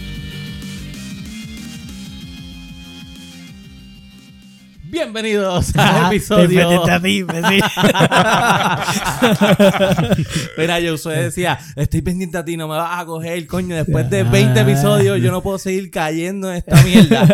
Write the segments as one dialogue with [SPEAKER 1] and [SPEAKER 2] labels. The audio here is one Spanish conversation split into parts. [SPEAKER 1] Bienvenidos
[SPEAKER 2] Ah,
[SPEAKER 1] al episodio. Mira, yo usted decía, estoy pendiente a ti, no me vas a coger, coño. Después de 20 episodios, yo no puedo seguir cayendo en esta mierda.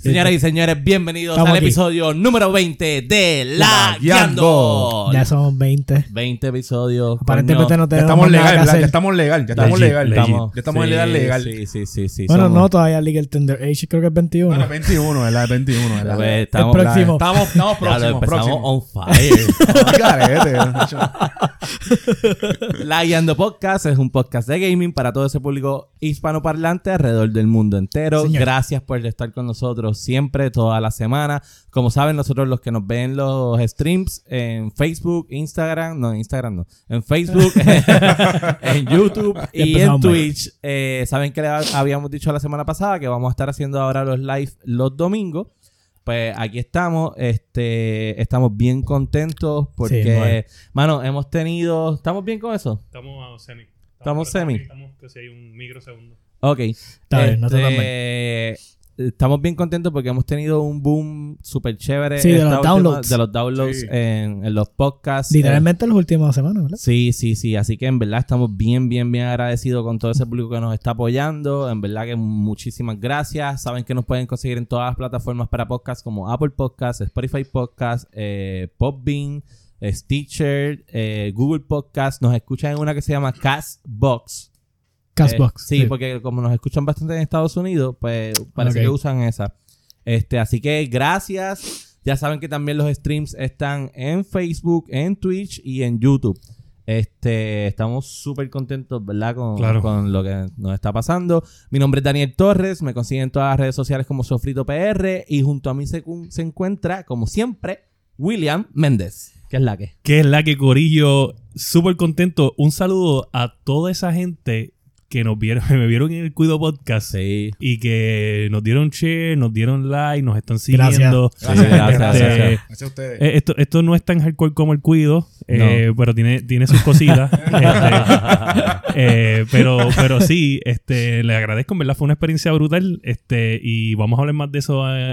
[SPEAKER 1] Señoras y señores, bienvenidos
[SPEAKER 3] Estamos
[SPEAKER 1] al
[SPEAKER 3] aquí.
[SPEAKER 1] episodio número 20 de La
[SPEAKER 2] La
[SPEAKER 1] Guiando.
[SPEAKER 3] Ya somos 20.
[SPEAKER 1] 20 episodios.
[SPEAKER 3] Aparentemente no
[SPEAKER 1] coño.
[SPEAKER 2] Ya
[SPEAKER 3] tenemos nada
[SPEAKER 2] estamos legal,
[SPEAKER 3] que
[SPEAKER 2] ¿verdad?
[SPEAKER 3] hacer.
[SPEAKER 2] Ya estamos legal, ya estamos
[SPEAKER 4] Legit,
[SPEAKER 2] legal.
[SPEAKER 4] legit.
[SPEAKER 2] Ya estamos en la edad
[SPEAKER 1] sí,
[SPEAKER 2] legal.
[SPEAKER 1] Sí, sí, sí. sí
[SPEAKER 3] Bueno,
[SPEAKER 1] somos-
[SPEAKER 3] no, todavía legal tender age creo que es 21.
[SPEAKER 2] Bueno, pues, 21, ¿verdad? 21, ¿verdad?
[SPEAKER 1] Pues, estamos,
[SPEAKER 3] el próximo.
[SPEAKER 2] Estamos, estamos
[SPEAKER 1] Ya lo
[SPEAKER 2] próximos,
[SPEAKER 1] empezamos
[SPEAKER 2] próximos.
[SPEAKER 1] on fire.
[SPEAKER 2] Carete, macho.
[SPEAKER 1] La Guiando Podcast es un podcast de gaming para todo ese público hispanoparlante alrededor del mundo entero.
[SPEAKER 3] Señor.
[SPEAKER 1] Gracias por estar con nosotros siempre, toda la semana. Como saben, nosotros los que nos ven los streams en Facebook, Instagram, no, en Instagram no, en Facebook, en YouTube
[SPEAKER 3] Ya
[SPEAKER 1] y en
[SPEAKER 3] empezamos mal.
[SPEAKER 1] Twitch. Eh, saben que le habíamos dicho la semana pasada que vamos a estar haciendo ahora los live los domingos. Pues aquí estamos, este, estamos bien contentos porque,
[SPEAKER 3] bueno.
[SPEAKER 1] mano, hemos tenido, ¿estamos bien con eso?
[SPEAKER 4] Estamos a semi.
[SPEAKER 1] Estamos semi.
[SPEAKER 4] Estamos que si hay un microsegundo.
[SPEAKER 1] Ok.
[SPEAKER 3] Está bien, no está tan
[SPEAKER 1] Este, Estamos bien contentos porque hemos tenido un boom súper chévere.
[SPEAKER 3] Sí, de
[SPEAKER 1] esta
[SPEAKER 3] los
[SPEAKER 1] última-
[SPEAKER 3] downloads.
[SPEAKER 1] de los downloads
[SPEAKER 2] Sí.
[SPEAKER 1] en, en los podcasts.
[SPEAKER 3] Literalmente las últimas semanas,
[SPEAKER 1] Eh,
[SPEAKER 3] ¿verdad?
[SPEAKER 1] sí, sí, sí. Así que en verdad estamos bien, bien, bien agradecidos con todo ese público que nos está apoyando. En verdad que muchísimas gracias. Saben que nos pueden conseguir en todas las plataformas para podcasts como Apple Podcasts, Spotify Podcasts, eh, Podbean, eh, Stitcher, eh, Google Podcasts. Nos escuchan en una que se llama Castbox.
[SPEAKER 3] Castbox.
[SPEAKER 1] Eh, sí, porque como nos escuchan bastante en Estados Unidos, pues parece
[SPEAKER 3] Ok.
[SPEAKER 1] que usan esa. Este, así que gracias. Ya saben que también los streams están en Facebook, en Twitch y en YouTube. Este, estamos súper contentos, ¿verdad? Con,
[SPEAKER 4] Claro.
[SPEAKER 1] con lo que nos está pasando. Mi nombre es Daniel Torres, me consiguen en todas las redes sociales como Sofrito PR y junto a mí se, cu- se encuentra, como siempre, William Méndez, que es la que.
[SPEAKER 4] Que es la que Corillo, súper contento. Un saludo a toda esa gente que nos vieron, me vieron en el Cuido Podcast
[SPEAKER 1] Sí.
[SPEAKER 4] y que nos dieron share, nos dieron like, nos están siguiendo.
[SPEAKER 1] Gracias, gracias,
[SPEAKER 4] Este,
[SPEAKER 1] gracias.
[SPEAKER 2] Gracias a ustedes.
[SPEAKER 4] eh, Esto, esto no es tan hardcore como el cuido, eh, pero tiene, tiene sus cositas. Este, eh, pero, pero sí, este, le agradezco, en ¿verdad? Fue una experiencia brutal. Este, y vamos a hablar más de eso eh,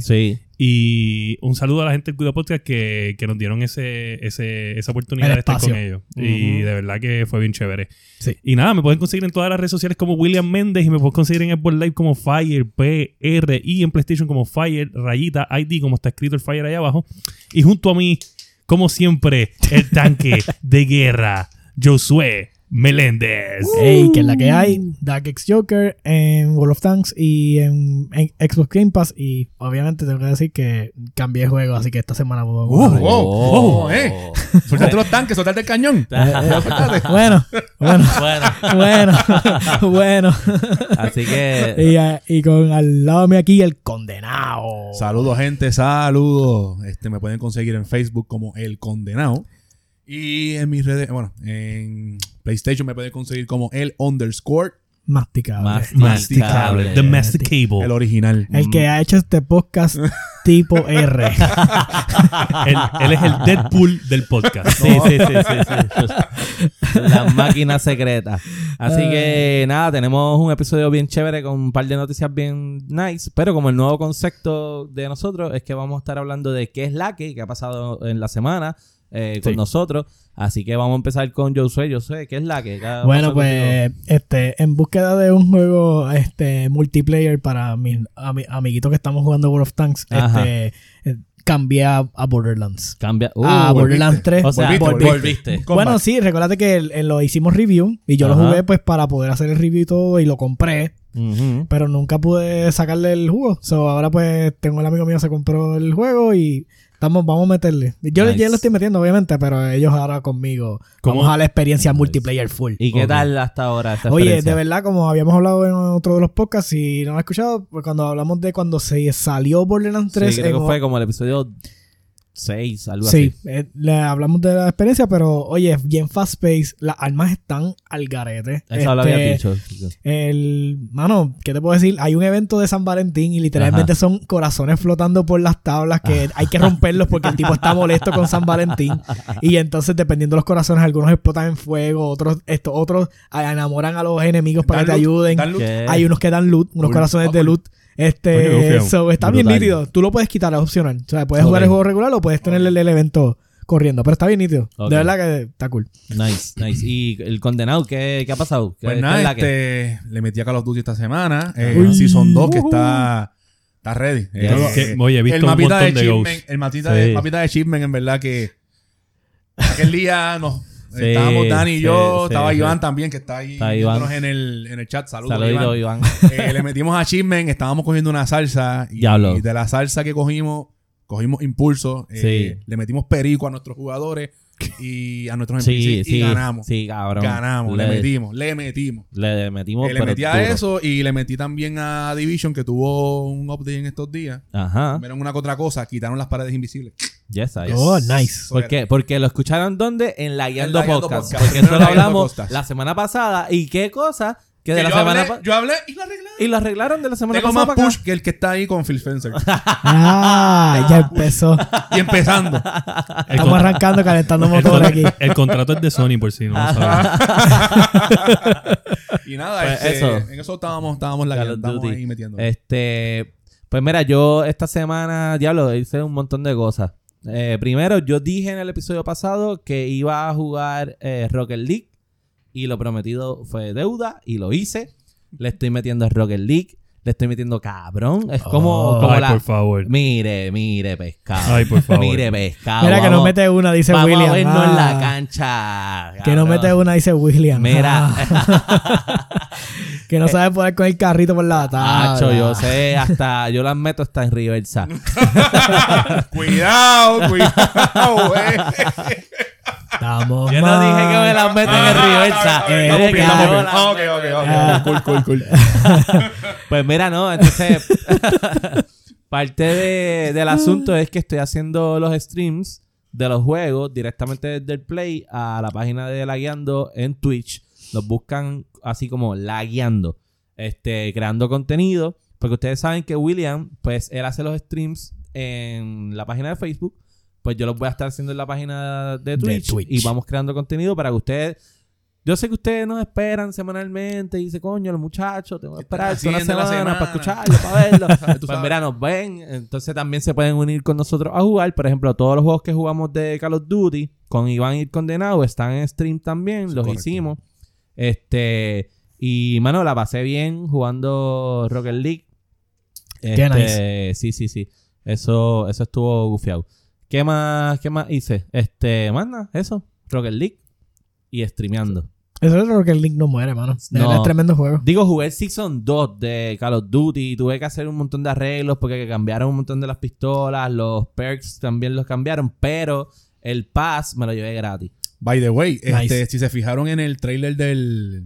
[SPEAKER 1] Sí.
[SPEAKER 4] Y un saludo a la gente del Cuido Podcast que, que nos dieron ese, ese- esa oportunidad
[SPEAKER 3] El
[SPEAKER 4] de estar
[SPEAKER 3] espacio.
[SPEAKER 4] con ellos.
[SPEAKER 1] Ujú.
[SPEAKER 4] Y de verdad que fue bien chévere.
[SPEAKER 3] Sí.
[SPEAKER 4] Y nada, me pueden conseguir en todas las redes sociales como William Méndez y me pueden conseguir en Xbox Live como Fire PR y en PlayStation como Fire Rayita ID, como está escrito el Fire ahí abajo. Y junto a mí, como siempre, el tanque de guerra, Josué Meléndez.
[SPEAKER 3] Ey, que es la que
[SPEAKER 2] Uh.
[SPEAKER 3] hay. Dark X Joker en World of Tanks y en, en Xbox Game Pass. Y obviamente tengo que decir que cambié de juego, así que esta semana puedo.
[SPEAKER 2] Uh, wow,
[SPEAKER 1] Oh.
[SPEAKER 2] wow, eh. Soltate los tanques, soltate el cañón.
[SPEAKER 1] Ah.
[SPEAKER 3] bueno, bueno,
[SPEAKER 1] Bueno,
[SPEAKER 3] bueno, bueno.
[SPEAKER 1] así que.
[SPEAKER 3] Y, eh, y con al lado mío aquí el condenado.
[SPEAKER 2] Saludos, gente, saludos. Este, me pueden conseguir en Facebook como El Condenado. Y en mis redes, bueno, en PlayStation me pueden conseguir como El Underscore,
[SPEAKER 3] Masticable.
[SPEAKER 1] Mas-
[SPEAKER 2] Masticable.
[SPEAKER 4] Domesticable.
[SPEAKER 2] el original. Mm.
[SPEAKER 3] el
[SPEAKER 1] Mm.
[SPEAKER 3] que ha hecho este podcast tipo
[SPEAKER 1] Ah,
[SPEAKER 3] R.
[SPEAKER 4] Él, él es el Deadpool del podcast.
[SPEAKER 1] Sí, sí, sí, sí, sí. Las máquinas secretas. Así que nada, tenemos un episodio bien chévere con un par de noticias bien nice. Pero como el nuevo concepto de nosotros es que vamos a estar hablando de qué es la que, que ha pasado en la semana eh, con
[SPEAKER 3] Sí.
[SPEAKER 1] nosotros. Así que vamos a empezar con Josué. Josué, ¿qué es la que? Cada-
[SPEAKER 3] Bueno,
[SPEAKER 1] vamos contigo.
[SPEAKER 3] pues, este, en búsqueda de un juego este, multiplayer para mis ami- amiguitos que estamos jugando World of Tanks,
[SPEAKER 1] Ajá.
[SPEAKER 3] este, eh, cambié a, a Borderlands.
[SPEAKER 1] Cambia. Uh,
[SPEAKER 3] a
[SPEAKER 2] volviste.
[SPEAKER 3] Borderlands 3.
[SPEAKER 1] o sea,
[SPEAKER 2] volviste,
[SPEAKER 1] volviste.
[SPEAKER 2] volviste.
[SPEAKER 3] bueno, sí, recuérdate que el- el- lo hicimos review y yo lo
[SPEAKER 1] Ajá.
[SPEAKER 3] jugué pues para poder hacer el review y todo y lo compré,
[SPEAKER 1] Ujú.
[SPEAKER 3] pero nunca pude sacarle el jugo. So, ahora pues tengo el amigo mío que se compró el juego y estamos, vamos a meterle. Yo le- ya
[SPEAKER 1] Nice.
[SPEAKER 3] lo estoy metiendo obviamente, pero ellos ahora conmigo.
[SPEAKER 4] ¿Cómo?
[SPEAKER 3] Vamos a la experiencia
[SPEAKER 1] Nice.
[SPEAKER 3] multiplayer full.
[SPEAKER 1] ¿Y qué
[SPEAKER 4] Ok.
[SPEAKER 1] tal hasta ahora? esta
[SPEAKER 3] Oye,
[SPEAKER 1] experiencia?
[SPEAKER 3] de verdad, como habíamos hablado en otro de los podcasts, si no lo has escuchado, pues cuando hablamos de cuando se salió Borderlands 3,
[SPEAKER 1] Sí, creo
[SPEAKER 3] en-
[SPEAKER 1] que fue como el episodio 6, algo
[SPEAKER 3] sí,
[SPEAKER 1] así.
[SPEAKER 3] eh, le hablamos de la experiencia, pero oye, bien fast pace, las armas están al garete.
[SPEAKER 1] Eso lo había
[SPEAKER 3] Este,
[SPEAKER 1] dicho.
[SPEAKER 3] El, mano, ¿qué te puedo decir? Hay un evento de San Valentín y literalmente son corazones flotando por las tablas que hay que romperlos porque el tipo está molesto con San Valentín. Y entonces, dependiendo de los corazones, algunos explotan en fuego, otros, estos, otros enamoran a los enemigos para que te ayuden.
[SPEAKER 1] ¿Qué?
[SPEAKER 3] Hay unos que dan loot, unos
[SPEAKER 2] Cool.
[SPEAKER 3] corazones
[SPEAKER 2] Ah,
[SPEAKER 3] de
[SPEAKER 2] cool.
[SPEAKER 3] loot.
[SPEAKER 4] Coño, qué
[SPEAKER 3] Este,
[SPEAKER 4] feo.
[SPEAKER 3] so, está bien
[SPEAKER 1] Brutal.
[SPEAKER 3] nítido. Tú lo puedes quitar, es opcional. O sea, puedes jugar
[SPEAKER 1] Ok.
[SPEAKER 3] el juego regular o puedes tener el, el evento corriendo. Pero está bien nítido.
[SPEAKER 1] Ok.
[SPEAKER 3] De verdad que está cool.
[SPEAKER 1] Nice, nice. ¿Y el condenado qué, qué ha pasado? ¿Qué-
[SPEAKER 2] Pues
[SPEAKER 1] qué es
[SPEAKER 2] nada,
[SPEAKER 1] la que-
[SPEAKER 2] este, le metí a Call of Duty esta semana. Eh,
[SPEAKER 3] Uy,
[SPEAKER 2] Season 2 que
[SPEAKER 3] ujú.
[SPEAKER 2] está, está ready.
[SPEAKER 1] Yes.
[SPEAKER 2] Eh,
[SPEAKER 4] Que- oye, he visto
[SPEAKER 2] el
[SPEAKER 4] un
[SPEAKER 2] mapita
[SPEAKER 4] montón
[SPEAKER 2] de
[SPEAKER 4] de
[SPEAKER 2] Chipmen,
[SPEAKER 4] ghosts.
[SPEAKER 2] El mapita, de,
[SPEAKER 4] Sí.
[SPEAKER 2] mapita de Chipmen, en verdad que aquel día nos...
[SPEAKER 1] Sí,
[SPEAKER 2] estábamos Dani y
[SPEAKER 1] sí,
[SPEAKER 2] yo,
[SPEAKER 1] sí,
[SPEAKER 2] estaba
[SPEAKER 1] sí.
[SPEAKER 2] Iván también, que está ahí
[SPEAKER 1] Está Iván.
[SPEAKER 2] viéndonos en el, en el chat. Saludos,
[SPEAKER 1] Saludito,
[SPEAKER 2] Iván.
[SPEAKER 1] Iván.
[SPEAKER 2] Eh, le metimos a Chismen, estábamos cogiendo una salsa y,
[SPEAKER 1] Diablo.
[SPEAKER 2] y de la salsa que cogimos, cogimos impulso, eh,
[SPEAKER 1] Sí.
[SPEAKER 2] le metimos perico a nuestros jugadores y a nuestros
[SPEAKER 1] Sí,
[SPEAKER 2] NPCs
[SPEAKER 1] sí.
[SPEAKER 2] y ganamos.
[SPEAKER 1] Sí, cabrón.
[SPEAKER 2] Ganamos, le,
[SPEAKER 1] Le-
[SPEAKER 2] metimos, le metimos.
[SPEAKER 1] Le metimos.
[SPEAKER 2] Eh, le
[SPEAKER 1] pero
[SPEAKER 2] metí a
[SPEAKER 1] duro.
[SPEAKER 2] eso y le metí también a Division que tuvo un update en estos días.
[SPEAKER 1] Ajá.
[SPEAKER 2] Vieron una que otra cosa, quitaron las paredes invisibles.
[SPEAKER 1] Yes, I-
[SPEAKER 3] Oh, nice.
[SPEAKER 1] ¿Por qué? Porque lo escucharon ¿dónde? En la Guiando
[SPEAKER 2] En La Guiando
[SPEAKER 1] Podcast.
[SPEAKER 2] Podcast.
[SPEAKER 1] Porque eso lo
[SPEAKER 2] Primero en La
[SPEAKER 1] hablamos
[SPEAKER 2] Guiando Podcast.
[SPEAKER 1] la semana pasada. ¿Y qué cosa? Que de
[SPEAKER 2] Que
[SPEAKER 1] la
[SPEAKER 2] yo,
[SPEAKER 1] semana
[SPEAKER 2] hablé,
[SPEAKER 1] pa-
[SPEAKER 2] yo hablé y la arreglaron.
[SPEAKER 1] Y lo arreglaron de la semana
[SPEAKER 2] Tengo
[SPEAKER 1] pasada.
[SPEAKER 2] más
[SPEAKER 1] para acá.
[SPEAKER 2] push que el que está ahí con Phil Spencer.
[SPEAKER 3] Ah, ya empezó.
[SPEAKER 2] y empezando.
[SPEAKER 4] El
[SPEAKER 3] Estamos
[SPEAKER 4] con-
[SPEAKER 3] arrancando, calentando
[SPEAKER 4] el
[SPEAKER 3] motores aquí.
[SPEAKER 4] con- El contrato es de Sony, por si no lo saben.
[SPEAKER 2] Y nada,
[SPEAKER 1] Pues
[SPEAKER 2] este,
[SPEAKER 1] eso.
[SPEAKER 2] en eso estábamos, estábamos la
[SPEAKER 1] Call
[SPEAKER 2] que
[SPEAKER 1] of
[SPEAKER 2] estábamos
[SPEAKER 1] Duty.
[SPEAKER 2] ahí metiendo.
[SPEAKER 1] Este, pues mira, yo esta semana, diablo, hice un montón de cosas. Eh, primero, yo dije en el episodio pasado que iba a jugar eh, Rocket League y lo prometido fue deuda y lo hice. Le estoy metiendo a Rocket League, le estoy metiendo cabrón. Es como,
[SPEAKER 3] Oh.
[SPEAKER 1] como
[SPEAKER 4] Ay,
[SPEAKER 1] la...
[SPEAKER 4] por favor.
[SPEAKER 1] Mire, mire, pescado.
[SPEAKER 4] Ay, por favor.
[SPEAKER 1] Mire, pescado.
[SPEAKER 3] Mira que
[SPEAKER 1] Ah, vamos-
[SPEAKER 3] nos mete una, dice
[SPEAKER 1] vamos
[SPEAKER 3] William.
[SPEAKER 1] a vernos en
[SPEAKER 3] Ah,
[SPEAKER 1] la cancha.
[SPEAKER 3] Que nos
[SPEAKER 1] cabrón.
[SPEAKER 3] mete una, dice William.
[SPEAKER 1] Mira,
[SPEAKER 3] Ah, que no sabe poder con el carrito por la tabla.
[SPEAKER 1] Acho, yo sé, hasta yo las meto hasta en reversa.
[SPEAKER 2] cuidado, cuidado, güey.
[SPEAKER 3] Estamos
[SPEAKER 1] Yo no
[SPEAKER 3] mal.
[SPEAKER 1] dije que me las meto en reversa.
[SPEAKER 2] Ah,
[SPEAKER 3] eh,
[SPEAKER 1] Eres
[SPEAKER 2] estamos bien, estamos bien.
[SPEAKER 1] cabrona.
[SPEAKER 2] Ah, ok, ok, ok. Cool, cool, cool.
[SPEAKER 1] Pues mira, no, entonces. parte de- del asunto es que estoy haciendo los streams de los juegos directamente desde el Play a la página de Lagueando en Twitch. Los buscan así como Lagueando. Este, creando contenido. Porque ustedes saben que William, pues él hace los streams en la página de Facebook. Pues yo los voy a estar haciendo en la página de Twitch,
[SPEAKER 3] Twitch.
[SPEAKER 1] Y vamos creando contenido para que ustedes. Yo sé que ustedes nos esperan semanalmente y dicen, coño, los muchachos, tengo que esperar
[SPEAKER 2] están
[SPEAKER 1] una
[SPEAKER 2] haciendo
[SPEAKER 1] semana,
[SPEAKER 2] la
[SPEAKER 1] para
[SPEAKER 2] semana?
[SPEAKER 1] escucharlo, para verlo.
[SPEAKER 2] Tú
[SPEAKER 1] pues
[SPEAKER 2] sabes.
[SPEAKER 1] mira, nos ven. Entonces también se pueden unir con nosotros a jugar. Por ejemplo, todos los juegos que jugamos de Call of Duty con Iván y el Condenado están en stream también. los
[SPEAKER 2] correcto.
[SPEAKER 1] hicimos. Este. Y, mano, la pasé bien jugando Rocket League.
[SPEAKER 3] Qué
[SPEAKER 1] nice. Sí, sí, sí. Eso, eso estuvo gufiado. ¿Qué más, ¿Qué más hice? Este, manda, eso. Rocket League. Y streameando.
[SPEAKER 3] Eso es lo que el Link no muere, mano. De
[SPEAKER 1] No.
[SPEAKER 3] verdad Es tremendo juego.
[SPEAKER 1] Digo, jugué el Season 2 de Call of Duty y tuve que hacer un montón de arreglos porque cambiaron un montón de las pistolas, los perks también los cambiaron, pero el pass me lo llevé gratis.
[SPEAKER 2] By the way,
[SPEAKER 3] Nice.
[SPEAKER 2] este, si se fijaron en el trailer del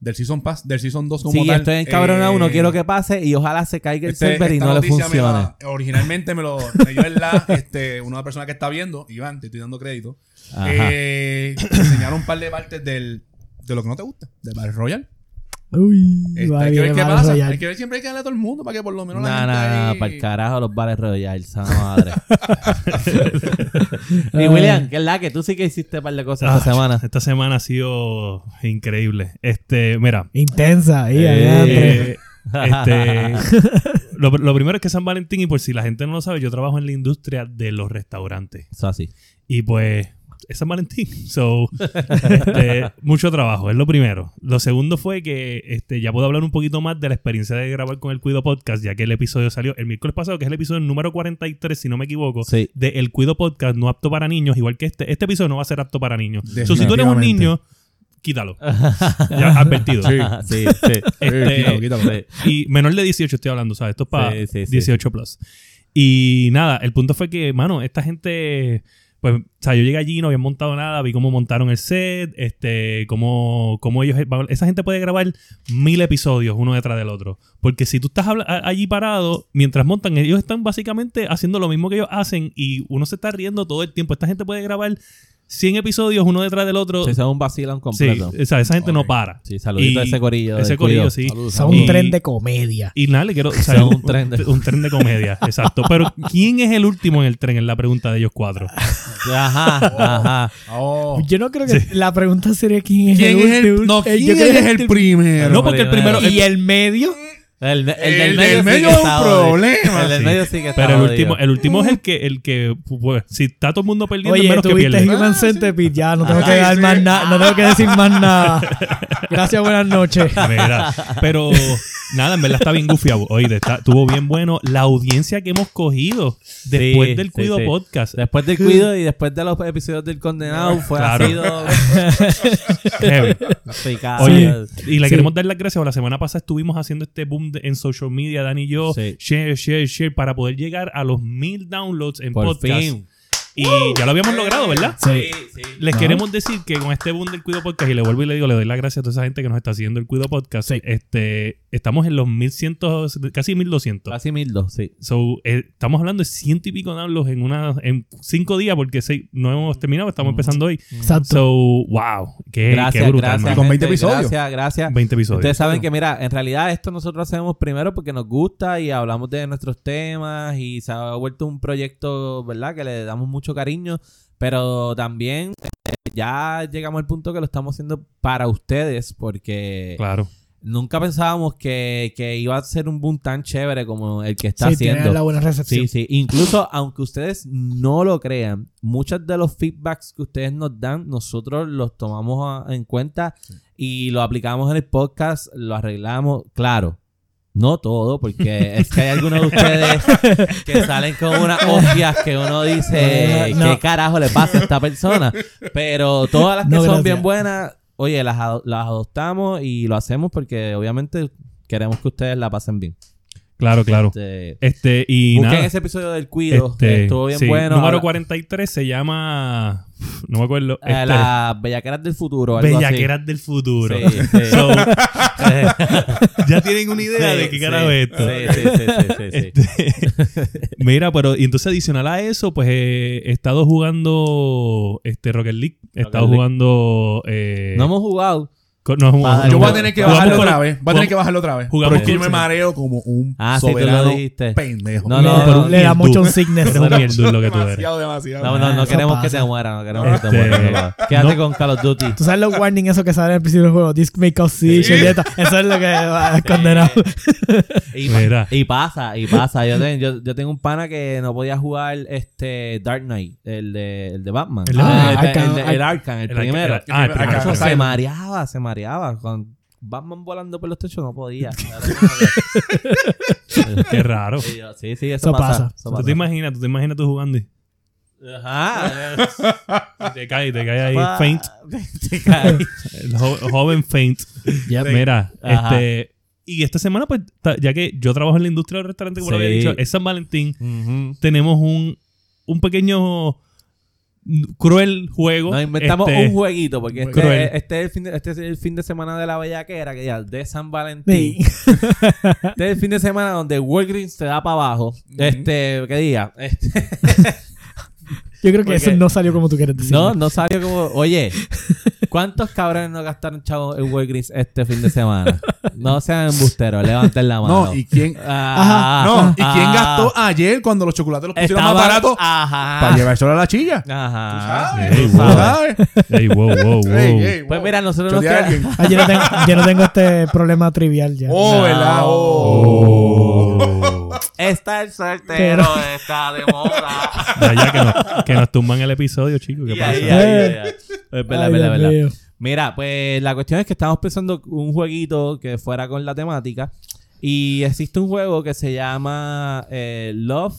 [SPEAKER 2] del Season Pass, del Season 2 como
[SPEAKER 1] sí, este
[SPEAKER 2] tal.
[SPEAKER 1] estoy encabronado,
[SPEAKER 2] eh,
[SPEAKER 1] no quiero que pase y ojalá se caiga el
[SPEAKER 2] este-
[SPEAKER 1] server y
[SPEAKER 2] esta
[SPEAKER 1] no le
[SPEAKER 2] noticia me
[SPEAKER 1] funcione.
[SPEAKER 2] la- originalmente me lo me dio en la, este, una persona que está viendo, Iván, te estoy dando crédito.
[SPEAKER 1] Ajá.
[SPEAKER 2] Eh, me enseñaron un par de partes del, de lo que no te gusta, del Battle Royale.
[SPEAKER 3] Uy,
[SPEAKER 2] Este,
[SPEAKER 3] va
[SPEAKER 2] hay que
[SPEAKER 3] bien,
[SPEAKER 2] ver qué
[SPEAKER 3] Battle
[SPEAKER 2] pasa.
[SPEAKER 3] Royale.
[SPEAKER 2] Hay que ver siempre hay que darle a todo el mundo para que por lo menos
[SPEAKER 1] No, no,
[SPEAKER 2] la gente.
[SPEAKER 1] no,
[SPEAKER 2] ahí-
[SPEAKER 1] para el carajo los bares royales, santa madre. y William, que es la que tú sí que hiciste un par de cosas esta
[SPEAKER 4] Ah,
[SPEAKER 1] semana.
[SPEAKER 4] Esta semana ha sido increíble. Este, mira.
[SPEAKER 3] Intensa ahí,
[SPEAKER 1] Eh,
[SPEAKER 3] adelante.
[SPEAKER 4] eh, este, lo, lo primero es que San Valentín, y por si la gente no lo sabe, yo trabajo en la industria de los restaurantes.
[SPEAKER 1] Eso así.
[SPEAKER 4] Y pues, es San Valentín. So, este, mucho trabajo, es lo primero. Lo segundo fue que este, ya puedo hablar un poquito más de la experiencia de grabar con el Cuido Podcast, ya que el episodio salió el miércoles pasado, que es el episodio número 43, si no me equivoco.
[SPEAKER 1] Sí.
[SPEAKER 4] De El Cuido Podcast, no apto para niños, igual que este. Este episodio no va a ser apto para niños. So, si tú eres un
[SPEAKER 2] Definitivamente.
[SPEAKER 4] niño, quítalo. ya advertido.
[SPEAKER 2] Sí.
[SPEAKER 1] sí, sí.
[SPEAKER 4] Este,
[SPEAKER 2] Eh, quítalo, quítalo.
[SPEAKER 1] sí.
[SPEAKER 4] y menor de 18 estoy hablando, ¿sabes? Esto es para
[SPEAKER 1] Sí, sí, sí.
[SPEAKER 4] 18 plus. Y nada, el punto fue que, mano, esta gente, pues, o sea, yo llegué allí, no habían montado nada, vi cómo montaron el set, este, cómo, cómo ellos, esa gente puede grabar mil episodios uno detrás del otro. Porque si tú estás habla- a- allí parado, mientras montan, ellos están básicamente haciendo lo mismo que ellos hacen y uno se está riendo todo el tiempo. Esta gente puede grabar 100 episodios uno detrás del otro.
[SPEAKER 1] Sí, eso es un vacilón
[SPEAKER 4] Sí,
[SPEAKER 1] completo. Sí,
[SPEAKER 4] o sea, esa gente no
[SPEAKER 2] Ok.
[SPEAKER 4] para.
[SPEAKER 1] saludito a
[SPEAKER 4] Y
[SPEAKER 1] ese corillo.
[SPEAKER 4] Ese
[SPEAKER 1] del
[SPEAKER 4] corillo,
[SPEAKER 1] Cuido.
[SPEAKER 4] sí.
[SPEAKER 2] Saludos,
[SPEAKER 3] Son
[SPEAKER 4] y-
[SPEAKER 3] un tren de comedia.
[SPEAKER 4] Y nada, le quiero. o sea,
[SPEAKER 1] Sea un
[SPEAKER 4] un, un
[SPEAKER 1] tren
[SPEAKER 4] tren
[SPEAKER 1] de-
[SPEAKER 4] de... comedia, exacto. Pero ¿quién es el último en el tren? Es la pregunta de ellos cuatro.
[SPEAKER 1] Ah, Ajá, ajá.
[SPEAKER 2] Oh.
[SPEAKER 3] Yo no creo que la pregunta sería quién es
[SPEAKER 2] ¿Quién
[SPEAKER 3] el
[SPEAKER 2] es el,
[SPEAKER 3] último?
[SPEAKER 2] no,
[SPEAKER 3] Eh, yo
[SPEAKER 2] ¿quién
[SPEAKER 3] creo que
[SPEAKER 2] es el
[SPEAKER 3] último.
[SPEAKER 2] primero?
[SPEAKER 4] No, porque el primero.
[SPEAKER 3] y el medio
[SPEAKER 1] El,
[SPEAKER 2] El del medio
[SPEAKER 1] sí que
[SPEAKER 2] es un
[SPEAKER 1] está jodido.
[SPEAKER 2] problema,
[SPEAKER 1] El del
[SPEAKER 2] sí.
[SPEAKER 1] medio sí que está
[SPEAKER 4] Pero el
[SPEAKER 1] jodido.
[SPEAKER 4] último, el último es el que, el que pues, si está todo el mundo perdiendo, el
[SPEAKER 3] Oye,
[SPEAKER 4] menos que
[SPEAKER 3] tuviste
[SPEAKER 4] pierde.
[SPEAKER 3] Human
[SPEAKER 2] Ah, sí.
[SPEAKER 3] Centipede, ya no tengo
[SPEAKER 2] Ah,
[SPEAKER 3] que
[SPEAKER 2] sí,
[SPEAKER 3] dar
[SPEAKER 2] sí.
[SPEAKER 3] más nada, no tengo que decir más nada. Gracias, buenas noches.
[SPEAKER 4] Mira, pero nada, en verdad está bien goofy. Oye, está, estuvo bien bueno la audiencia que hemos cogido después
[SPEAKER 1] Sí,
[SPEAKER 4] del
[SPEAKER 1] sí,
[SPEAKER 4] Cuido
[SPEAKER 1] sí.
[SPEAKER 4] Podcast.
[SPEAKER 1] Después del cuido y después de los episodios del condenado, fue
[SPEAKER 4] Claro.
[SPEAKER 1] ha sido
[SPEAKER 4] Heavy.
[SPEAKER 1] picado.
[SPEAKER 4] Oye, y le
[SPEAKER 3] Sí.
[SPEAKER 4] queremos dar las gracias. La semana pasada estuvimos haciendo este boom de- en social media, Dani y yo.
[SPEAKER 1] Sí.
[SPEAKER 4] Share, share, share, para poder llegar a los mil downloads en
[SPEAKER 1] por
[SPEAKER 4] podcast.
[SPEAKER 1] fin.
[SPEAKER 4] Y ya lo habíamos logrado, ¿verdad?
[SPEAKER 3] Sí.
[SPEAKER 4] Les
[SPEAKER 3] Ajá.
[SPEAKER 4] queremos decir que con este boom del Cuido Podcast, y le vuelvo y le digo, le doy las gracias a toda esa gente que nos está haciendo el Cuido Podcast. Este, estamos en los 1100, casi 1200.
[SPEAKER 1] Casi mil dos, sí.
[SPEAKER 4] So, eh, estamos hablando de ciento y pico downloads en una en cinco días porque seis- no hemos terminado, estamos
[SPEAKER 1] Mm.
[SPEAKER 4] empezando hoy.
[SPEAKER 3] Exacto.
[SPEAKER 4] So, wow, qué,
[SPEAKER 1] Gracias,
[SPEAKER 4] qué brutal,
[SPEAKER 1] gracias.
[SPEAKER 4] mano.
[SPEAKER 2] Con 20
[SPEAKER 1] gente,
[SPEAKER 2] episodios.
[SPEAKER 1] Gracias, gracias.
[SPEAKER 4] 20 episodios.
[SPEAKER 1] Ustedes saben que, mira, en realidad esto nosotros hacemos primero porque nos gusta y hablamos de nuestros temas y se ha vuelto un proyecto, ¿verdad? Que le damos mucho cariño, pero también eh, ya llegamos al punto que lo estamos haciendo para ustedes porque
[SPEAKER 4] Claro.
[SPEAKER 1] nunca pensábamos que, que iba a ser un boom tan chévere como el que está
[SPEAKER 3] Sí, tienen
[SPEAKER 1] haciendo.
[SPEAKER 3] la buena
[SPEAKER 1] Sí,
[SPEAKER 3] recepción.
[SPEAKER 1] sí. Incluso, aunque ustedes no lo crean, muchos de los feedbacks que ustedes nos dan, nosotros los tomamos a- en cuenta y lo aplicamos en el podcast, lo arreglamos. Claro, no todo, porque es que hay algunos de ustedes que salen con unas hostias que uno dice,
[SPEAKER 3] No, no.
[SPEAKER 1] ¿qué carajo le pasa a esta persona? Pero todas las que
[SPEAKER 3] No,
[SPEAKER 1] son
[SPEAKER 3] gracias.
[SPEAKER 1] bien buenas, oye, las, ado- las adoptamos y lo hacemos porque obviamente queremos que ustedes la pasen bien.
[SPEAKER 4] Claro, claro.
[SPEAKER 1] Este,
[SPEAKER 4] Este, y
[SPEAKER 1] Busquen
[SPEAKER 4] nada.
[SPEAKER 1] ese episodio del Cuido.
[SPEAKER 4] Este,
[SPEAKER 1] Estuvo bien
[SPEAKER 4] sí,
[SPEAKER 1] bueno.
[SPEAKER 4] Número
[SPEAKER 1] Habla-
[SPEAKER 4] 43 se llama. No me acuerdo.
[SPEAKER 1] eh,
[SPEAKER 4] este,
[SPEAKER 1] Las Bellaqueras del Futuro. Algo
[SPEAKER 4] Bellaqueras del futuro.
[SPEAKER 1] así. Sí, sí.
[SPEAKER 4] So,
[SPEAKER 1] Eh,
[SPEAKER 4] ya tienen una idea de
[SPEAKER 1] sí,
[SPEAKER 4] qué carajo
[SPEAKER 1] sí.
[SPEAKER 4] es esto.
[SPEAKER 1] Sí, sí, sí, sí, sí, sí.
[SPEAKER 4] Este, Mira, pero y entonces adicional a eso, pues eh, he estado jugando este Rocket League, he
[SPEAKER 1] Rocket
[SPEAKER 4] estado
[SPEAKER 1] League.
[SPEAKER 4] jugando eh,
[SPEAKER 1] No hemos jugado.
[SPEAKER 4] co- no hemos-
[SPEAKER 1] Padre.
[SPEAKER 4] no
[SPEAKER 2] Yo
[SPEAKER 4] hemos-
[SPEAKER 2] voy a tener que
[SPEAKER 4] jugamos
[SPEAKER 2] bajarlo
[SPEAKER 4] con-
[SPEAKER 2] otra vez. Voy a tener
[SPEAKER 4] jugamos-
[SPEAKER 2] que bajarlo otra vez.
[SPEAKER 4] jugamos
[SPEAKER 2] Pero es que
[SPEAKER 4] con-
[SPEAKER 2] yo me mareo como un
[SPEAKER 1] Ah, sí, tú lo
[SPEAKER 2] soberano
[SPEAKER 1] dijiste.
[SPEAKER 2] pendejo.
[SPEAKER 1] No, no,
[SPEAKER 4] pero
[SPEAKER 1] no.
[SPEAKER 4] un
[SPEAKER 3] Le da
[SPEAKER 4] mierdu-
[SPEAKER 3] mucho sickness.
[SPEAKER 4] Eres un mierdu lo que tú eres.
[SPEAKER 2] demasiado, demasiado.
[SPEAKER 1] No, no, no
[SPEAKER 3] Eso
[SPEAKER 1] queremos que
[SPEAKER 3] pasa.
[SPEAKER 1] te muera. No queremos que te
[SPEAKER 4] Este,
[SPEAKER 1] muera. papá. Quédate
[SPEAKER 4] no.
[SPEAKER 1] con Call of Duty.
[SPEAKER 3] Tú sabes los warnings esos que salen al principio del juego. This may cause seizure, y esto. Eso es lo que va a condenar.
[SPEAKER 1] Y, pa-
[SPEAKER 4] Mira.
[SPEAKER 1] y pasa, y pasa. Yo, ten- yo, yo tengo un pana que no podía jugar este Dark Knight, el de, el de Batman.
[SPEAKER 4] El
[SPEAKER 1] El,
[SPEAKER 4] de
[SPEAKER 1] el, el-
[SPEAKER 3] Batman.
[SPEAKER 1] el- el
[SPEAKER 3] Arkham,
[SPEAKER 1] Arkham, el,
[SPEAKER 4] el-
[SPEAKER 1] primero.
[SPEAKER 4] el- ah, el primero.
[SPEAKER 1] Cacho,
[SPEAKER 2] Arkham
[SPEAKER 1] se
[SPEAKER 2] Asylum.
[SPEAKER 1] mareaba, se mareaba. Con Batman volando por los techos no podía.
[SPEAKER 4] Qué raro.
[SPEAKER 1] Sí, yo- sí, sí, eso,
[SPEAKER 3] Eso
[SPEAKER 1] pasa.
[SPEAKER 3] pasa.
[SPEAKER 1] eso
[SPEAKER 4] ¿Tú te
[SPEAKER 1] pasa.
[SPEAKER 4] imaginas? ¿Tú te imaginas tú jugando? y-
[SPEAKER 1] Ajá.
[SPEAKER 4] y Te cae, te cae ahí
[SPEAKER 1] Pa-
[SPEAKER 4] faint.
[SPEAKER 1] Te cae.
[SPEAKER 4] El jo- joven faint. Mira,
[SPEAKER 1] Ajá.
[SPEAKER 4] este y esta semana pues ta- ya que yo trabajo en la industria del restaurante como lo había
[SPEAKER 1] Sí.
[SPEAKER 4] dicho, es San Valentín,
[SPEAKER 1] Ujú.
[SPEAKER 4] tenemos un un pequeño mm, cruel juego.
[SPEAKER 1] Nos inventamos
[SPEAKER 4] Este,
[SPEAKER 1] un jueguito porque
[SPEAKER 4] Cruel.
[SPEAKER 1] este, este, es el fin de, este es el fin de semana de la bellaquera, que ya de San Valentín.
[SPEAKER 3] Sí.
[SPEAKER 1] Este es el fin de semana donde Walgreens te da para abajo. Este, ¿qué día? Este,
[SPEAKER 3] Yo creo que eso
[SPEAKER 1] Porque-
[SPEAKER 3] no salió como tú quieres decir.
[SPEAKER 1] no, no sabía cómo. Oye, ¿cuántos cabrones no gastaron chavo en Walgreens este fin de semana? No sean embusteros, levanten la mano.
[SPEAKER 2] No, ¿y quién?
[SPEAKER 1] Ah,
[SPEAKER 2] no, ¿y quién
[SPEAKER 1] ah,
[SPEAKER 2] gastó ayer cuando los chocolates los pusieron
[SPEAKER 1] estaban-
[SPEAKER 2] más baratos
[SPEAKER 1] Ajá.
[SPEAKER 2] para llevárselo a la chilla?
[SPEAKER 1] Ajá.
[SPEAKER 2] ¿Sabes?
[SPEAKER 4] Ey,
[SPEAKER 2] ¿Tú
[SPEAKER 4] wow.
[SPEAKER 2] sabes?
[SPEAKER 4] Ey, wow, wow, wow.
[SPEAKER 2] Ey, ey,
[SPEAKER 1] Ah, Pues
[SPEAKER 2] wow.
[SPEAKER 1] mira, nosotros nos
[SPEAKER 2] Chotea a
[SPEAKER 1] quedamos.
[SPEAKER 2] alguien.
[SPEAKER 3] Ah, yo, no tengo, yo no tengo este problema trivial ya.
[SPEAKER 2] Oh,
[SPEAKER 1] No.
[SPEAKER 2] ¿verdad? Oh.
[SPEAKER 4] Oh.
[SPEAKER 1] Está el soltero,
[SPEAKER 3] Pero-
[SPEAKER 1] está de moda.
[SPEAKER 4] Vaya que nos, que nos tumban el episodio, chicos. ¿Qué
[SPEAKER 1] Ya,
[SPEAKER 4] pasa?
[SPEAKER 1] ya, ya, ya. Es Pues, verdad,
[SPEAKER 3] Ay,
[SPEAKER 1] verdad,
[SPEAKER 3] Dios
[SPEAKER 1] verdad.
[SPEAKER 3] mío.
[SPEAKER 1] Mira, pues la cuestión es que estamos pensando un jueguito que fuera con la temática. Y existe un juego que se llama eh, Love,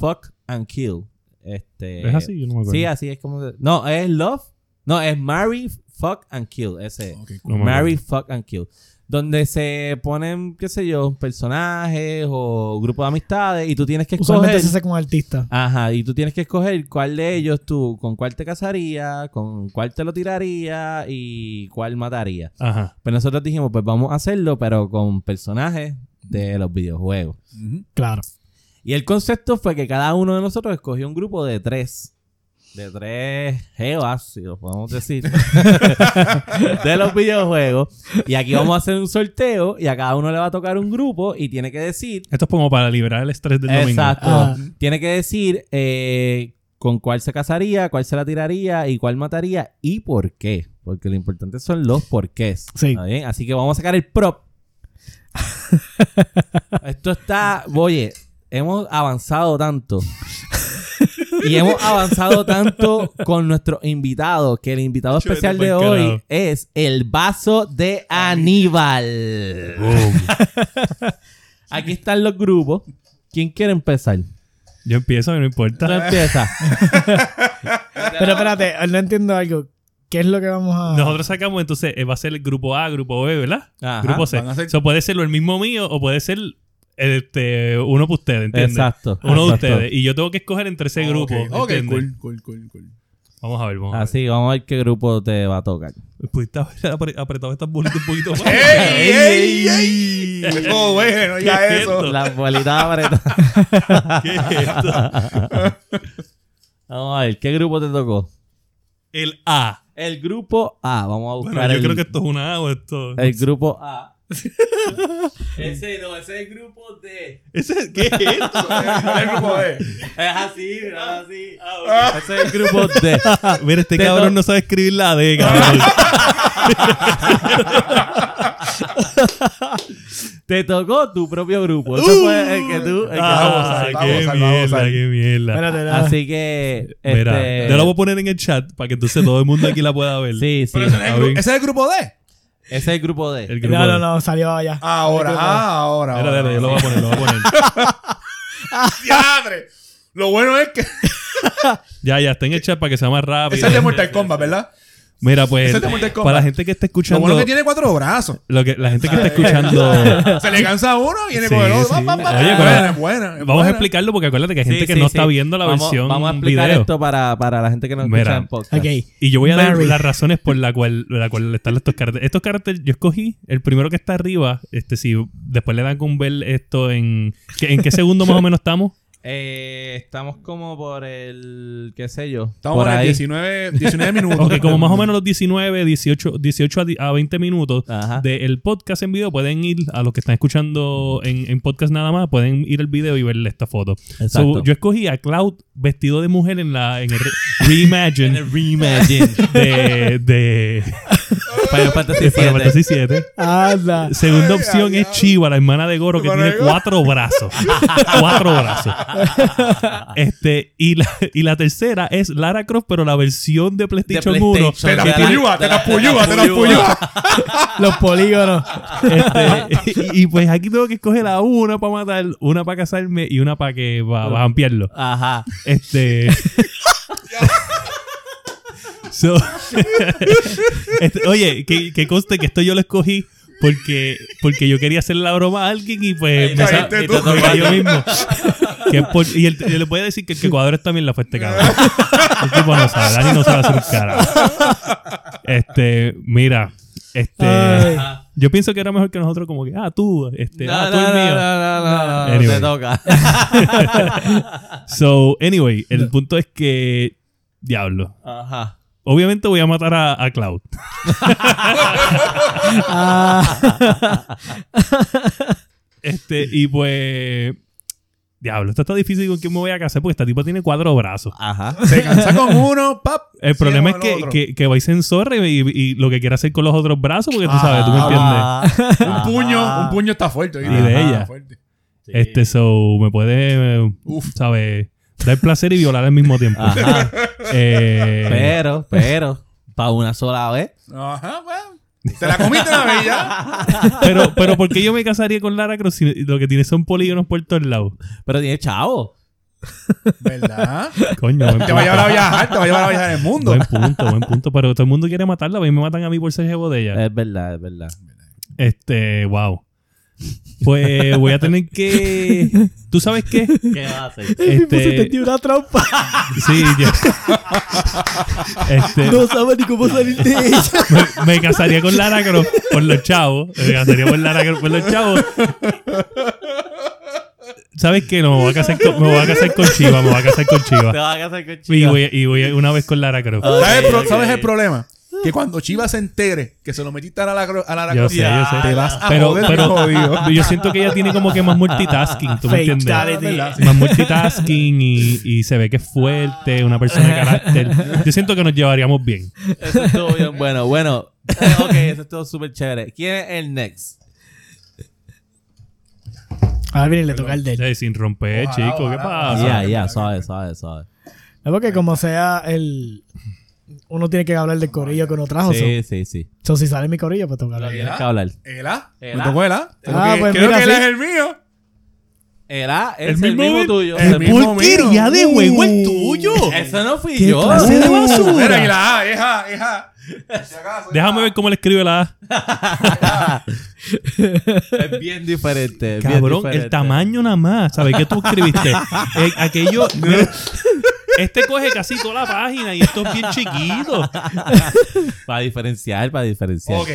[SPEAKER 1] Fuck and Kill. Este,
[SPEAKER 4] ¿Es así? Yo no me acuerdo.
[SPEAKER 1] Sí, así es como. se- No, es Love. No, es Marry, Fuck and Kill. Ese.
[SPEAKER 2] Ok,
[SPEAKER 4] No me
[SPEAKER 1] Marry,
[SPEAKER 4] acuerdo.
[SPEAKER 1] Fuck and Kill. Donde se ponen, qué sé yo, personajes o grupos de amistades y tú tienes que
[SPEAKER 3] Usualmente
[SPEAKER 1] escoger.
[SPEAKER 3] se hace con artistas.
[SPEAKER 1] Ajá, y tú tienes que escoger cuál de ellos tú, con cuál te casaría, con cuál te lo tiraría y cuál mataría.
[SPEAKER 4] Ajá.
[SPEAKER 1] Pues nosotros dijimos, pues vamos a hacerlo, pero con personajes de los videojuegos.
[SPEAKER 4] Este
[SPEAKER 2] Ujú.
[SPEAKER 3] Claro.
[SPEAKER 1] Y el concepto fue que cada uno de nosotros escogió un grupo de tres. De tres jevas, si lo podemos decir. de los videojuegos. Y aquí vamos a hacer un sorteo y a cada uno le va a tocar un grupo y tiene que decir
[SPEAKER 4] Esto es como para liberar el estrés del domingo.
[SPEAKER 1] Exacto.
[SPEAKER 3] Ah.
[SPEAKER 1] Tiene que decir eh, con cuál se casaría, cuál se la tiraría y cuál mataría y por qué. Porque lo importante son los porqués.
[SPEAKER 3] Sí.
[SPEAKER 1] ¿Está bien? Así que vamos a sacar el prop. Esto está, oye, hemos avanzado tanto. y hemos avanzado tanto con nuestro invitado, que el invitado
[SPEAKER 2] Chuleta
[SPEAKER 1] especial de
[SPEAKER 4] pa'l carajo.
[SPEAKER 1] hoy es el vaso de Aníbal. Aquí están los grupos. ¿Quién quiere empezar?
[SPEAKER 4] Yo empiezo, a mí no importa.
[SPEAKER 1] ¿Quién empieza?
[SPEAKER 3] Pero espérate, no entiendo algo. ¿Qué es lo que vamos a...?
[SPEAKER 4] Nosotros sacamos, entonces, eh, va a ser el grupo A, grupo B, ¿verdad?
[SPEAKER 1] Ajá.
[SPEAKER 4] grupo C.
[SPEAKER 2] van a ser-
[SPEAKER 4] Eso puede ser el mismo mío o puede ser este, uno para ustedes, ¿entiendes?
[SPEAKER 1] Exacto.
[SPEAKER 4] Uno de
[SPEAKER 1] exacto.
[SPEAKER 4] ustedes. Y yo tengo que escoger entre ese grupo.
[SPEAKER 2] Ok,
[SPEAKER 4] ¿entiendes?
[SPEAKER 2] cool, cool, cool, cool.
[SPEAKER 4] Vamos a ver, vamos a ver.
[SPEAKER 1] Así, vamos a ver qué grupo te va a tocar.
[SPEAKER 4] Pudiste haber apre- apretado estas bolitas un poquito más.
[SPEAKER 2] ¡Ey, ey, ey! Oh, güey, no diga
[SPEAKER 4] ¿Qué es
[SPEAKER 2] eso.
[SPEAKER 4] esto?
[SPEAKER 1] La bolita apretada.
[SPEAKER 4] ¿Qué es esto?
[SPEAKER 1] Vamos a ver, ¿qué grupo te tocó?
[SPEAKER 4] El A.
[SPEAKER 1] El grupo A. Vamos a buscar
[SPEAKER 4] Bueno, yo
[SPEAKER 1] el,
[SPEAKER 4] creo que esto es una A o esto.
[SPEAKER 1] el grupo A. ese no, ese es el grupo D.
[SPEAKER 4] ¿Ese- ¿Qué es esto?
[SPEAKER 2] ¿Cuál es el grupo B?
[SPEAKER 1] Es así, es así.
[SPEAKER 4] Ah,
[SPEAKER 1] Ese es el grupo D.
[SPEAKER 4] Mira, este
[SPEAKER 1] Te
[SPEAKER 4] cabrón
[SPEAKER 1] to-
[SPEAKER 4] no sabe escribir la D, cabrón.
[SPEAKER 1] Te tocó tu propio grupo. Ese fue el que tú. el que-
[SPEAKER 4] Ah,
[SPEAKER 2] Salvamos,
[SPEAKER 4] qué
[SPEAKER 2] salvamos,
[SPEAKER 4] mierda,
[SPEAKER 2] salvamos.
[SPEAKER 4] qué mierda.
[SPEAKER 3] Espérate, no.
[SPEAKER 1] Así que. Este,
[SPEAKER 4] Mira, yo lo voy a poner en el chat para que entonces todo el mundo aquí la pueda ver.
[SPEAKER 1] Sí, sí.
[SPEAKER 2] Pero ese, no es el
[SPEAKER 4] está
[SPEAKER 2] gru-
[SPEAKER 4] bien.
[SPEAKER 2] ese es el grupo D.
[SPEAKER 1] Ese es el grupo D.
[SPEAKER 4] El grupo.
[SPEAKER 3] No, no, no, salió allá.
[SPEAKER 2] Ahora, ah, ahora.
[SPEAKER 4] Espera,
[SPEAKER 2] ahora.
[SPEAKER 4] espera, yo lo voy a poner, lo voy a poner.
[SPEAKER 2] ¡Diadre! Lo bueno es que. ese
[SPEAKER 4] Ya, ya, está en el chat para que sea más rápido.
[SPEAKER 2] es el de Mortal Kombat, ¿verdad?
[SPEAKER 4] Mira, pues,
[SPEAKER 2] ese es de Mortal Kombat.
[SPEAKER 4] para la gente que está
[SPEAKER 2] Lo
[SPEAKER 4] escuchando,
[SPEAKER 2] bueno es que tiene cuatro brazos.
[SPEAKER 4] lo que- la gente que está escuchando
[SPEAKER 2] Se le cansa uno, viene
[SPEAKER 4] Sí,
[SPEAKER 2] con el otro.
[SPEAKER 4] sí.
[SPEAKER 2] Pa, pa, pa.
[SPEAKER 4] Oye,
[SPEAKER 2] Es
[SPEAKER 4] pero-
[SPEAKER 2] buena, es buena, es
[SPEAKER 4] Vamos a
[SPEAKER 2] buena.
[SPEAKER 4] explicarlo porque acuérdate que hay gente
[SPEAKER 1] Sí,
[SPEAKER 4] que
[SPEAKER 1] sí,
[SPEAKER 4] no
[SPEAKER 1] sí.
[SPEAKER 4] está viendo la
[SPEAKER 1] Vamos-
[SPEAKER 4] versión
[SPEAKER 1] Vamos a explicar
[SPEAKER 4] video.
[SPEAKER 1] esto para, para la gente que no escucha
[SPEAKER 4] Mira.
[SPEAKER 1] en podcast.
[SPEAKER 3] Ok.
[SPEAKER 4] Y yo voy a dar
[SPEAKER 3] Mary.
[SPEAKER 4] las razones por la cual, la cual están estos caracteres. Estos caracteres yo escogí el primero que está arriba. Este, si después le dan con ver esto en. ¿qué- ¿En qué segundo más o menos estamos?
[SPEAKER 1] Eh, estamos como por el. ¿Qué sé yo?
[SPEAKER 2] Estamos
[SPEAKER 1] por
[SPEAKER 2] en el
[SPEAKER 1] ahí.
[SPEAKER 2] 19, 19 minutos.
[SPEAKER 4] Ok, como más o menos los 19, 18, 18 a di- a 20 minutos
[SPEAKER 2] Ah.
[SPEAKER 1] Ajá.
[SPEAKER 4] del podcast en video, pueden ir a los que están escuchando en, en podcast nada más, pueden ir al video y ver esta foto.
[SPEAKER 1] Exacto.
[SPEAKER 4] So, yo escogí a Cloud vestido de mujer en la en el re- Reimagine. de, de
[SPEAKER 1] Final Fantasy
[SPEAKER 4] de Final
[SPEAKER 1] VII.
[SPEAKER 4] Fantasy VII.
[SPEAKER 3] Anda.
[SPEAKER 4] Segunda
[SPEAKER 2] Ay,
[SPEAKER 4] opción
[SPEAKER 2] ay,
[SPEAKER 4] es
[SPEAKER 2] ay.
[SPEAKER 4] Chiva, la hermana de Goro, que
[SPEAKER 2] Hermana
[SPEAKER 4] tiene
[SPEAKER 2] de Goro.
[SPEAKER 4] cuatro brazos. cuatro brazos. Este, y la, y la tercera es Lara Croft, pero la versión de PlayStation,
[SPEAKER 1] De
[SPEAKER 4] 1.
[SPEAKER 1] PlayStation.
[SPEAKER 2] Te la
[SPEAKER 1] Ya la-
[SPEAKER 2] puyúa, te
[SPEAKER 1] ya la-
[SPEAKER 2] la puyúa,
[SPEAKER 1] ya
[SPEAKER 2] te
[SPEAKER 1] la
[SPEAKER 2] la
[SPEAKER 1] puyúa.
[SPEAKER 2] puyúa.
[SPEAKER 3] Los polígonos.
[SPEAKER 4] Este, y, y pues aquí tengo que escoger a una para matar, una para casarme y una para que va, va a ampliarlo.
[SPEAKER 1] Ajá.
[SPEAKER 4] Este. So- Este, oye, que, que conste que esto yo lo escogí porque, porque yo quería hacerle la broma a alguien y pues
[SPEAKER 1] Ahí
[SPEAKER 4] me, sa-
[SPEAKER 2] caíste
[SPEAKER 4] me
[SPEAKER 2] tú.
[SPEAKER 4] cayó yo mismo. Que por- y el- yo le voy a decir que el que cuadro es también la fuerte cabrón. El tipo no sabe, Dani no sabe hacer un cara. Este, mira, este.
[SPEAKER 3] Ay.
[SPEAKER 4] Yo pienso que era mejor que nosotros, como que, ah, tú, este,
[SPEAKER 1] No,
[SPEAKER 4] ah,
[SPEAKER 1] no,
[SPEAKER 4] tú el
[SPEAKER 1] no,
[SPEAKER 4] mío.
[SPEAKER 1] no, no, no, no,
[SPEAKER 4] Anyway.
[SPEAKER 1] Te toca.
[SPEAKER 4] So, anyway, el punto es que. Diablo.
[SPEAKER 1] Ajá.
[SPEAKER 4] Obviamente voy a matar a, a Cloud. Este, y pues. Diablo, esto está difícil con quién me voy a casar porque esta tipo tiene cuatro brazos.
[SPEAKER 1] Ajá.
[SPEAKER 2] Se cansa con uno, pap.
[SPEAKER 4] El problema es
[SPEAKER 2] con el
[SPEAKER 4] que,
[SPEAKER 2] otro.
[SPEAKER 4] que, que vais en zorra y, y lo que quiere hacer con los otros brazos, porque tú sabes,
[SPEAKER 2] Ah,
[SPEAKER 4] tú me entiendes.
[SPEAKER 1] entiendes.
[SPEAKER 2] Un puño, un puño está fuerte.
[SPEAKER 4] Y de ella.
[SPEAKER 2] fuerte.
[SPEAKER 4] Este, so, me puede, eh,
[SPEAKER 2] Uf.
[SPEAKER 4] ¿sabes? Dar placer y violar al mismo tiempo.
[SPEAKER 1] Ajá.
[SPEAKER 4] Eh,
[SPEAKER 1] Pero, pero, para una sola vez.
[SPEAKER 2] Ajá, bueno. Te la comiste una vez y ya.
[SPEAKER 4] pero, pero, ¿por qué yo me casaría con Lara Croft si lo que tiene son polígonos por todos lados?
[SPEAKER 1] Pero tiene chavo.
[SPEAKER 2] ¿Verdad?
[SPEAKER 4] Coño, buen
[SPEAKER 2] Te va a
[SPEAKER 4] punto.
[SPEAKER 2] llevar a viajar, te va a llevar a viajar el mundo.
[SPEAKER 4] Buen punto, buen punto. Pero todo el mundo quiere matarla. A mí me matan a mí por ser jevo de ella.
[SPEAKER 1] Es verdad, es verdad.
[SPEAKER 4] Este, wow. Pues voy a tener que. ¿Tú sabes qué?
[SPEAKER 1] ¿Qué va a hacer?
[SPEAKER 3] El tipo se
[SPEAKER 4] Este-
[SPEAKER 3] tendió una trampa.
[SPEAKER 4] Sí, yo. Este,
[SPEAKER 3] No sabe ni cómo salir de ella.
[SPEAKER 4] me, me casaría con Lara Croft por los chavos. Me casaría con Lara Croft por los chavos. ¿Sabes qué? No, me voy a casar con, me voy a casar con Chiva. Me voy a casar con
[SPEAKER 1] Te
[SPEAKER 4] Chiva.
[SPEAKER 1] vas a casar con
[SPEAKER 4] Y
[SPEAKER 1] chica.
[SPEAKER 4] voy, y voy una vez con Lara Croft.
[SPEAKER 1] Ok,
[SPEAKER 2] ¿Sabes, el pro-
[SPEAKER 1] ok.
[SPEAKER 2] sabes el problema? Que cuando Chivas se entere que se lo metiste a la lacro- a la
[SPEAKER 4] Yo
[SPEAKER 2] lacro-
[SPEAKER 4] sé, yo sé.
[SPEAKER 2] te vas a
[SPEAKER 4] Ah, pero,
[SPEAKER 2] joder,
[SPEAKER 4] pero
[SPEAKER 2] bien jodido.
[SPEAKER 4] yo siento que ella tiene como que más multitasking, ¿tú me entiendes?
[SPEAKER 3] Fatality.
[SPEAKER 4] Más multitasking y, y se ve que es fuerte, una persona de carácter. Yo siento que nos llevaríamos bien.
[SPEAKER 1] Eso estuvo bien bueno. Bueno, eh, ok, eso estuvo súper chévere. ¿Quién es el next?
[SPEAKER 3] Ahora viene y le toca el de él.
[SPEAKER 4] Sí, Eh, sin romper,
[SPEAKER 2] Ojalá,
[SPEAKER 4] chico.
[SPEAKER 2] ojalá,
[SPEAKER 4] ¿Qué
[SPEAKER 1] Ya,
[SPEAKER 4] pasa?
[SPEAKER 1] ya, Ah, suave, suave, suave.
[SPEAKER 3] Es porque como sea el... Uno tiene que hablar del corillo que uno trajo.
[SPEAKER 1] Sí, sí, sí.
[SPEAKER 3] So, so, si sale mi corillo, pues tengo que hablar. de él.
[SPEAKER 1] Tienes que hablar.
[SPEAKER 2] ¿El A? ¿Me
[SPEAKER 1] ¿El A?
[SPEAKER 2] tocó el A? Creo
[SPEAKER 3] Ah,
[SPEAKER 2] que-
[SPEAKER 3] pues
[SPEAKER 2] creo
[SPEAKER 3] mira,
[SPEAKER 2] que él
[SPEAKER 3] sí.
[SPEAKER 2] es el mío.
[SPEAKER 1] Era
[SPEAKER 4] El
[SPEAKER 1] es el
[SPEAKER 4] mismo
[SPEAKER 1] mismo
[SPEAKER 4] vi-
[SPEAKER 1] tuyo.
[SPEAKER 2] el
[SPEAKER 1] El
[SPEAKER 2] mismo Uh, mío.
[SPEAKER 4] de
[SPEAKER 3] huevo
[SPEAKER 4] el
[SPEAKER 3] el
[SPEAKER 4] tuyo!
[SPEAKER 1] Eso no fui
[SPEAKER 3] ¿Qué
[SPEAKER 1] yo.
[SPEAKER 3] clase de basura?
[SPEAKER 2] Mira, y la A, es A, es A. Si acaso, es
[SPEAKER 4] Déjame
[SPEAKER 2] A.
[SPEAKER 4] ver cómo le escribe la A.
[SPEAKER 1] Es bien diferente. es bien
[SPEAKER 4] Cabrón, el
[SPEAKER 1] diferente.
[SPEAKER 4] tamaño nada más. ¿Sabes qué tú escribiste? Eh, aquello. Este coge casi toda la página y esto es bien chiquito.
[SPEAKER 1] Para diferenciar, para diferenciar.
[SPEAKER 2] Ok,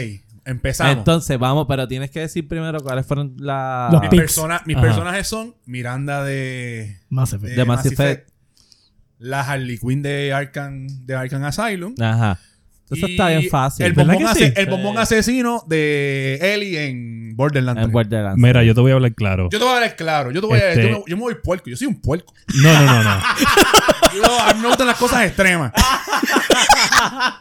[SPEAKER 2] empezamos.
[SPEAKER 1] Entonces, vamos, pero tienes que decir primero cuáles fueron las.
[SPEAKER 3] Los
[SPEAKER 2] mis
[SPEAKER 3] pics.
[SPEAKER 2] persona- mis
[SPEAKER 4] Ajá.
[SPEAKER 2] personajes son Miranda de,
[SPEAKER 3] Mass Effect.
[SPEAKER 1] De Mass Effect.
[SPEAKER 2] La Harley Quinn de Arkham, de Arkham Asylum.
[SPEAKER 1] Ajá. Eso
[SPEAKER 2] y
[SPEAKER 1] está bien fácil.
[SPEAKER 2] El
[SPEAKER 4] ¿Verdad
[SPEAKER 2] bombón,
[SPEAKER 4] que
[SPEAKER 2] ase-
[SPEAKER 4] sí?
[SPEAKER 2] el bombón
[SPEAKER 1] Sí.
[SPEAKER 2] asesino de Ellie en Borderlands.
[SPEAKER 1] En
[SPEAKER 2] 3.
[SPEAKER 1] Borderlands.
[SPEAKER 4] Mira, yo te voy a hablar claro.
[SPEAKER 2] Yo te voy a hablar claro. Yo te voy a
[SPEAKER 4] Este-
[SPEAKER 2] yo, me, yo me voy puerco. Yo soy un puerco.
[SPEAKER 4] No, no, no, no.
[SPEAKER 2] Yo, a mí me gustan las cosas extremas.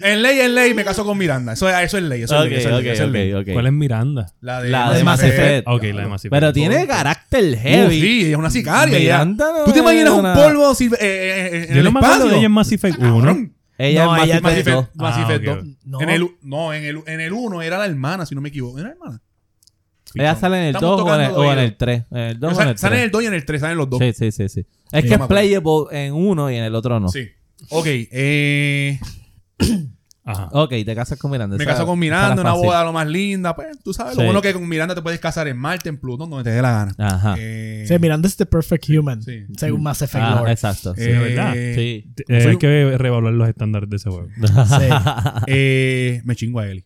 [SPEAKER 2] en ley, en ley, me caso con Miranda. Eso, es- eso es ley. Eso es
[SPEAKER 1] Ok,
[SPEAKER 2] ley, eso es ley, eso es ley.
[SPEAKER 1] ok, ok, ok.
[SPEAKER 4] ¿Cuál es Miranda?
[SPEAKER 2] La de,
[SPEAKER 1] La de Mass Effect.
[SPEAKER 4] Ok, la de Mass Effect.
[SPEAKER 1] Pero tiene carácter
[SPEAKER 2] Uh,
[SPEAKER 1] heavy.
[SPEAKER 2] sí, ella es una sicaria. ella-
[SPEAKER 1] Miranda no
[SPEAKER 2] ¿Tú te imaginas
[SPEAKER 1] es
[SPEAKER 2] un
[SPEAKER 1] una-
[SPEAKER 2] polvo sil- eh, eh, eh, en
[SPEAKER 4] Yo
[SPEAKER 2] el
[SPEAKER 4] no me acuerdo
[SPEAKER 2] espacio?
[SPEAKER 4] de ella en Mass Effect 1.
[SPEAKER 2] Cabrón.
[SPEAKER 1] Ella
[SPEAKER 3] No,
[SPEAKER 1] es
[SPEAKER 3] ella
[SPEAKER 1] más
[SPEAKER 2] Mass
[SPEAKER 1] diferente.
[SPEAKER 2] Effect, Mass
[SPEAKER 4] Ah,
[SPEAKER 2] Effect
[SPEAKER 4] ok,
[SPEAKER 2] 2.
[SPEAKER 4] ok.
[SPEAKER 3] No.
[SPEAKER 2] En el, u- no, en el, en el 1 era la hermana, si no me equivoco. ¿Era la hermana?
[SPEAKER 1] Ella sale en el
[SPEAKER 2] Estamos
[SPEAKER 1] 2 o en el-
[SPEAKER 2] tocando
[SPEAKER 1] o en
[SPEAKER 2] oído.
[SPEAKER 1] el 3. En el 2
[SPEAKER 2] O
[SPEAKER 1] o en el
[SPEAKER 2] sea, salen en
[SPEAKER 1] 3.
[SPEAKER 2] el 2 y en el 3, salen los dos.
[SPEAKER 1] Sí, sí, sí, sí. Es
[SPEAKER 2] Sí,
[SPEAKER 1] que
[SPEAKER 2] me
[SPEAKER 1] es
[SPEAKER 2] acuerdo.
[SPEAKER 1] playable en uno y en el otro no.
[SPEAKER 2] Sí. Ok, eh,
[SPEAKER 4] Ajá.
[SPEAKER 1] Ok, te casas con Miranda.
[SPEAKER 2] me
[SPEAKER 1] esa-
[SPEAKER 2] caso con
[SPEAKER 1] esa
[SPEAKER 2] Miranda,
[SPEAKER 1] era
[SPEAKER 2] una
[SPEAKER 1] fácil.
[SPEAKER 2] boda lo más linda. Pues tú sabes,
[SPEAKER 1] Sí.
[SPEAKER 2] lo bueno que con Miranda te puedes casar en Marte, en Plutón, donde te dé la gana.
[SPEAKER 1] Ajá.
[SPEAKER 2] Eh,
[SPEAKER 3] Sí, Miranda es the este perfect human.
[SPEAKER 2] Sí.
[SPEAKER 3] Según Mass Effect
[SPEAKER 1] Ah,
[SPEAKER 3] lore.
[SPEAKER 1] exacto. Sí.
[SPEAKER 2] eh,
[SPEAKER 4] ¿verdad?
[SPEAKER 1] Sí.
[SPEAKER 4] Eh, hay
[SPEAKER 2] Soy-
[SPEAKER 4] que reevaluar los estándares de ese juego.
[SPEAKER 3] Sí.
[SPEAKER 2] eh, me chingo a Eli.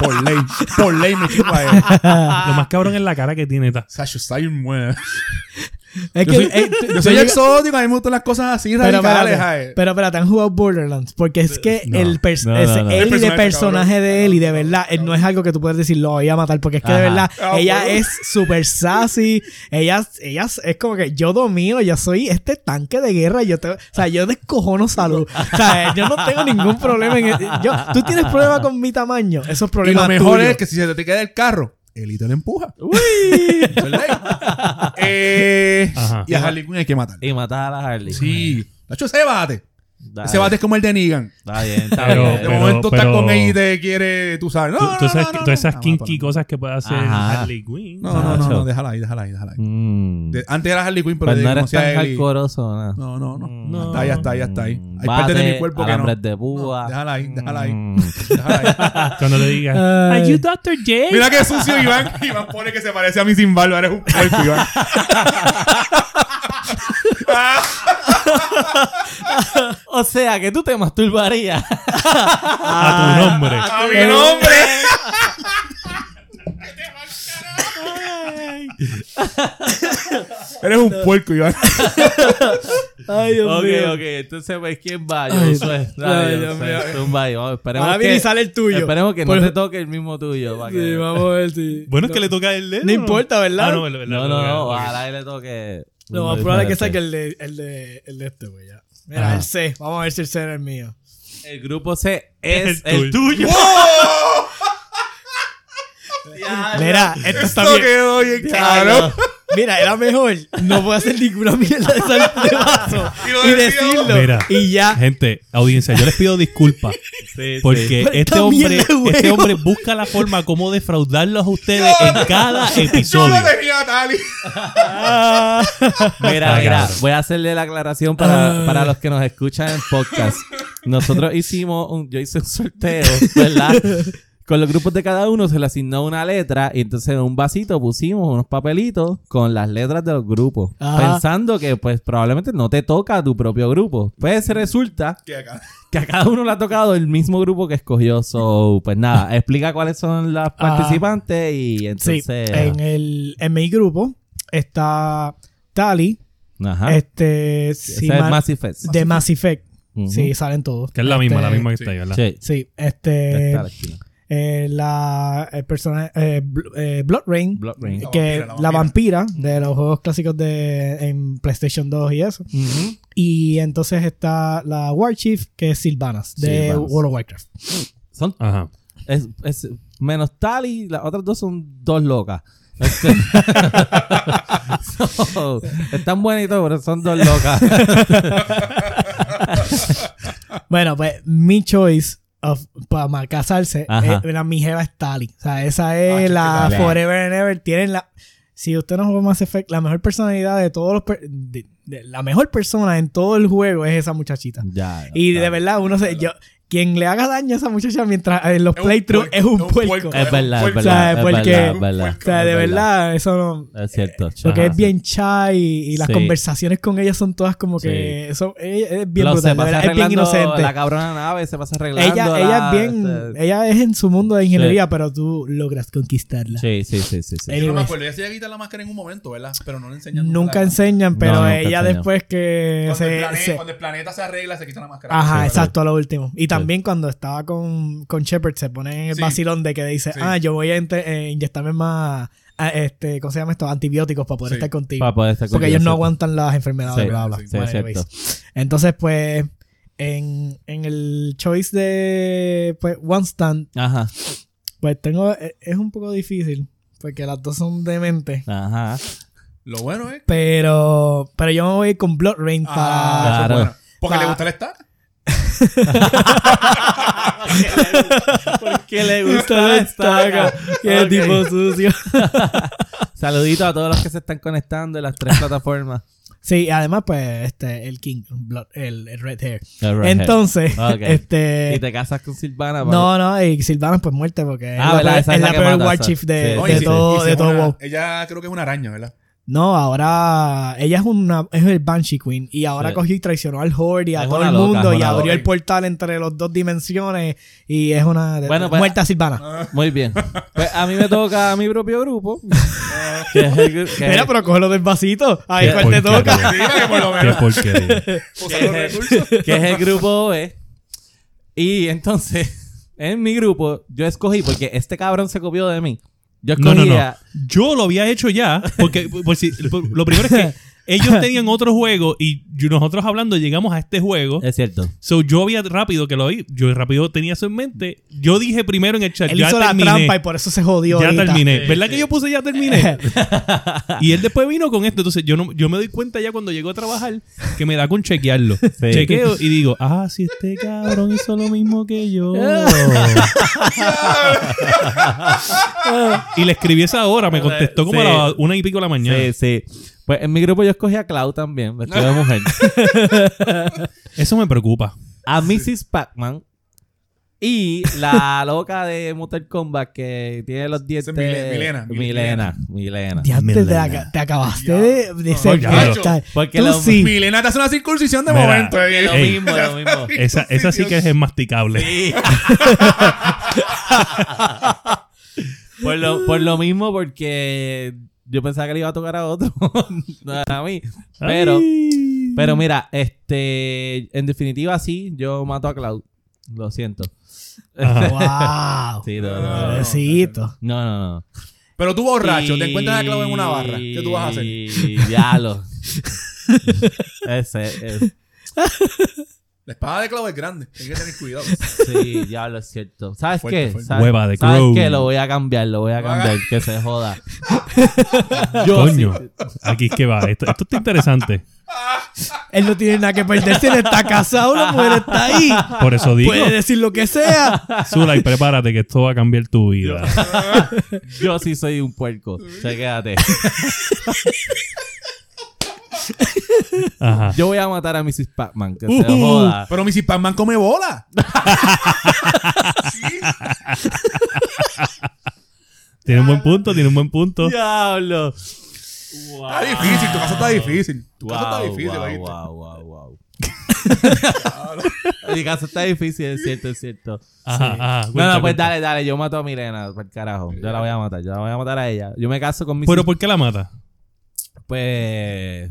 [SPEAKER 2] por ley, por ley me chingo a Eli.
[SPEAKER 4] Lo más cabrón es la cara que tiene. ta.
[SPEAKER 2] Sacho, está bien buena.
[SPEAKER 3] Es
[SPEAKER 2] Yo
[SPEAKER 3] que...
[SPEAKER 2] soy-
[SPEAKER 3] eh, tú-
[SPEAKER 2] Yo
[SPEAKER 3] tú
[SPEAKER 2] soy
[SPEAKER 3] llegas-
[SPEAKER 2] exótico, a mí me gustan las cosas así
[SPEAKER 3] Pero
[SPEAKER 2] radicales. eh.
[SPEAKER 3] espérate,
[SPEAKER 2] jae.
[SPEAKER 3] pero espérate, han jugado Borderlands. Porque es que
[SPEAKER 4] No,
[SPEAKER 3] el, pers-
[SPEAKER 1] no, no,
[SPEAKER 3] ese
[SPEAKER 1] no.
[SPEAKER 3] Ellie
[SPEAKER 2] El
[SPEAKER 3] de
[SPEAKER 2] personaje,
[SPEAKER 3] personaje
[SPEAKER 2] cabrón.
[SPEAKER 3] de Ellie, de verdad, eh, no es algo que tú puedes decir, lo voy a matar. Porque es que de
[SPEAKER 1] Ajá.
[SPEAKER 3] verdad,
[SPEAKER 2] Ah,
[SPEAKER 3] ella
[SPEAKER 2] bueno.
[SPEAKER 3] es súper sassy. Ella, ella es- es como que yo domino, yo soy este tanque de guerra. Yo te, o sea, yo descojono salud. O sea, eh, yo no tengo ningún problema en e-, yo, Tú tienes problema con mi tamaño. Eso es
[SPEAKER 2] Y
[SPEAKER 3] problema
[SPEAKER 2] lo mejor
[SPEAKER 3] tuyo.
[SPEAKER 2] es que si se te queda el carro, Eli te lo empuja. Eso es ley. Eh,
[SPEAKER 4] Ajá.
[SPEAKER 2] y a Harley Quinn hay que matar.
[SPEAKER 1] Y matar a la Harley.
[SPEAKER 2] Sí. Nacho, ese bate.
[SPEAKER 1] Dale.
[SPEAKER 2] Ese bate es como el de Negan.
[SPEAKER 1] Está bien, está
[SPEAKER 4] Pero-
[SPEAKER 1] bien.
[SPEAKER 2] De momento estás
[SPEAKER 4] pero-
[SPEAKER 2] con ella y te quiere, tú sabes. No,
[SPEAKER 4] Tú-
[SPEAKER 2] no,
[SPEAKER 4] tú
[SPEAKER 2] no,
[SPEAKER 4] sabes
[SPEAKER 2] no,
[SPEAKER 4] que
[SPEAKER 2] no,
[SPEAKER 4] todas
[SPEAKER 2] no.
[SPEAKER 4] esas
[SPEAKER 2] Ah,
[SPEAKER 4] kinky
[SPEAKER 2] mátalo.
[SPEAKER 4] cosas que puede hacer
[SPEAKER 1] Ajá.
[SPEAKER 4] Harley Quinn.
[SPEAKER 2] No, no, no,
[SPEAKER 1] Nacho.
[SPEAKER 2] no, déjala ahí, déjala ahí, déjala ahí.
[SPEAKER 1] Mm.
[SPEAKER 2] De- antes era Harley Quinn, pero
[SPEAKER 1] Pero
[SPEAKER 2] de
[SPEAKER 1] no eres
[SPEAKER 2] conocí a
[SPEAKER 1] tan
[SPEAKER 2] Ellie.
[SPEAKER 1] hardcoreoso, ¿no?
[SPEAKER 2] No, no, no.
[SPEAKER 1] Mm.
[SPEAKER 4] No.
[SPEAKER 2] Está ahí, está ahí, está ahí.
[SPEAKER 1] Mm.
[SPEAKER 2] Hay partes de
[SPEAKER 1] Bate,
[SPEAKER 2] mi cuerpo que no.
[SPEAKER 1] alambres de púa.
[SPEAKER 2] No, déjala ahí, déjala ahí.
[SPEAKER 1] Mm.
[SPEAKER 2] déjala ahí.
[SPEAKER 4] Cuando le digas,
[SPEAKER 3] Ay.
[SPEAKER 4] ¿Are you Dr. J?
[SPEAKER 2] Mira qué sucio Iván. Iván pone que se parece a mí sin barba. Eres un puerco, Iván.
[SPEAKER 1] O sea, que tú te masturbarías.
[SPEAKER 4] A tu nombre.
[SPEAKER 2] ¡A mi nombre! Eres un puerco, Iván.
[SPEAKER 3] Ay, Dios
[SPEAKER 1] ok,
[SPEAKER 3] mío.
[SPEAKER 1] ok. Entonces, pues, ¿quién va? Yo soy. Dale,
[SPEAKER 3] ay,
[SPEAKER 1] yo
[SPEAKER 3] Dios
[SPEAKER 1] soy.
[SPEAKER 3] mío.
[SPEAKER 1] Tumba ahí. Vamos, esperemos
[SPEAKER 3] Ahora viene
[SPEAKER 1] que,
[SPEAKER 3] y sale el tuyo.
[SPEAKER 1] Esperemos que
[SPEAKER 3] Por-
[SPEAKER 1] no te toque el mismo tuyo. para
[SPEAKER 3] Sí,
[SPEAKER 1] que-
[SPEAKER 3] vamos a ver si.
[SPEAKER 4] Bueno, es
[SPEAKER 3] No.
[SPEAKER 4] que le toca el dedo.
[SPEAKER 3] No importa, ¿verdad?
[SPEAKER 4] Ah, no, verdad,
[SPEAKER 1] No,
[SPEAKER 4] verdad,
[SPEAKER 1] no,
[SPEAKER 4] verdad.
[SPEAKER 1] no. ah,
[SPEAKER 4] Ok.
[SPEAKER 1] Ojalá y le toque.
[SPEAKER 3] Lo
[SPEAKER 1] uno
[SPEAKER 3] más probable es que saque
[SPEAKER 1] diferente.
[SPEAKER 3] el de, el de, el de este, güey. ya. Mira,
[SPEAKER 1] Ajá.
[SPEAKER 3] el C. Vamos a ver si el C era el mío.
[SPEAKER 1] El grupo C es
[SPEAKER 4] El
[SPEAKER 1] el tuyo.
[SPEAKER 3] Mira, este esto está
[SPEAKER 2] Esto
[SPEAKER 3] bien.
[SPEAKER 2] quedó bien caro.
[SPEAKER 3] Mira, era mejor. No puedo hacer ninguna mierda de sal de vaso.
[SPEAKER 2] Y lo
[SPEAKER 3] Y
[SPEAKER 2] decíamos.
[SPEAKER 3] decirlo.
[SPEAKER 4] Mira.
[SPEAKER 3] Y ya.
[SPEAKER 4] Gente, audiencia, yo les pido disculpas. Porque
[SPEAKER 3] Pero
[SPEAKER 4] este
[SPEAKER 3] esta
[SPEAKER 4] hombre,
[SPEAKER 3] mierda de juego.
[SPEAKER 4] este hombre busca la forma como defraudarlos a ustedes en cada
[SPEAKER 2] Yo
[SPEAKER 4] episodio.
[SPEAKER 2] lo tenía tal y-
[SPEAKER 1] Mira,
[SPEAKER 4] Ah,
[SPEAKER 1] mira,
[SPEAKER 4] cabrón.
[SPEAKER 1] voy a hacerle la aclaración
[SPEAKER 3] Ah.
[SPEAKER 1] para, para los que nos escuchan en podcast. Nosotros hicimos un, yo hice un sorteo, ¿verdad? Con los grupos de cada uno se le asignó una letra y entonces en un vasito pusimos unos papelitos con las letras de los grupos.
[SPEAKER 3] Ajá.
[SPEAKER 1] Pensando que pues probablemente no te toca a tu propio grupo. Pues resulta
[SPEAKER 2] Que acá.
[SPEAKER 1] que a cada uno le ha tocado el mismo grupo que escogió. So, pues nada, explica cuáles son las
[SPEAKER 3] Ah.
[SPEAKER 1] participantes y
[SPEAKER 3] Sí.
[SPEAKER 1] entonces...
[SPEAKER 3] En, el, en mi grupo está Tali.
[SPEAKER 1] Ajá.
[SPEAKER 3] Este.
[SPEAKER 1] Ah. Ese
[SPEAKER 3] si
[SPEAKER 1] es
[SPEAKER 3] mal-
[SPEAKER 1] Massive Fest.
[SPEAKER 3] de Mass Effect.
[SPEAKER 1] Ujú.
[SPEAKER 3] Sí, salen todos.
[SPEAKER 4] Que es la
[SPEAKER 3] Este,
[SPEAKER 4] misma, la misma que está ahí, ¿verdad?
[SPEAKER 1] Sí.
[SPEAKER 3] Sí,
[SPEAKER 1] Está
[SPEAKER 3] este.
[SPEAKER 1] a la esquina.
[SPEAKER 3] eh, la el personaje eh, Bl- eh, Blood Rain
[SPEAKER 1] Blood Rain.
[SPEAKER 2] La
[SPEAKER 3] que
[SPEAKER 2] vampira,
[SPEAKER 3] la
[SPEAKER 2] la
[SPEAKER 3] vampira de los juegos clásicos de en PlayStation 2 y eso y entonces está la Warchief que es Sylvanas de
[SPEAKER 1] Sylvanas.
[SPEAKER 3] World of Warcraft
[SPEAKER 1] Son,
[SPEAKER 4] Ajá.
[SPEAKER 1] es, es menos Tali, las otras dos son dos locas. Este- So, están buenas y todo, pero son dos locas.
[SPEAKER 3] Bueno, pues mi choice of- para casarse,
[SPEAKER 1] Ajá.
[SPEAKER 3] eh, la, mi jeva es Tali. O sea, esa
[SPEAKER 2] Ah,
[SPEAKER 3] es
[SPEAKER 2] qué
[SPEAKER 3] la
[SPEAKER 2] chula.
[SPEAKER 3] Forever and Ever. Tienen la. Si usted no juega Mass Effect, la mejor personalidad de todos los. per- de- de- la mejor persona en todo el juego es esa muchachita.
[SPEAKER 1] Ya, ya,
[SPEAKER 3] Y de
[SPEAKER 1] ya.
[SPEAKER 3] verdad, uno se. Yo, quien le haga daño a esa muchacha mientras en los
[SPEAKER 2] Es un
[SPEAKER 3] playthroughs es un
[SPEAKER 2] puerco,
[SPEAKER 3] puerco.
[SPEAKER 2] es
[SPEAKER 1] Es verdad, es
[SPEAKER 3] O sea,
[SPEAKER 1] verdad. Es
[SPEAKER 3] porque-
[SPEAKER 1] verdad, es verdad.
[SPEAKER 3] O sea, de
[SPEAKER 1] Es
[SPEAKER 3] verdad, eso no.
[SPEAKER 1] Es cierto.
[SPEAKER 3] Porque
[SPEAKER 1] chaval.
[SPEAKER 3] es bien chai y, y las
[SPEAKER 1] Sí.
[SPEAKER 3] conversaciones con ella son todas como que. Eso, ella es bien
[SPEAKER 1] Lo
[SPEAKER 3] brutal,
[SPEAKER 1] se
[SPEAKER 3] de
[SPEAKER 1] pasa
[SPEAKER 3] verdad, es bien
[SPEAKER 1] arreglando
[SPEAKER 3] inocente.
[SPEAKER 1] La cabrona nave se pasa este. arreglando.
[SPEAKER 3] ella, ella
[SPEAKER 1] la-
[SPEAKER 3] es bien. eh, Ella es en su mundo de ingeniería, pero tú logras conquistarla.
[SPEAKER 1] Sí, sí, sí, sí. sí.
[SPEAKER 3] Eh,
[SPEAKER 2] Yo no me
[SPEAKER 3] Anyways.
[SPEAKER 2] acuerdo. Ella se le quita la máscara en un momento, ¿verdad? Pero no le enseñan
[SPEAKER 3] Nunca
[SPEAKER 2] la-
[SPEAKER 3] enseñan, pero
[SPEAKER 1] No, nunca
[SPEAKER 3] ella
[SPEAKER 1] enseñan.
[SPEAKER 3] después que.
[SPEAKER 2] Cuando, el
[SPEAKER 3] Se,
[SPEAKER 2] planeta,
[SPEAKER 3] se-
[SPEAKER 2] cuando el planeta se arregla, se quita la máscara.
[SPEAKER 3] Ajá,
[SPEAKER 1] Sí,
[SPEAKER 3] exacto, a lo último. Y también cuando estaba con, con Shepard, se pone en el
[SPEAKER 2] Sí.
[SPEAKER 3] vacilón de que dice:
[SPEAKER 2] Sí.
[SPEAKER 3] Ah, yo voy a inte- eh, inyectarme más. ah, este, ¿Cómo se llama esto? Antibióticos para poder
[SPEAKER 2] Sí.
[SPEAKER 3] estar contigo.
[SPEAKER 1] Para poder estar
[SPEAKER 3] porque
[SPEAKER 1] contigo,
[SPEAKER 3] ellos no
[SPEAKER 1] sí.
[SPEAKER 3] aguantan las enfermedades,
[SPEAKER 1] Sí,
[SPEAKER 3] bla, bla.
[SPEAKER 2] sí,
[SPEAKER 1] sí,
[SPEAKER 3] Bueno,
[SPEAKER 1] es cierto.
[SPEAKER 3] anyways. Entonces, pues. En, en el choice de pues, One Stand,
[SPEAKER 1] Ajá,
[SPEAKER 3] Pues tengo. e- Es un poco difícil. Porque las dos son demente.
[SPEAKER 1] ajá.
[SPEAKER 2] Lo bueno es.
[SPEAKER 3] Pero. Pero yo me voy a ir con Blood Rain para.
[SPEAKER 2] Ah, eso es
[SPEAKER 1] Claro.
[SPEAKER 2] bueno. Porque
[SPEAKER 3] Pa-
[SPEAKER 2] le gusta el estar.
[SPEAKER 1] ¿Qué le
[SPEAKER 3] Qué
[SPEAKER 1] Ok.
[SPEAKER 3] tipo sucio.
[SPEAKER 1] Saludito a todos los que se están conectando en las tres plataformas.
[SPEAKER 3] Sí, y además, pues, este, el King, Blood- el, el Red Hair. Entonces,
[SPEAKER 1] Ok. Y
[SPEAKER 3] este.
[SPEAKER 1] te casas con Silvana.
[SPEAKER 3] No, no, y Silvana, pues muerte, porque es
[SPEAKER 1] Ah,
[SPEAKER 3] la,
[SPEAKER 1] ¿verdad?
[SPEAKER 3] peor-
[SPEAKER 1] Esa
[SPEAKER 3] es
[SPEAKER 1] es
[SPEAKER 3] la
[SPEAKER 1] la que
[SPEAKER 3] peor
[SPEAKER 1] mata,
[SPEAKER 3] War
[SPEAKER 1] esa.
[SPEAKER 3] Chief de,
[SPEAKER 1] Sí. No,
[SPEAKER 3] de
[SPEAKER 1] y
[SPEAKER 2] si-
[SPEAKER 3] todo,
[SPEAKER 2] y si
[SPEAKER 3] de
[SPEAKER 2] es
[SPEAKER 3] todo
[SPEAKER 2] una-
[SPEAKER 3] WoW.
[SPEAKER 2] Ella creo que es una araña, ¿verdad?
[SPEAKER 3] No, ahora ella es una es el Banshee Queen y ahora
[SPEAKER 1] Sí.
[SPEAKER 3] cogió y traicionó al Horde y a
[SPEAKER 1] Es
[SPEAKER 3] todo
[SPEAKER 1] una
[SPEAKER 3] el
[SPEAKER 1] loca,
[SPEAKER 3] mundo
[SPEAKER 1] es
[SPEAKER 3] y
[SPEAKER 1] una
[SPEAKER 3] abrió
[SPEAKER 2] loca.
[SPEAKER 3] el portal entre las dos dimensiones y es una
[SPEAKER 1] Bueno, pues-
[SPEAKER 3] muerta silvana.
[SPEAKER 1] Muy bien. Pues a mí me toca mi propio grupo. que es el, gru- que es-
[SPEAKER 3] Mira, pero cógelo del vasito. Ahí
[SPEAKER 1] Qué
[SPEAKER 3] cuál te
[SPEAKER 4] porquería.
[SPEAKER 3] toca.
[SPEAKER 2] Sí, para que por lo
[SPEAKER 4] Qué
[SPEAKER 2] menos
[SPEAKER 4] porquería.
[SPEAKER 2] usa los recursos.
[SPEAKER 1] que es el grupo OE. Y entonces, en mi grupo, yo escogí, porque este cabrón se copió de mí. Yo
[SPEAKER 4] No,
[SPEAKER 1] escogí
[SPEAKER 4] no, no.
[SPEAKER 1] a-
[SPEAKER 4] Yo lo había hecho ya, porque por si- por- lo primero es que ellos tenían otro juego y yo- nosotros hablando llegamos a este juego.
[SPEAKER 1] Es cierto.
[SPEAKER 4] So yo había rápido que lo oí, yo rápido tenía eso en mente. Yo dije primero en el chat,
[SPEAKER 3] Él
[SPEAKER 4] ya
[SPEAKER 3] hizo
[SPEAKER 4] terminé.
[SPEAKER 3] la trampa y por eso se jodió.
[SPEAKER 4] ya
[SPEAKER 3] ahorita.
[SPEAKER 4] terminé. ¿Verdad que yo puse ya terminé? y él después vino con esto. Entonces yo no, yo me doy cuenta ya cuando llegó a trabajar que me da con chequearlo. Chequeo y digo, ah, si este cabrón hizo lo mismo que yo. y le escribí esa hora, me contestó como
[SPEAKER 1] Sí.
[SPEAKER 4] a la una y pico de la mañana.
[SPEAKER 1] Sí, sí. Pues en mi grupo yo escogí a Clau también, vestido de mujer.
[SPEAKER 4] Eso me preocupa.
[SPEAKER 1] A Mrs. Pac-Man. Y la loca de Mortal Kombat que tiene los dientes.
[SPEAKER 2] Mile- Milena,
[SPEAKER 1] Milena. Milena.
[SPEAKER 3] Ya te, te
[SPEAKER 4] Milena.
[SPEAKER 3] aca- te acabaste de, de
[SPEAKER 2] No,
[SPEAKER 3] ser
[SPEAKER 4] ya.
[SPEAKER 3] brutal.
[SPEAKER 1] Porque
[SPEAKER 3] Tú
[SPEAKER 1] lo-
[SPEAKER 3] sí.
[SPEAKER 2] Milena te hace una circuncisión de
[SPEAKER 4] Mira,
[SPEAKER 2] momento. eh.
[SPEAKER 1] Lo
[SPEAKER 4] Ey.
[SPEAKER 1] mismo, lo mismo.
[SPEAKER 4] Esa, esa sí que es masticable.
[SPEAKER 1] Por lo, por lo mismo, porque yo pensaba que le iba a tocar a otro. no a mí. Pero,
[SPEAKER 4] Ay.
[SPEAKER 1] pero mira, este. En definitiva, sí, yo mato a Clau. Lo siento.
[SPEAKER 4] Ajá.
[SPEAKER 3] Wow.
[SPEAKER 1] Sí, no, no, no.
[SPEAKER 3] Ah. Pobrecito.
[SPEAKER 1] No, no, no.
[SPEAKER 2] Pero tú borracho, te encuentras a Clau en una barra. ¿Qué tú vas a hacer?
[SPEAKER 1] Diablo. Ese es.
[SPEAKER 2] La espada de Clau es grande. Hay que tener cuidado.
[SPEAKER 1] Sí, diablo, es cierto. ¿Sabes
[SPEAKER 2] Fuerte,
[SPEAKER 1] qué?
[SPEAKER 2] fuerte.
[SPEAKER 1] ¿Sabes-
[SPEAKER 4] Hueva de
[SPEAKER 1] ¿Sabes
[SPEAKER 4] crow.
[SPEAKER 1] qué? Lo voy a cambiar, lo voy a
[SPEAKER 2] Lo haga-
[SPEAKER 1] cambiar. Que se joda.
[SPEAKER 4] Coño, aquí es que va. Esto, esto está interesante.
[SPEAKER 3] Él no tiene nada que perder. Si él está casado, la mujer está ahí.
[SPEAKER 4] Por eso digo,
[SPEAKER 3] Puede decir lo que sea.
[SPEAKER 4] Zulay, prepárate que esto va a cambiar tu vida.
[SPEAKER 1] Yo sí soy un puerco. O sea, quédate.
[SPEAKER 4] Ajá.
[SPEAKER 1] Yo voy a matar a Mrs. Pac-Man. Que
[SPEAKER 4] Uh.
[SPEAKER 1] se joda.
[SPEAKER 2] Pero Mrs. Pac-Man come bola. sí.
[SPEAKER 4] Tiene un buen punto, tiene un buen punto.
[SPEAKER 1] Diablo.
[SPEAKER 2] Está difícil. Tu caso está difícil. Tu caso está
[SPEAKER 1] Wow,
[SPEAKER 2] difícil.
[SPEAKER 1] wow,
[SPEAKER 2] ¿oíste?
[SPEAKER 1] wow, wow, wow. Mi caso está difícil, es cierto, es cierto.
[SPEAKER 4] Ajá, ajá.
[SPEAKER 1] No,
[SPEAKER 4] Cuenta,
[SPEAKER 1] no, pues
[SPEAKER 4] cuenta.
[SPEAKER 1] dale, dale. Yo mato a Milena, por carajo. Yo la voy a matar, yo la voy a matar a ella. Yo me caso con Mrs.
[SPEAKER 4] Pero ¿por qué la mata?
[SPEAKER 1] Pues.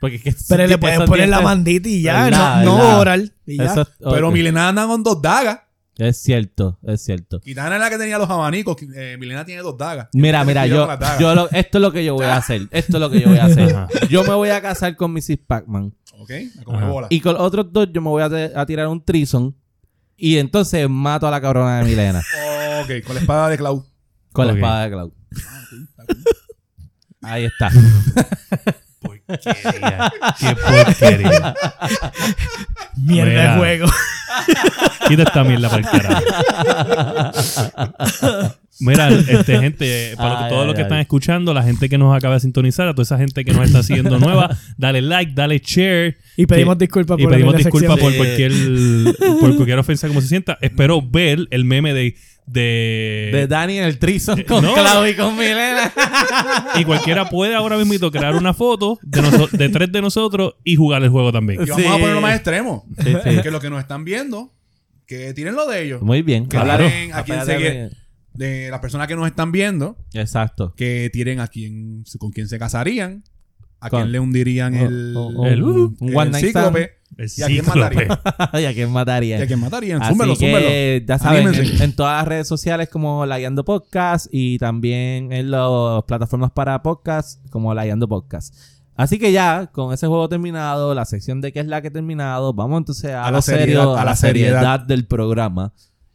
[SPEAKER 1] Porque es que esos
[SPEAKER 3] Pero le
[SPEAKER 1] dientes-
[SPEAKER 3] puedes
[SPEAKER 1] esos
[SPEAKER 3] poner la
[SPEAKER 1] dientes-
[SPEAKER 3] mandita y ya,
[SPEAKER 1] ¿Verdad?
[SPEAKER 3] no,
[SPEAKER 1] ¿Verdad?
[SPEAKER 3] no oral. Y ya.
[SPEAKER 1] esos-
[SPEAKER 2] Pero
[SPEAKER 1] ok.
[SPEAKER 2] Milena anda con dos dagas.
[SPEAKER 1] Es cierto, es cierto.
[SPEAKER 2] Kitana es la que tenía los abanicos. eh, Milena tiene dos dagas.
[SPEAKER 1] Mira, mira, yo,
[SPEAKER 2] Cuidado con las dagas.
[SPEAKER 1] yo lo- esto es lo que yo voy a hacer. Esto es lo que yo voy a hacer.
[SPEAKER 4] Ajá.
[SPEAKER 1] Yo me voy a casar con Mrs. Pac-Man.
[SPEAKER 2] Ok, la come
[SPEAKER 4] Ajá.
[SPEAKER 2] bola.
[SPEAKER 1] Y con los otros dos yo me voy a, te- a tirar un trison. Y entonces mato a la cabrona de Milena.
[SPEAKER 2] Oh, Ok, con la espada de Clau.
[SPEAKER 1] Con
[SPEAKER 4] Ok.
[SPEAKER 1] la espada de Cloud. Ahí está.
[SPEAKER 4] Porquería. Qué porquería.
[SPEAKER 3] Mierda
[SPEAKER 4] Mira.
[SPEAKER 3] de juego.
[SPEAKER 4] Quita esta mierda para el carajo. Mira, este, gente, para
[SPEAKER 1] Ay,
[SPEAKER 4] todos
[SPEAKER 1] ay,
[SPEAKER 4] los que
[SPEAKER 1] ay.
[SPEAKER 4] están escuchando, la gente que nos acaba de sintonizar, a toda esa gente que nos está siguiendo nueva, dale like, dale share.
[SPEAKER 3] Y pedimos
[SPEAKER 4] Que-
[SPEAKER 3] disculpas
[SPEAKER 4] Y
[SPEAKER 3] por la
[SPEAKER 4] pedimos
[SPEAKER 3] mierda
[SPEAKER 4] disculpas
[SPEAKER 3] sexual.
[SPEAKER 4] por
[SPEAKER 1] Sí.
[SPEAKER 4] cualquier, por cualquier ofensa como se sienta. Espero ver el meme de. de-
[SPEAKER 1] De Daniel Trison con
[SPEAKER 4] no.
[SPEAKER 1] Clau y con Milena.
[SPEAKER 4] y cualquiera puede ahora mismo crear una foto de, noso- de tres de nosotros y jugar el juego también.
[SPEAKER 2] Y vamos a
[SPEAKER 1] Sí.
[SPEAKER 2] ponerlo más extremo.
[SPEAKER 1] Sí, sí.
[SPEAKER 2] Que los que nos están viendo, que tiren lo de ellos.
[SPEAKER 1] Muy bien.
[SPEAKER 2] Claro.
[SPEAKER 1] Hablaron.
[SPEAKER 2] ¿A quién
[SPEAKER 1] Apárate,
[SPEAKER 2] sigue? De las personas que nos están viendo,
[SPEAKER 1] Exacto.
[SPEAKER 2] que tiren a quién, con quién se casarían, a
[SPEAKER 1] Con-
[SPEAKER 2] quién le hundirían
[SPEAKER 1] o-
[SPEAKER 2] el,
[SPEAKER 1] o- o
[SPEAKER 4] el-
[SPEAKER 1] un
[SPEAKER 2] el
[SPEAKER 1] uh, one night stand.
[SPEAKER 2] cíclope
[SPEAKER 4] El
[SPEAKER 2] ¿Y a quién
[SPEAKER 4] cíclope.
[SPEAKER 2] mataría?
[SPEAKER 1] y a quién mataría.
[SPEAKER 2] y a quién matarían.
[SPEAKER 1] Así
[SPEAKER 2] Zúmbelo, zúmbelo.
[SPEAKER 1] que ya saben, en,
[SPEAKER 2] Anímense.
[SPEAKER 1] en todas las redes sociales como Lagueando Podcast y también en las plataformas para podcast como Lagueando Podcast. Así que ya, con ese juego terminado, la sección de qué es la que he terminado, vamos entonces a,
[SPEAKER 2] A
[SPEAKER 1] lo
[SPEAKER 2] la
[SPEAKER 1] serio-
[SPEAKER 2] seriedad, a
[SPEAKER 1] a
[SPEAKER 2] la
[SPEAKER 1] la seriedad, del programa.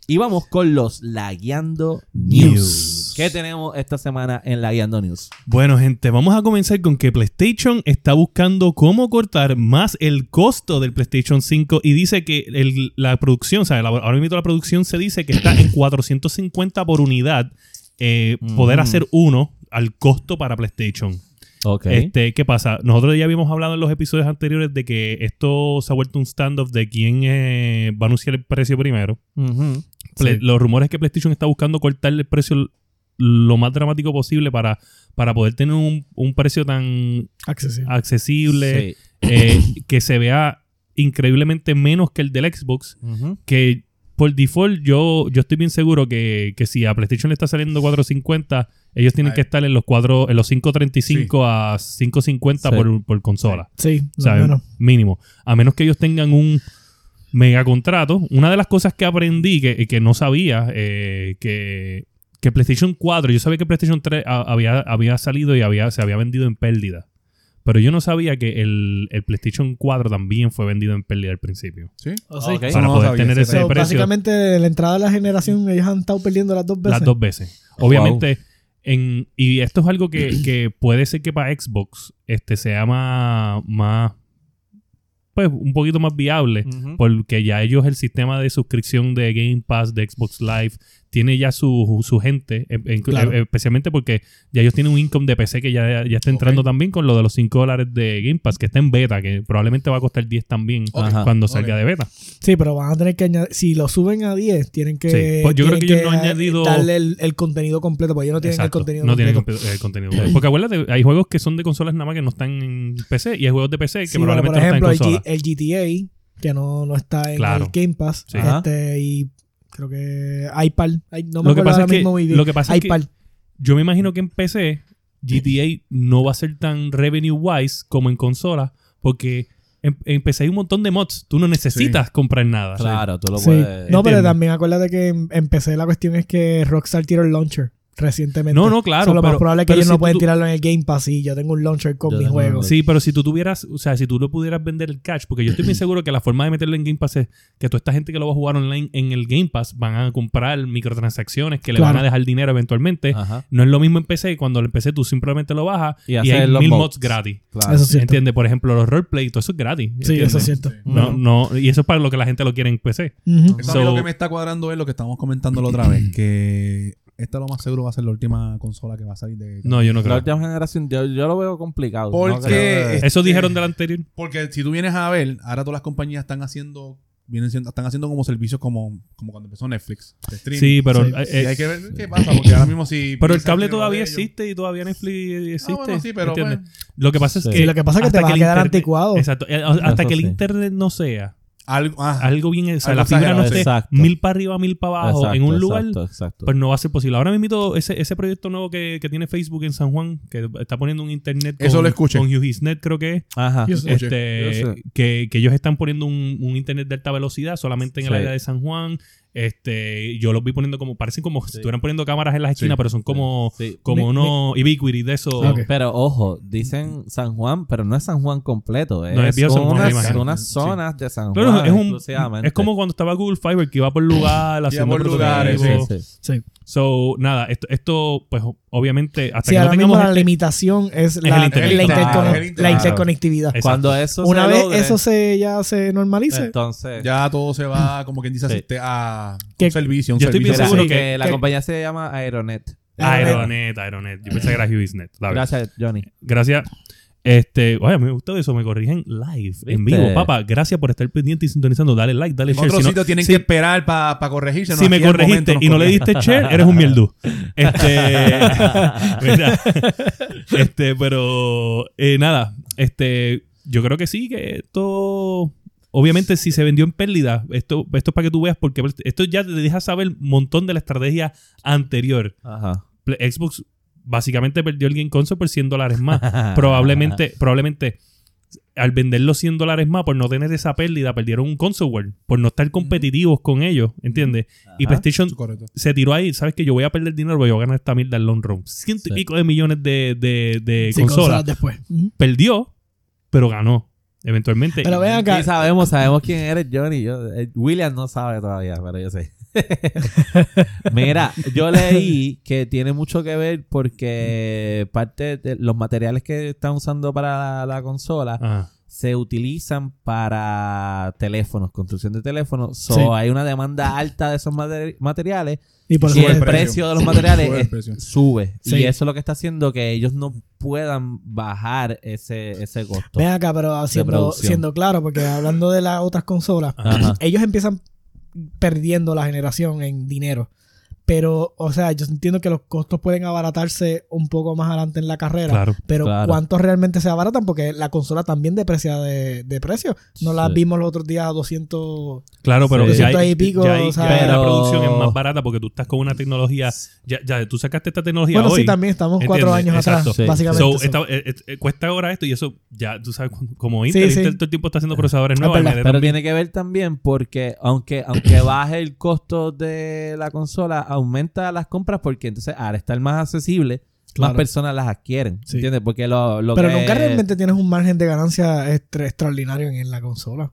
[SPEAKER 1] Y vamos con los Lagueando News.
[SPEAKER 4] News.
[SPEAKER 1] ¿Qué tenemos esta semana en Lagueando News?
[SPEAKER 4] Bueno, gente, vamos a comenzar con que PlayStation está buscando cómo cortar más el costo del PlayStation 5 y dice que el- la producción, o sea, la- ahora mismo la producción se dice que está en 450 por unidad, eh, poder
[SPEAKER 1] Ujú.
[SPEAKER 4] hacer uno al costo para PlayStation.
[SPEAKER 1] Ok.
[SPEAKER 4] Este, ¿Qué pasa? Nosotros ya habíamos hablado en los episodios anteriores de que esto se ha vuelto un standoff de quién eh, va a anunciar el precio primero.
[SPEAKER 1] Ujú.
[SPEAKER 4] Play-
[SPEAKER 1] Sí.
[SPEAKER 4] Los rumores que PlayStation está buscando cortar el precio l- lo más dramático posible para, para poder tener un, un precio tan
[SPEAKER 3] Accesible.
[SPEAKER 4] accesible,
[SPEAKER 1] Sí.
[SPEAKER 4] eh, que se vea increíblemente menos que el del Xbox,
[SPEAKER 1] Ujú.
[SPEAKER 4] que por default yo, yo estoy bien seguro que, que si a PlayStation le está saliendo 450, ellos tienen
[SPEAKER 2] Ay.
[SPEAKER 4] que estar en los cuatro, en los 535 a 550
[SPEAKER 1] Sí.
[SPEAKER 4] por, por consola.
[SPEAKER 3] Sí,
[SPEAKER 4] O sea,
[SPEAKER 3] más o menos.
[SPEAKER 4] mínimo. A menos que ellos tengan un mega contrato. Una de las cosas que aprendí que, que no sabía, eh, que, que PlayStation 4, yo sabía que PlayStation 3 a- había, había salido y había, se había vendido en pérdida. Pero yo no sabía que el, el PlayStation 4 también fue vendido en pérdida al principio.
[SPEAKER 2] Sí.
[SPEAKER 3] O sea,
[SPEAKER 1] Ok.
[SPEAKER 2] Eso no
[SPEAKER 4] Para
[SPEAKER 2] lo
[SPEAKER 4] poder
[SPEAKER 2] sabía,
[SPEAKER 4] tener
[SPEAKER 2] ese
[SPEAKER 4] ese
[SPEAKER 3] so,
[SPEAKER 4] precio.
[SPEAKER 3] básicamente, la entrada de la generación, ellos han estado perdiendo las dos veces.
[SPEAKER 4] Las dos veces.
[SPEAKER 1] Wow.
[SPEAKER 4] Obviamente, en, y esto es algo que, que puede ser que para Xbox este, sea más, más, pues un poquito más viable.
[SPEAKER 1] Ujú.
[SPEAKER 4] Porque ya ellos, el sistema de suscripción de Game Pass, de Xbox Live, tiene ya su, su gente, em- em-
[SPEAKER 3] Claro.
[SPEAKER 4] em- especialmente porque ya ellos tienen un income de PC que ya, ya está entrando
[SPEAKER 2] Ok.
[SPEAKER 4] también con lo de los 5 dólares de Game Pass, que está en beta, que probablemente va a costar 10 también
[SPEAKER 2] Ok.
[SPEAKER 1] Ajá.
[SPEAKER 4] cuando
[SPEAKER 2] Ok.
[SPEAKER 4] salga de beta.
[SPEAKER 3] Sí, pero van a tener que añadir. Si lo suben a 10, tienen que.
[SPEAKER 4] Sí, pues yo
[SPEAKER 3] tienen
[SPEAKER 4] creo que ellos no han
[SPEAKER 3] eh,
[SPEAKER 4] añadido-
[SPEAKER 3] Darle el, el contenido completo, porque ellos no tienen
[SPEAKER 4] Exacto.
[SPEAKER 3] el contenido
[SPEAKER 4] No tienen
[SPEAKER 3] completo.
[SPEAKER 4] compe- el contenido. Porque acuérdate, hay juegos que son de consolas nada más que no están en PC y hay juegos de PC que
[SPEAKER 3] Sí, pero,
[SPEAKER 4] probablemente
[SPEAKER 3] por ejemplo,
[SPEAKER 4] no
[SPEAKER 3] el,
[SPEAKER 4] están en
[SPEAKER 3] G-
[SPEAKER 4] consola.
[SPEAKER 3] el GTA, que no, no está en
[SPEAKER 4] Claro.
[SPEAKER 3] el Game Pass,
[SPEAKER 4] Sí.
[SPEAKER 1] Ajá.
[SPEAKER 3] este, y creo que iPad, ay, no me
[SPEAKER 4] Lo que
[SPEAKER 3] acuerdo
[SPEAKER 4] pasa
[SPEAKER 3] ahora
[SPEAKER 4] es que-
[SPEAKER 3] mismo muy bien.
[SPEAKER 4] lo que pasa es que-
[SPEAKER 3] iPad.
[SPEAKER 4] Yo me imagino que en PC GTA no va a ser tan revenue wise como en consola, porque en, en PC hay un montón de mods. Tú no necesitas comprar nada.
[SPEAKER 1] Claro, tú lo
[SPEAKER 3] Sí.
[SPEAKER 1] puedes.
[SPEAKER 3] No, pero
[SPEAKER 4] Entiendo.
[SPEAKER 3] también acuérdate que em- empecé la cuestión es que Rockstar tiró el launcher recientemente.
[SPEAKER 4] No, no, claro.
[SPEAKER 3] So, lo más
[SPEAKER 4] pero-
[SPEAKER 3] probable es que
[SPEAKER 4] pero
[SPEAKER 3] ellos
[SPEAKER 4] si
[SPEAKER 3] no
[SPEAKER 4] tú-
[SPEAKER 3] pueden tirarlo en el Game Pass y yo tengo un launcher con
[SPEAKER 1] Yo
[SPEAKER 3] mi
[SPEAKER 1] tengo
[SPEAKER 3] juego.
[SPEAKER 1] un-
[SPEAKER 4] Sí, pero si tú tuvieras, o sea, si tú lo pudieras vender el cash, porque yo estoy bien seguro que la forma de meterlo en Game Pass es que toda esta gente que lo va a jugar online en el Game Pass van a comprar microtransacciones que le
[SPEAKER 3] Claro.
[SPEAKER 4] van a dejar dinero eventualmente.
[SPEAKER 1] Ajá.
[SPEAKER 4] No es lo mismo en PC, cuando en PC tú simplemente lo bajas
[SPEAKER 1] Ah. Y
[SPEAKER 4] y, hay
[SPEAKER 1] hacer los
[SPEAKER 4] mil mods,
[SPEAKER 1] mods.
[SPEAKER 4] gratis.
[SPEAKER 1] Claro.
[SPEAKER 3] Eso es cierto.
[SPEAKER 4] ¿Entiendes? Por ejemplo, los roleplay, todo eso es gratis.
[SPEAKER 3] Sí,
[SPEAKER 4] ¿entiendes?
[SPEAKER 3] eso es cierto.
[SPEAKER 4] No,
[SPEAKER 2] Mm.
[SPEAKER 4] no, y eso es para lo que la gente lo quiere en PC.
[SPEAKER 3] Ujú.
[SPEAKER 2] Eso a mí
[SPEAKER 4] So-
[SPEAKER 2] lo que me está cuadrando es lo que estamos comentando la otra vez, que esta lo más seguro va a ser la última consola que va a salir de...
[SPEAKER 4] No, yo no
[SPEAKER 1] La
[SPEAKER 4] creo.
[SPEAKER 1] última generación, yo, yo lo veo complicado. No
[SPEAKER 2] Porque-
[SPEAKER 1] creo-
[SPEAKER 4] Eso dijeron del anterior.
[SPEAKER 2] Porque si tú vienes a ver, ahora todas las compañías están haciendo, vienen siendo- están haciendo como servicios como, como cuando empezó Netflix. de streaming.
[SPEAKER 4] Sí, pero,
[SPEAKER 3] Sí.
[SPEAKER 4] eh,
[SPEAKER 2] Y hay
[SPEAKER 4] eh,
[SPEAKER 2] que ver qué pasa, porque ahora mismo si...
[SPEAKER 4] pero el
[SPEAKER 2] Pixar
[SPEAKER 4] cable
[SPEAKER 2] tiene lo
[SPEAKER 4] todavía
[SPEAKER 2] de ellos-
[SPEAKER 4] existe y todavía Netflix existe.
[SPEAKER 2] Ah, bueno, sí, pero
[SPEAKER 4] ¿entiendes?
[SPEAKER 2] bueno.
[SPEAKER 4] Lo que pasa es
[SPEAKER 1] Sí.
[SPEAKER 4] que.
[SPEAKER 3] Sí, lo que pasa es que
[SPEAKER 4] hasta
[SPEAKER 3] te vas a
[SPEAKER 4] el
[SPEAKER 3] quedar
[SPEAKER 4] internet-
[SPEAKER 3] anticuado.
[SPEAKER 4] Exacto. Eh, o- Hasta
[SPEAKER 1] Eso
[SPEAKER 4] que el
[SPEAKER 1] sí.
[SPEAKER 4] internet no sea
[SPEAKER 2] Algo, ah,
[SPEAKER 4] algo bien. O sea,
[SPEAKER 2] Algo
[SPEAKER 4] la fibra no
[SPEAKER 2] exagerado,
[SPEAKER 4] esté
[SPEAKER 1] exacto.
[SPEAKER 4] mil para arriba, mil para abajo
[SPEAKER 1] Exacto,
[SPEAKER 4] en un lugar.
[SPEAKER 1] Exacto, exacto.
[SPEAKER 4] Pues no va a ser posible. Ahora mismo, ese, ese proyecto nuevo que, que tiene Facebook en San Juan, que está poniendo un internet con,
[SPEAKER 2] Eso lo escuché.
[SPEAKER 4] con HughesNet, creo que es,
[SPEAKER 1] Ajá.
[SPEAKER 2] Yo sé. Escuché.
[SPEAKER 4] este,
[SPEAKER 1] Yo sé.
[SPEAKER 4] que, que ellos están poniendo un, un internet de alta velocidad solamente en el
[SPEAKER 1] Sí.
[SPEAKER 4] área de San Juan. Este, yo los vi poniendo como, parecen como si estuvieran poniendo cámaras en las
[SPEAKER 2] Sí.
[SPEAKER 4] esquinas, pero son como,
[SPEAKER 1] Sí.
[SPEAKER 4] como
[SPEAKER 3] Mi-
[SPEAKER 4] unos ubiquity de eso.
[SPEAKER 3] Ok.
[SPEAKER 1] Pero ojo, dicen San Juan, pero no es San Juan completo. Es,
[SPEAKER 4] No, es viejo San Juan, me
[SPEAKER 1] unas,
[SPEAKER 4] imagino.
[SPEAKER 1] unas
[SPEAKER 4] Sí.
[SPEAKER 1] zonas de San Juan.
[SPEAKER 4] Claro, es, un-
[SPEAKER 1] exclusivamente.
[SPEAKER 4] es como cuando estaba Google Fiber que iba por lugar, haciendo
[SPEAKER 2] por
[SPEAKER 4] prototipos.
[SPEAKER 2] lugares,
[SPEAKER 1] Sí, sí.
[SPEAKER 3] Sí.
[SPEAKER 4] So, nada, esto, esto pues obviamente hasta
[SPEAKER 3] Sí,
[SPEAKER 4] que no
[SPEAKER 3] ahora mismo
[SPEAKER 4] tengamos
[SPEAKER 3] la
[SPEAKER 4] este-
[SPEAKER 3] limitación es la,
[SPEAKER 4] el internet.
[SPEAKER 3] la intercone-
[SPEAKER 1] Claro,
[SPEAKER 2] el internet.
[SPEAKER 3] la interconectividad.
[SPEAKER 4] Exacto.
[SPEAKER 1] Cuando eso
[SPEAKER 3] Una
[SPEAKER 1] se
[SPEAKER 3] vez
[SPEAKER 1] logre,
[SPEAKER 3] eso se ya se normalice,
[SPEAKER 4] Eh,
[SPEAKER 1] entonces
[SPEAKER 2] Ya todo se va, como quien dice,
[SPEAKER 1] Sí.
[SPEAKER 2] asiste a
[SPEAKER 3] Que-
[SPEAKER 2] un servicio. Un
[SPEAKER 4] Yo estoy
[SPEAKER 2] servicio.
[SPEAKER 1] Mira,
[SPEAKER 4] bien seguro
[SPEAKER 1] sí,
[SPEAKER 4] que-
[SPEAKER 1] que la
[SPEAKER 3] que-
[SPEAKER 1] compañía se llama Aeronet.
[SPEAKER 4] Ah, Aeronet, Aeronet. Yo pensé que era HughesNet. La verdad.
[SPEAKER 1] Gracias, Johnny.
[SPEAKER 4] Gracias. Este, oye, a mí me gustó eso, me corrigen live, en
[SPEAKER 1] ¿Viste?
[SPEAKER 4] vivo. Papá, gracias por estar pendiente y sintonizando. Dale like, dale
[SPEAKER 2] En
[SPEAKER 4] share.
[SPEAKER 2] otros
[SPEAKER 4] Si, no-
[SPEAKER 2] sitios tienen
[SPEAKER 4] si-
[SPEAKER 2] que esperar para corregirse. ¿no?
[SPEAKER 4] si me
[SPEAKER 2] Aquí al momento
[SPEAKER 4] corregiste
[SPEAKER 2] nos
[SPEAKER 4] y no le
[SPEAKER 2] corrigen.
[SPEAKER 4] diste share, eres un mierdú. Este, mira, este, pero eh, nada, este, yo creo que sí, que esto, obviamente, si se vendió en pérdida, esto, esto es para que tú veas, porque esto ya te deja saber un montón de la estrategia anterior.
[SPEAKER 1] Ajá.
[SPEAKER 4] Play- Xbox básicamente perdió el Game Console por 100 dólares más.
[SPEAKER 1] Ah,
[SPEAKER 4] probablemente, probablemente al vender los 100 dólares más por no tener esa pérdida, perdieron un console war, por no estar competitivos con ellos, ¿entiendes? Y
[SPEAKER 1] Mm. Ajá.
[SPEAKER 4] PlayStation
[SPEAKER 2] Correcto.
[SPEAKER 4] se tiró ahí, ¿sabes que Yo voy a perder dinero, voy a ganar esta mierda en long run. Ciento y
[SPEAKER 1] Sí.
[SPEAKER 4] pico de millones de, de, de
[SPEAKER 3] sí,
[SPEAKER 4] consolas.
[SPEAKER 3] consolas después.
[SPEAKER 4] Eh,
[SPEAKER 3] Ujú.
[SPEAKER 4] Perdió, pero ganó. Eventualmente.
[SPEAKER 3] Pero ven acá,
[SPEAKER 1] Sí, sabemos, sabemos quién eres, Johnny. Yo, eh, William no sabe todavía, pero yo sé. Mira, yo leí que tiene mucho que ver porque parte de los materiales que están usando para la, la consola
[SPEAKER 4] Ah,
[SPEAKER 1] se utilizan para teléfonos, construcción de teléfonos. So,
[SPEAKER 3] Sí.
[SPEAKER 1] Hay una demanda alta de esos materi- materiales
[SPEAKER 3] y por
[SPEAKER 1] y
[SPEAKER 3] eso
[SPEAKER 1] el precio.
[SPEAKER 2] precio.
[SPEAKER 1] de los materiales
[SPEAKER 2] Sube el
[SPEAKER 1] es-
[SPEAKER 2] precio.
[SPEAKER 1] sube.
[SPEAKER 3] Sí.
[SPEAKER 1] Y eso es lo que está haciendo que ellos no puedan bajar ese, ese costo.
[SPEAKER 3] Ven acá, pero siendo,
[SPEAKER 1] producción.
[SPEAKER 3] siendo claro, porque hablando de las otras consolas,
[SPEAKER 1] Ajá.
[SPEAKER 3] ellos empiezan perdiendo la generación en dinero. Pero, o sea, yo entiendo que los costos pueden abaratarse un poco más adelante en la carrera.
[SPEAKER 4] claro.
[SPEAKER 3] Pero
[SPEAKER 1] Claro.
[SPEAKER 3] ¿cuántos realmente se abaratan? Porque la consola también deprecia de, de precio. No la
[SPEAKER 1] Sí.
[SPEAKER 3] vimos los otros días a 200...
[SPEAKER 4] Claro, pero
[SPEAKER 1] Sí.
[SPEAKER 4] ya hay,
[SPEAKER 3] 200 y pico,
[SPEAKER 4] ya hay-
[SPEAKER 3] o sea,
[SPEAKER 4] ya la
[SPEAKER 1] pero-
[SPEAKER 4] producción es más barata porque tú estás con una tecnología. Ya, ya tú sacaste esta tecnología
[SPEAKER 3] Bueno,
[SPEAKER 4] hoy.
[SPEAKER 3] sí, también estamos cuatro
[SPEAKER 4] Entiende,
[SPEAKER 3] años
[SPEAKER 4] exacto.
[SPEAKER 3] atrás,
[SPEAKER 1] Sí.
[SPEAKER 3] básicamente.
[SPEAKER 4] So,
[SPEAKER 3] eso.
[SPEAKER 4] esta- eh, eh, eh, cuesta ahora esto y eso ya tú sabes cu- como Intel,
[SPEAKER 3] sí.
[SPEAKER 4] Intel todo el tiempo está haciendo procesadores
[SPEAKER 3] Ah,
[SPEAKER 4] nuevos.
[SPEAKER 3] verdad.
[SPEAKER 4] AMD
[SPEAKER 1] Pero
[SPEAKER 4] también.
[SPEAKER 1] tiene que ver también porque aunque, aunque baje el costo de la consola, aumenta las compras porque entonces al estar más accesible,
[SPEAKER 3] Claro.
[SPEAKER 1] más personas las adquieren.
[SPEAKER 3] Sí.
[SPEAKER 1] ¿Entiendes? Porque lo, lo
[SPEAKER 3] Pero
[SPEAKER 1] que-
[SPEAKER 3] nunca realmente tienes un margen de ganancia extra- extraordinario en, en la consola.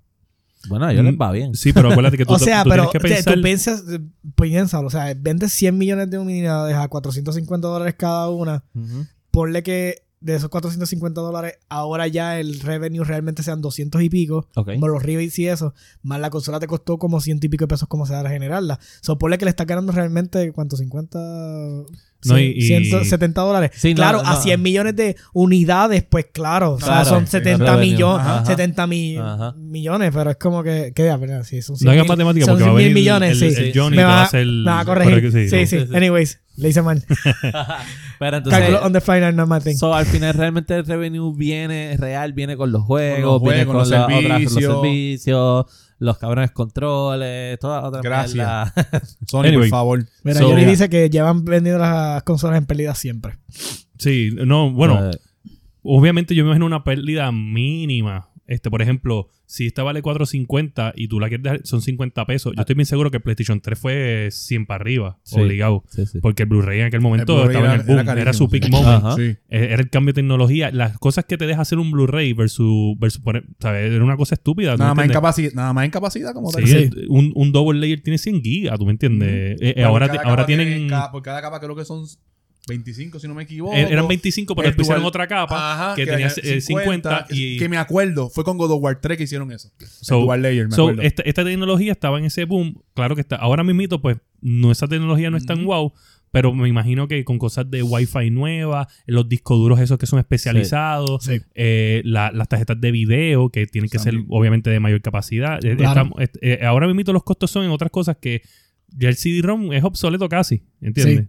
[SPEAKER 1] Bueno, a ellos les va bien.
[SPEAKER 4] Sí, pero acuérdate que tú,
[SPEAKER 3] o sea,
[SPEAKER 4] tú
[SPEAKER 3] pero
[SPEAKER 4] tienes que
[SPEAKER 3] te-
[SPEAKER 4] pensar.
[SPEAKER 3] tú piensas, eh, piénsalo, o sea, vendes 100 millones de unidades a 450 dólares cada una.
[SPEAKER 1] Ujú.
[SPEAKER 3] Ponle que de esos 450 dólares, ahora ya el revenue realmente sean 200 y pico.
[SPEAKER 1] Ok.
[SPEAKER 3] Por los rebates y eso, más la consola te costó como ciento y pico de pesos como se da a generarla. So, ponle que le está ganando realmente, ¿cuánto? 50...
[SPEAKER 4] No,
[SPEAKER 3] cien-
[SPEAKER 4] y- y-
[SPEAKER 3] 170 dólares.
[SPEAKER 1] Sí, no,
[SPEAKER 3] claro,
[SPEAKER 1] no.
[SPEAKER 3] a 100 millones de unidades, pues claro. o sea,
[SPEAKER 1] Claro,
[SPEAKER 3] son
[SPEAKER 1] sí,
[SPEAKER 3] 70
[SPEAKER 1] claro.
[SPEAKER 3] millones,
[SPEAKER 1] Ajá.
[SPEAKER 3] 70 mi-
[SPEAKER 1] Ajá.
[SPEAKER 3] millones, pero es como que... ¿Qué verdad? Sí, son
[SPEAKER 4] No
[SPEAKER 3] 100
[SPEAKER 4] hagas
[SPEAKER 3] mil-
[SPEAKER 4] matemática
[SPEAKER 3] son
[SPEAKER 4] porque va a
[SPEAKER 3] 100
[SPEAKER 4] venir
[SPEAKER 3] mil millones,
[SPEAKER 4] el, el,
[SPEAKER 3] sí.
[SPEAKER 4] el Johnny
[SPEAKER 3] me
[SPEAKER 4] y te
[SPEAKER 3] va,
[SPEAKER 4] va a hacer.
[SPEAKER 3] me va a corregir.
[SPEAKER 4] pero
[SPEAKER 3] Sí,
[SPEAKER 4] que
[SPEAKER 3] sí,
[SPEAKER 1] Sí, sí.
[SPEAKER 3] Anyways, le hice mal.
[SPEAKER 1] Pero entonces...
[SPEAKER 3] Calculo on the fly, no, not my thing.
[SPEAKER 1] so, al final realmente el revenue viene real, viene con los juegos,
[SPEAKER 2] Con los
[SPEAKER 1] viene
[SPEAKER 2] juegos,
[SPEAKER 1] con
[SPEAKER 2] los
[SPEAKER 1] la- otras-
[SPEAKER 2] servicios.
[SPEAKER 1] los servicios, los cabrones controles, todas otras
[SPEAKER 2] Gracias.
[SPEAKER 1] mierdas.
[SPEAKER 2] Sony,
[SPEAKER 4] Anyway.
[SPEAKER 2] por favor.
[SPEAKER 3] Mira,
[SPEAKER 4] So-
[SPEAKER 3] Johnny dice que llevan vendiendo las consolas en pérdida siempre.
[SPEAKER 4] Sí, no, bueno,
[SPEAKER 1] Eh,
[SPEAKER 4] obviamente yo me imagino una pérdida mínima. Este, por ejemplo, si esta vale 4.50 y tú la quieres dejar, son 50 pesos. Yo estoy bien seguro que PlayStation 3 fue 100 para arriba,
[SPEAKER 1] Ah. Sí.
[SPEAKER 4] obligado.
[SPEAKER 1] sí, sí.
[SPEAKER 4] Porque el Blu-ray en aquel momento
[SPEAKER 2] Blu-ray
[SPEAKER 4] estaba en el
[SPEAKER 2] Eh, era- era
[SPEAKER 4] boom, era,
[SPEAKER 2] carísimo,
[SPEAKER 4] su peak
[SPEAKER 2] sí.
[SPEAKER 4] moment.
[SPEAKER 1] Ajá.
[SPEAKER 2] Sí.
[SPEAKER 4] Eh, Era el cambio de tecnología. Las cosas que te deja hacer un Blu-ray versus. versus poner- ¿sabes? Era una cosa estúpida. ¿no
[SPEAKER 2] Nada más,
[SPEAKER 4] entiendes?
[SPEAKER 2] incapacidad, nada más incapacidad como
[SPEAKER 4] Sí,
[SPEAKER 2] tal.
[SPEAKER 4] el- Un, un double layer tiene 100 gigas, ¿tú me entiendes? Eh, eh,
[SPEAKER 2] Pero
[SPEAKER 4] ahora
[SPEAKER 2] cada
[SPEAKER 4] te-
[SPEAKER 2] capa
[SPEAKER 4] ahora
[SPEAKER 2] tiene-
[SPEAKER 4] tienen.
[SPEAKER 2] cada- por cada capa creo que son 25, si no me equivoco.
[SPEAKER 4] er- eran 25, pero
[SPEAKER 2] El
[SPEAKER 4] después hicieron
[SPEAKER 2] dual-
[SPEAKER 4] otra capa
[SPEAKER 2] Ajá,
[SPEAKER 4] que, tenía
[SPEAKER 2] era
[SPEAKER 4] eh, 50, y.
[SPEAKER 2] Que me acuerdo, fue con God of War 3 que hicieron eso.
[SPEAKER 4] So-
[SPEAKER 2] el Dual Layer, me
[SPEAKER 4] So, este-
[SPEAKER 2] acuerdo.
[SPEAKER 4] esta, esta tecnología estaba en ese boom. Claro que está. Ahora mismito, pues, no, esa tecnología no es tan
[SPEAKER 2] Ujú.
[SPEAKER 4] wow. Pero me imagino que con cosas de Wi-Fi nuevas, los discos duros esos que son especializados,
[SPEAKER 3] Sí.
[SPEAKER 4] eh, la- las tarjetas de video que tienen que
[SPEAKER 2] También.
[SPEAKER 4] ser obviamente de mayor capacidad. Eh,
[SPEAKER 3] Claro.
[SPEAKER 4] estamos- est- eh, ahora mismo los costos son en otras cosas que ya el CD-ROM es obsoleto casi, ¿entiendes?
[SPEAKER 1] Sí.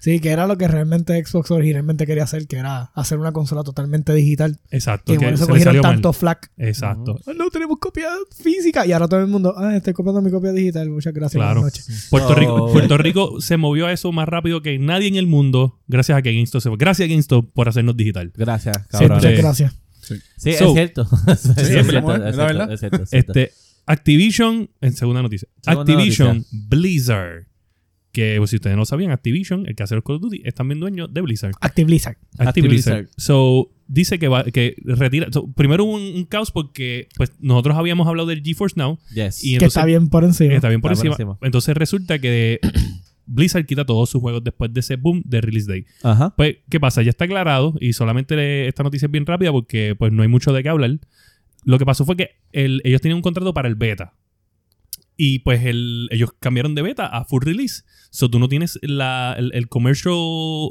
[SPEAKER 3] Sí, que era lo que realmente Xbox originalmente quería hacer, que era hacer una consola totalmente digital.
[SPEAKER 4] Exacto.
[SPEAKER 3] Que
[SPEAKER 4] que
[SPEAKER 3] por eso
[SPEAKER 4] se le salió
[SPEAKER 3] cogieron
[SPEAKER 4] mal.
[SPEAKER 3] tanto flack.
[SPEAKER 4] Exacto.
[SPEAKER 3] Ah, No tenemos copia física. Y ahora todo el mundo, ah, estoy comprando mi copia digital. Muchas gracias.
[SPEAKER 4] Claro.
[SPEAKER 3] Buenas noches.
[SPEAKER 4] Puerto,
[SPEAKER 1] No.
[SPEAKER 4] Rico, Puerto Rico se movió a eso más rápido que nadie en el mundo, gracias a que GameStop se Gracias a GameStop por hacernos digital.
[SPEAKER 1] Gracias,
[SPEAKER 4] Siempre.
[SPEAKER 1] cabrón.
[SPEAKER 3] Muchas
[SPEAKER 4] Sí.
[SPEAKER 3] gracias.
[SPEAKER 1] Sí,
[SPEAKER 4] So-
[SPEAKER 1] es cierto. es
[SPEAKER 2] Sí,
[SPEAKER 1] cierto,
[SPEAKER 2] es
[SPEAKER 1] es
[SPEAKER 2] verdad, es
[SPEAKER 1] cierto,
[SPEAKER 2] verdad.
[SPEAKER 1] es cierto, es cierto.
[SPEAKER 4] Este, Activision, en segunda noticia.
[SPEAKER 1] Segunda
[SPEAKER 4] Activision
[SPEAKER 1] noticia.
[SPEAKER 4] Blizzard. Que pues, si ustedes no sabían, Activision, el que hace los Call of Duty, es también dueño de Blizzard.
[SPEAKER 3] Active Blizzard.
[SPEAKER 1] Active
[SPEAKER 4] Active Blizzard.
[SPEAKER 1] Blizzard.
[SPEAKER 4] So, dice que, va, que retira. so, primero hubo un, un caos porque pues, nosotros habíamos hablado del GeForce Now.
[SPEAKER 1] Yes.
[SPEAKER 4] Y
[SPEAKER 3] que
[SPEAKER 4] entonces,
[SPEAKER 3] está bien por encima.
[SPEAKER 4] está bien por,
[SPEAKER 1] Está por
[SPEAKER 4] encima.
[SPEAKER 1] encima.
[SPEAKER 4] Entonces resulta que Blizzard quita todos sus juegos después de ese boom de release day.
[SPEAKER 1] Ajá.
[SPEAKER 4] Pues, ¿qué pasa? Ya está aclarado y solamente le- esta noticia es bien rápida porque pues no hay mucho de qué hablar. Lo que pasó fue que el- ellos tenían un contrato para el beta. Y pues el- ellos cambiaron de beta a full release. So tú no tienes la- el, el commercial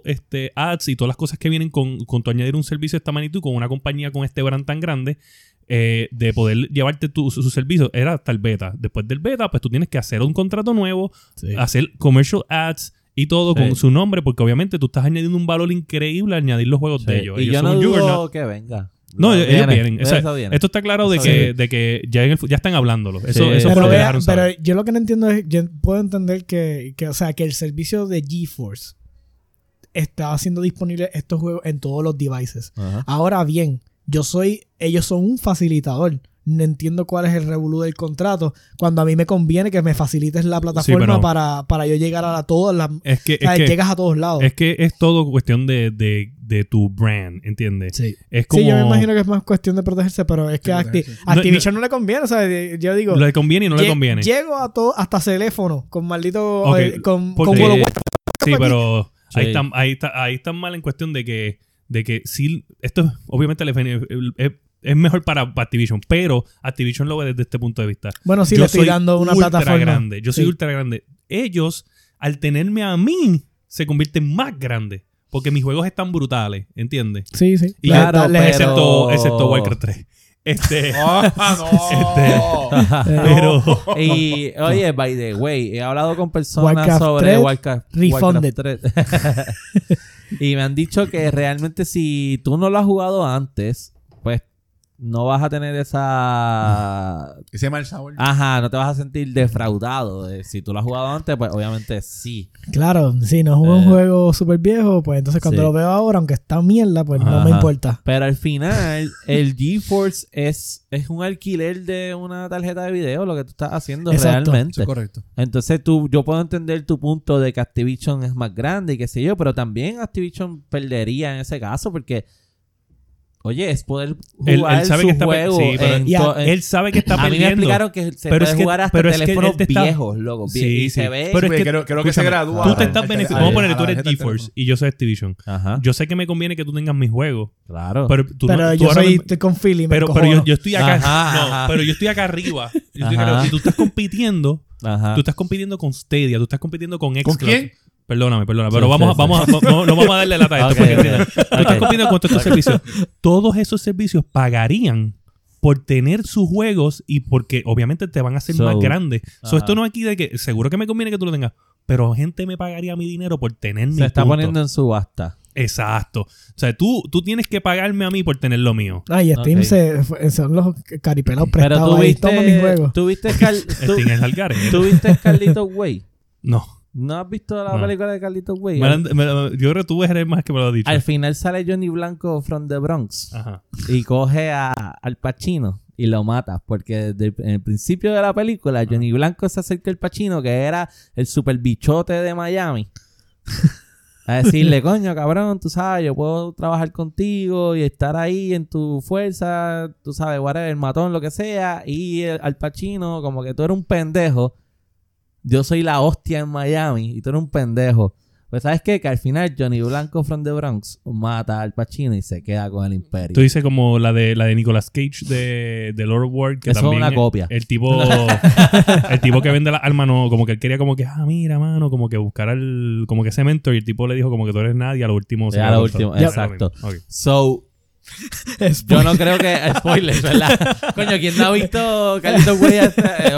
[SPEAKER 4] este, ads y todas las cosas que vienen con, con tu añadir un servicio de esta magnitud con una compañía con este brand tan grande. eh, de poder llevarte tu- su, su servicio era hasta el beta. Después del beta, pues tú tienes que hacer un contrato nuevo, hacer commercial ads y todo
[SPEAKER 1] Sí.
[SPEAKER 4] con su nombre, porque obviamente tú estás añadiendo un valor increíble al añadir los juegos
[SPEAKER 1] Sí.
[SPEAKER 4] de ellos.
[SPEAKER 1] Y
[SPEAKER 4] Ellos
[SPEAKER 1] yo
[SPEAKER 4] son
[SPEAKER 1] no
[SPEAKER 4] un
[SPEAKER 1] dudo
[SPEAKER 4] juggernaut.
[SPEAKER 1] que venga.
[SPEAKER 4] No, ellos
[SPEAKER 1] Viene,
[SPEAKER 4] vienen. O sea,
[SPEAKER 1] eso viene.
[SPEAKER 4] Esto está claro de
[SPEAKER 1] Eso
[SPEAKER 4] que,
[SPEAKER 1] viene.
[SPEAKER 4] de que ya, en el fu- ya están hablándolo. Eso,
[SPEAKER 1] Sí.
[SPEAKER 4] eso fue
[SPEAKER 3] pero,
[SPEAKER 4] lo que
[SPEAKER 3] vea-
[SPEAKER 4] dejaron
[SPEAKER 3] pero
[SPEAKER 4] saber.
[SPEAKER 3] yo lo que no entiendo es, yo puedo entender que, que, o sea, que el servicio de GeForce estaba haciendo disponible estos juegos en todos los devices.
[SPEAKER 1] Ajá.
[SPEAKER 3] Ahora bien, yo soy, ellos son un facilitador. No entiendo cuál es el revolú del contrato. Cuando a mí me conviene que me facilites la plataforma
[SPEAKER 4] pero-
[SPEAKER 3] para, para yo llegar a, la- todas las...
[SPEAKER 4] Es que, es,
[SPEAKER 3] o sea,
[SPEAKER 4] que,
[SPEAKER 3] llegas a todos lados.
[SPEAKER 4] es que es todo cuestión de, de- de tu brand, ¿entiendes?
[SPEAKER 3] sí.
[SPEAKER 4] Es como...
[SPEAKER 3] yo me imagino que es más cuestión de protegerse, pero es que a Acti-
[SPEAKER 2] protegerse.
[SPEAKER 3] a Activision no, le conviene, ¿sabes? Yo digo,
[SPEAKER 4] le conviene y no le
[SPEAKER 3] lle-
[SPEAKER 4] conviene.
[SPEAKER 3] llego a todo, hasta teléfono, con maldito,
[SPEAKER 4] Ok,
[SPEAKER 3] eh, con, con
[SPEAKER 4] porque-
[SPEAKER 3] World of Warcraft.
[SPEAKER 4] Sí,
[SPEAKER 3] aquí.
[SPEAKER 4] pero ahí
[SPEAKER 1] Sí.
[SPEAKER 4] están, ahí está, ahí están mal en cuestión de que, de que sí, esto obviamente le bene- es, es mejor para, para Activision, pero Activision lo ve desde este punto de vista.
[SPEAKER 3] Bueno, sí, le estoy dando una
[SPEAKER 4] ultra
[SPEAKER 3] plataforma.
[SPEAKER 4] grande, yo soy
[SPEAKER 3] Sí.
[SPEAKER 4] ultra grande. Ellos, al tenerme a mí, se convierten más grandes. Porque mis juegos están brutales, ¿entiendes?
[SPEAKER 3] Sí, sí.
[SPEAKER 4] Y-
[SPEAKER 1] Claro,
[SPEAKER 3] dale-
[SPEAKER 1] pero-
[SPEAKER 4] Excepto, excepto Warcraft 3. Este,
[SPEAKER 2] ¡Ah, Oh, no!
[SPEAKER 4] pero...
[SPEAKER 1] Y oye, by the way, he hablado con personas
[SPEAKER 3] Warcraft
[SPEAKER 1] sobre
[SPEAKER 3] 3,
[SPEAKER 1] Warcraft,
[SPEAKER 3] refunded.
[SPEAKER 1] Warcraft 3. y me han dicho que realmente si tú no lo has jugado antes, pues no vas a tener esa...
[SPEAKER 2] Que se llama el sabor.
[SPEAKER 1] Ajá, no te vas a sentir defraudado. Eh, Si tú lo has jugado antes, pues obviamente sí.
[SPEAKER 3] Claro, sí, no jugué
[SPEAKER 1] Eh.
[SPEAKER 3] un juego súper viejo, pues entonces cuando
[SPEAKER 1] Sí.
[SPEAKER 3] lo veo ahora, aunque está mierda, pues no
[SPEAKER 1] Ajá.
[SPEAKER 3] me importa.
[SPEAKER 1] Pero al final, el GeForce es, es un alquiler de una tarjeta de video, lo que tú estás haciendo
[SPEAKER 3] Exacto.
[SPEAKER 2] Eso
[SPEAKER 1] realmente.
[SPEAKER 2] es correcto.
[SPEAKER 1] Entonces tú, yo puedo entender tu punto de que Activision es más grande y qué sé yo, pero también Activision perdería en ese caso porque, oye, es poder
[SPEAKER 4] Él- él
[SPEAKER 1] jugar
[SPEAKER 4] sabe que
[SPEAKER 1] su
[SPEAKER 4] está per-
[SPEAKER 1] juego.
[SPEAKER 4] sí, pero-
[SPEAKER 1] en
[SPEAKER 3] Y a-
[SPEAKER 1] to- en-
[SPEAKER 4] Él sabe que está
[SPEAKER 1] a mí me
[SPEAKER 4] perdiendo.
[SPEAKER 1] explicaron que se
[SPEAKER 4] Pero
[SPEAKER 1] puede
[SPEAKER 4] es que-
[SPEAKER 1] jugar hasta
[SPEAKER 4] pero es que él
[SPEAKER 1] teléfonos
[SPEAKER 4] te está-
[SPEAKER 1] viejos, loco.
[SPEAKER 4] Sí,
[SPEAKER 1] y se
[SPEAKER 4] sí.
[SPEAKER 1] ve...
[SPEAKER 4] Pero es
[SPEAKER 2] Oye,
[SPEAKER 4] que-
[SPEAKER 2] creo, creo que se
[SPEAKER 4] escúchame,
[SPEAKER 2] gradúa.
[SPEAKER 4] Tú te
[SPEAKER 1] Ah,
[SPEAKER 4] estás
[SPEAKER 2] Este,
[SPEAKER 4] beneficiando.
[SPEAKER 2] a-
[SPEAKER 4] Vamos a
[SPEAKER 2] a
[SPEAKER 4] ponerle,
[SPEAKER 2] la
[SPEAKER 4] tú eres
[SPEAKER 2] tarjeta del
[SPEAKER 4] GeForce
[SPEAKER 2] teléfono.
[SPEAKER 4] y yo soy Activision.
[SPEAKER 1] Ajá,
[SPEAKER 4] Yo sé que me conviene que tú tengas mis juegos,
[SPEAKER 1] claro.
[SPEAKER 4] pero tú no-
[SPEAKER 3] Pero
[SPEAKER 4] tú
[SPEAKER 3] yo
[SPEAKER 4] ahora
[SPEAKER 3] soy,
[SPEAKER 4] mismo-
[SPEAKER 3] estoy con Philly, me
[SPEAKER 4] pero, pero yo,
[SPEAKER 3] encojono.
[SPEAKER 4] yo estoy acá.
[SPEAKER 1] Ajá,
[SPEAKER 4] no,
[SPEAKER 1] ajá.
[SPEAKER 4] pero yo estoy acá arriba. Yo estoy acá
[SPEAKER 1] Ajá.
[SPEAKER 4] arriba. Y tú estás compitiendo.
[SPEAKER 1] Ajá.
[SPEAKER 4] Tú estás compitiendo con Stadia. Tú estás compitiendo con Xbox.
[SPEAKER 2] quién?
[SPEAKER 4] Perdóname, perdóname.
[SPEAKER 1] Sí,
[SPEAKER 4] Pero
[SPEAKER 1] sí,
[SPEAKER 4] vamos, a-
[SPEAKER 1] sí.
[SPEAKER 4] vamos, a- no- no, no vamos a darle lata a esto.
[SPEAKER 1] Ok, ok.
[SPEAKER 4] porque mira, tú estás compitiendo con todos estos servicios. Todos esos servicios pagarían por tener sus juegos y porque obviamente te van a hacer
[SPEAKER 1] So,
[SPEAKER 4] más grandes. So,
[SPEAKER 1] ajá.
[SPEAKER 4] esto no aquí de que seguro que me conviene que tú lo tengas, pero gente me pagaría mi dinero por tener mi
[SPEAKER 1] se está
[SPEAKER 4] punto.
[SPEAKER 1] poniendo en subasta.
[SPEAKER 4] Exacto. O sea, tú, tú tienes que pagarme a mí por tener lo mío.
[SPEAKER 3] Ay, Steam
[SPEAKER 1] Ok.
[SPEAKER 3] se, fue- son los caripelados
[SPEAKER 1] Pero
[SPEAKER 3] prestados
[SPEAKER 1] tú
[SPEAKER 3] ahí. Toma mis
[SPEAKER 1] viste,
[SPEAKER 3] juegos.
[SPEAKER 1] tú viste, Cal- tú-
[SPEAKER 4] Steam es Este, Algarve.
[SPEAKER 1] tú viste Carlitos Way.
[SPEAKER 4] No.
[SPEAKER 1] ¿No has visto la
[SPEAKER 4] No.
[SPEAKER 1] película de Carlitos Way?
[SPEAKER 4] Me lo han- me lo- yo creo que tú eres el más que me lo has dicho.
[SPEAKER 1] Al final sale Johnny Blanco from the Bronx
[SPEAKER 4] Ajá.
[SPEAKER 1] y coge a, al Pacino y lo mata. Porque desde el, en el principio de la película, Johnny Blanco se acerca al Pacino, que era el super bichote de Miami. A decirle, coño, cabrón, tú sabes, yo puedo trabajar contigo y estar ahí en tu fuerza, tú sabes, whatever, el matón, lo que sea. Y el- al Pacino, como que tú eres un pendejo. Yo soy la hostia en Miami y tú eres un pendejo. Pues sabes qué? Que al final Johnny Blanco from the Bronx mata al Pacino y se queda con el imperio.
[SPEAKER 4] Tú dices como la de la de Nicolas Cage de, de Lord of War, que
[SPEAKER 1] Eso es
[SPEAKER 4] también
[SPEAKER 1] una
[SPEAKER 4] el-
[SPEAKER 1] copia.
[SPEAKER 4] El tipo el tipo que vende las armas no, como que él quería como que, ah, mira, mano, como que buscar al como que ese mentor y el tipo le dijo como que tú eres nadie, a lo último se
[SPEAKER 1] Ya,
[SPEAKER 4] me
[SPEAKER 1] a lo
[SPEAKER 4] cortó.
[SPEAKER 1] último,
[SPEAKER 4] Ya,
[SPEAKER 1] exacto.
[SPEAKER 4] lo mismo. Ok.
[SPEAKER 1] So, yo
[SPEAKER 3] Spoiler.
[SPEAKER 1] no creo que. Spoilers, ¿verdad? Coño, ¿quién no ha visto Carlitos Güey? Es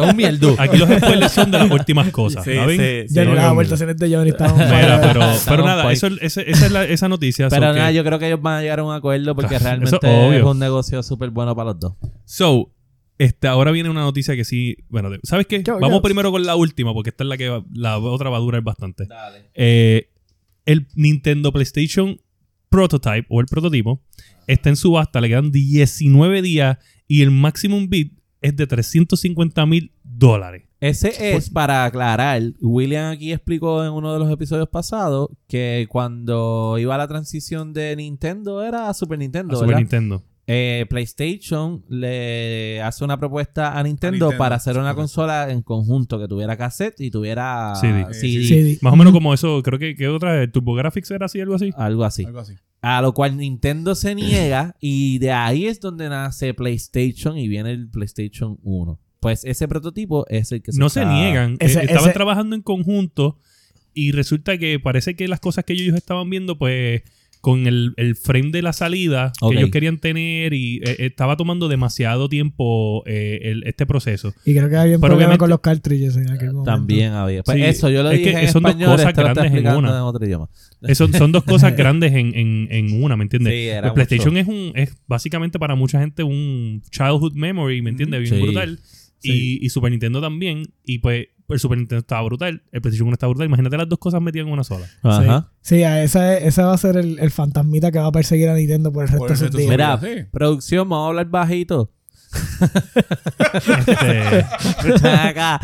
[SPEAKER 1] un mierdu.
[SPEAKER 4] Aquí los spoilers son de las últimas cosas, ¿saben?
[SPEAKER 3] Ya no
[SPEAKER 4] no,
[SPEAKER 3] las
[SPEAKER 4] no.
[SPEAKER 3] aportaciones de Johnny estaban
[SPEAKER 4] Mira, pero, pero
[SPEAKER 1] Estamos
[SPEAKER 4] nada,
[SPEAKER 1] pa' ahí.
[SPEAKER 4] eso, ese- esa es la, esa noticia.
[SPEAKER 1] Pero
[SPEAKER 4] so que-
[SPEAKER 1] nada, yo creo que ellos van a llegar a un acuerdo porque
[SPEAKER 4] Claro,
[SPEAKER 1] realmente
[SPEAKER 4] eso es obvio.
[SPEAKER 1] es un negocio súper bueno para los dos.
[SPEAKER 4] So, este, ahora viene una noticia que sí. Bueno, de- ¿sabes qué?
[SPEAKER 3] Yo- yo-
[SPEAKER 4] Vamos primero con la última, porque esta es la que va- la otra va a durar bastante. Eh, el Nintendo PlayStation Prototype o el prototipo está en subasta, le quedan 19 días y el maximum bid es de 350 mil dólares.
[SPEAKER 1] Ese
[SPEAKER 4] Pues-
[SPEAKER 1] es, para aclarar, William aquí explicó en uno de los episodios pasados que cuando iba a la transición de Nintendo era a Super
[SPEAKER 4] A
[SPEAKER 1] Nintendo,
[SPEAKER 4] Super
[SPEAKER 1] ¿verdad?
[SPEAKER 4] Nintendo.
[SPEAKER 1] Eh, PlayStation le hace una propuesta a Nintendo,
[SPEAKER 2] Nintendo,
[SPEAKER 1] para hacer una
[SPEAKER 2] correcto.
[SPEAKER 1] consola en conjunto que tuviera cassette y tuviera
[SPEAKER 4] CD.
[SPEAKER 1] CD,
[SPEAKER 3] Sí.
[SPEAKER 4] Más o menos como eso, creo que, que otra, el TurboGrafx era así, algo así.
[SPEAKER 1] algo así.
[SPEAKER 2] Algo así.
[SPEAKER 1] A lo cual Nintendo se niega y de ahí es donde nace PlayStation y viene el PlayStation 1. Pues ese prototipo es el que
[SPEAKER 4] no se
[SPEAKER 1] está-
[SPEAKER 4] niegan. Eh,
[SPEAKER 3] Ese-
[SPEAKER 4] estaban
[SPEAKER 3] ese-
[SPEAKER 4] trabajando en conjunto y resulta que parece que las cosas que ellos estaban viendo, pues con el, el frame de la salida
[SPEAKER 1] Ok.
[SPEAKER 4] que ellos querían tener y eh, estaba tomando demasiado tiempo eh, el- este proceso.
[SPEAKER 3] Y creo que había un
[SPEAKER 4] Pero
[SPEAKER 3] problema
[SPEAKER 4] obviamente-
[SPEAKER 3] con los cartridges en aquel momento.
[SPEAKER 1] También había. Pues
[SPEAKER 4] Sí,
[SPEAKER 1] eso yo lo
[SPEAKER 4] es
[SPEAKER 1] dije
[SPEAKER 4] que
[SPEAKER 1] en
[SPEAKER 4] son dos
[SPEAKER 1] español,
[SPEAKER 4] cosas
[SPEAKER 1] este lo está
[SPEAKER 4] grandes en
[SPEAKER 1] explicando en,
[SPEAKER 4] una.
[SPEAKER 1] otro idioma.
[SPEAKER 4] Eh, son- son dos cosas grandes en, en- en una, ¿me entiendes?
[SPEAKER 1] Sí, era
[SPEAKER 4] Pues PlayStation es un es básicamente para mucha gente un childhood memory, ¿me entiendes? Bien
[SPEAKER 1] Sí.
[SPEAKER 4] brutal. Y, y Super Nintendo también. Y pues el Super Nintendo estaba brutal, el PlayStation 1 estaba brutal. Imagínate las dos cosas metidas en una sola.
[SPEAKER 1] Ajá.
[SPEAKER 3] Sí, a esa, esa va a ser el, el fantasmita que va a perseguir a Nintendo por el resto
[SPEAKER 2] Por
[SPEAKER 3] de
[SPEAKER 2] el
[SPEAKER 3] sus
[SPEAKER 2] resto de
[SPEAKER 3] días.
[SPEAKER 2] su
[SPEAKER 1] Mira,
[SPEAKER 2] vida, sí.
[SPEAKER 1] Producción, vamos a hablar bajito.
[SPEAKER 4] Este,
[SPEAKER 1] Acá.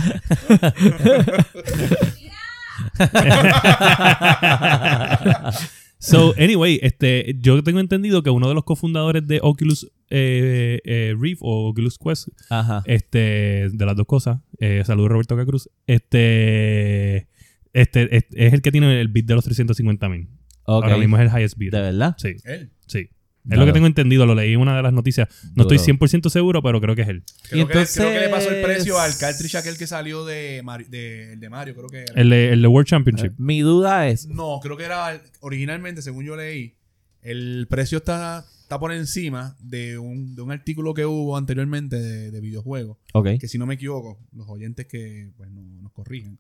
[SPEAKER 4] so, anyway, este, yo tengo entendido que uno de los cofundadores de Oculus eh, eh, Rift o Oculus Quest,
[SPEAKER 1] Ajá.
[SPEAKER 4] este, de las dos cosas, eh, saludos Roberto Cacruz, este, este, es- es el que tiene el bid de los 350 mil.
[SPEAKER 1] Ok.
[SPEAKER 4] Ahora mismo es el highest bid.
[SPEAKER 1] ¿De verdad?
[SPEAKER 4] Sí,
[SPEAKER 2] Él.
[SPEAKER 4] sí. Es
[SPEAKER 1] Duro.
[SPEAKER 4] lo que tengo entendido, lo leí en una de las noticias. No
[SPEAKER 1] Duro.
[SPEAKER 4] estoy 100% seguro, pero creo que es él.
[SPEAKER 2] Creo,
[SPEAKER 1] Y
[SPEAKER 2] que, creo que le pasó el
[SPEAKER 1] entonces-
[SPEAKER 2] precio al cartridge aquel que salió de, Mari- de, el de Mario, creo que era.
[SPEAKER 4] El de, el de World Championship.
[SPEAKER 1] Mi duda es,
[SPEAKER 2] No, creo que era el- originalmente, según yo leí, el precio está, está por encima de un, de un artículo que hubo anteriormente de, de videojuegos.
[SPEAKER 1] ok,
[SPEAKER 2] Que si no me equivoco, los oyentes que pues, no, nos corrigen,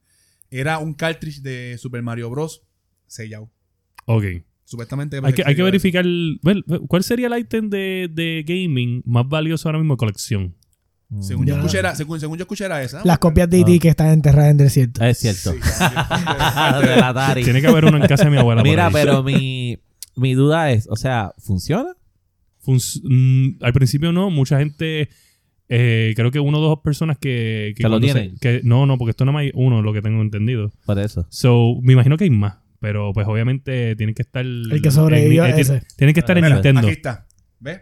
[SPEAKER 2] era un cartridge de Super Mario Bros. sellado.
[SPEAKER 4] Ok.
[SPEAKER 2] Supuestamente.
[SPEAKER 4] Hay que, hay que
[SPEAKER 2] sellado.
[SPEAKER 4] verificar. well, ¿Cuál sería el ítem de, de gaming más valioso ahora mismo de colección?
[SPEAKER 1] Mm.
[SPEAKER 2] Según yo,
[SPEAKER 3] Ya.
[SPEAKER 2] escuché era, según, según yo escuché era esa.
[SPEAKER 3] Las copias de
[SPEAKER 1] Ah.
[SPEAKER 3] E.T. que están enterradas en el desierto.
[SPEAKER 4] Eh,
[SPEAKER 1] es cierto.
[SPEAKER 2] Sí, también.
[SPEAKER 1] Del Atari.
[SPEAKER 4] Tiene que haber uno en casa de mi abuela. por
[SPEAKER 1] Mira,
[SPEAKER 4] ahí.
[SPEAKER 1] pero mi, mi duda es, o sea, ¿funciona?
[SPEAKER 4] Func- mm, al principio no, mucha gente. eh, creo que uno o dos personas que.
[SPEAKER 1] ¿Que lo
[SPEAKER 4] cuando se-
[SPEAKER 1] tienen?
[SPEAKER 4] que- no, no, porque esto nada más hay uno, lo que tengo entendido.
[SPEAKER 1] Por eso.
[SPEAKER 4] So, me imagino que hay más. Pero pues obviamente tienen que estar. El
[SPEAKER 3] que sobrevivió,
[SPEAKER 4] tiene-
[SPEAKER 3] ese.
[SPEAKER 4] Tienen que estar en
[SPEAKER 2] Mira,
[SPEAKER 4] Nintendo.
[SPEAKER 2] Aquí está. ¿Ves?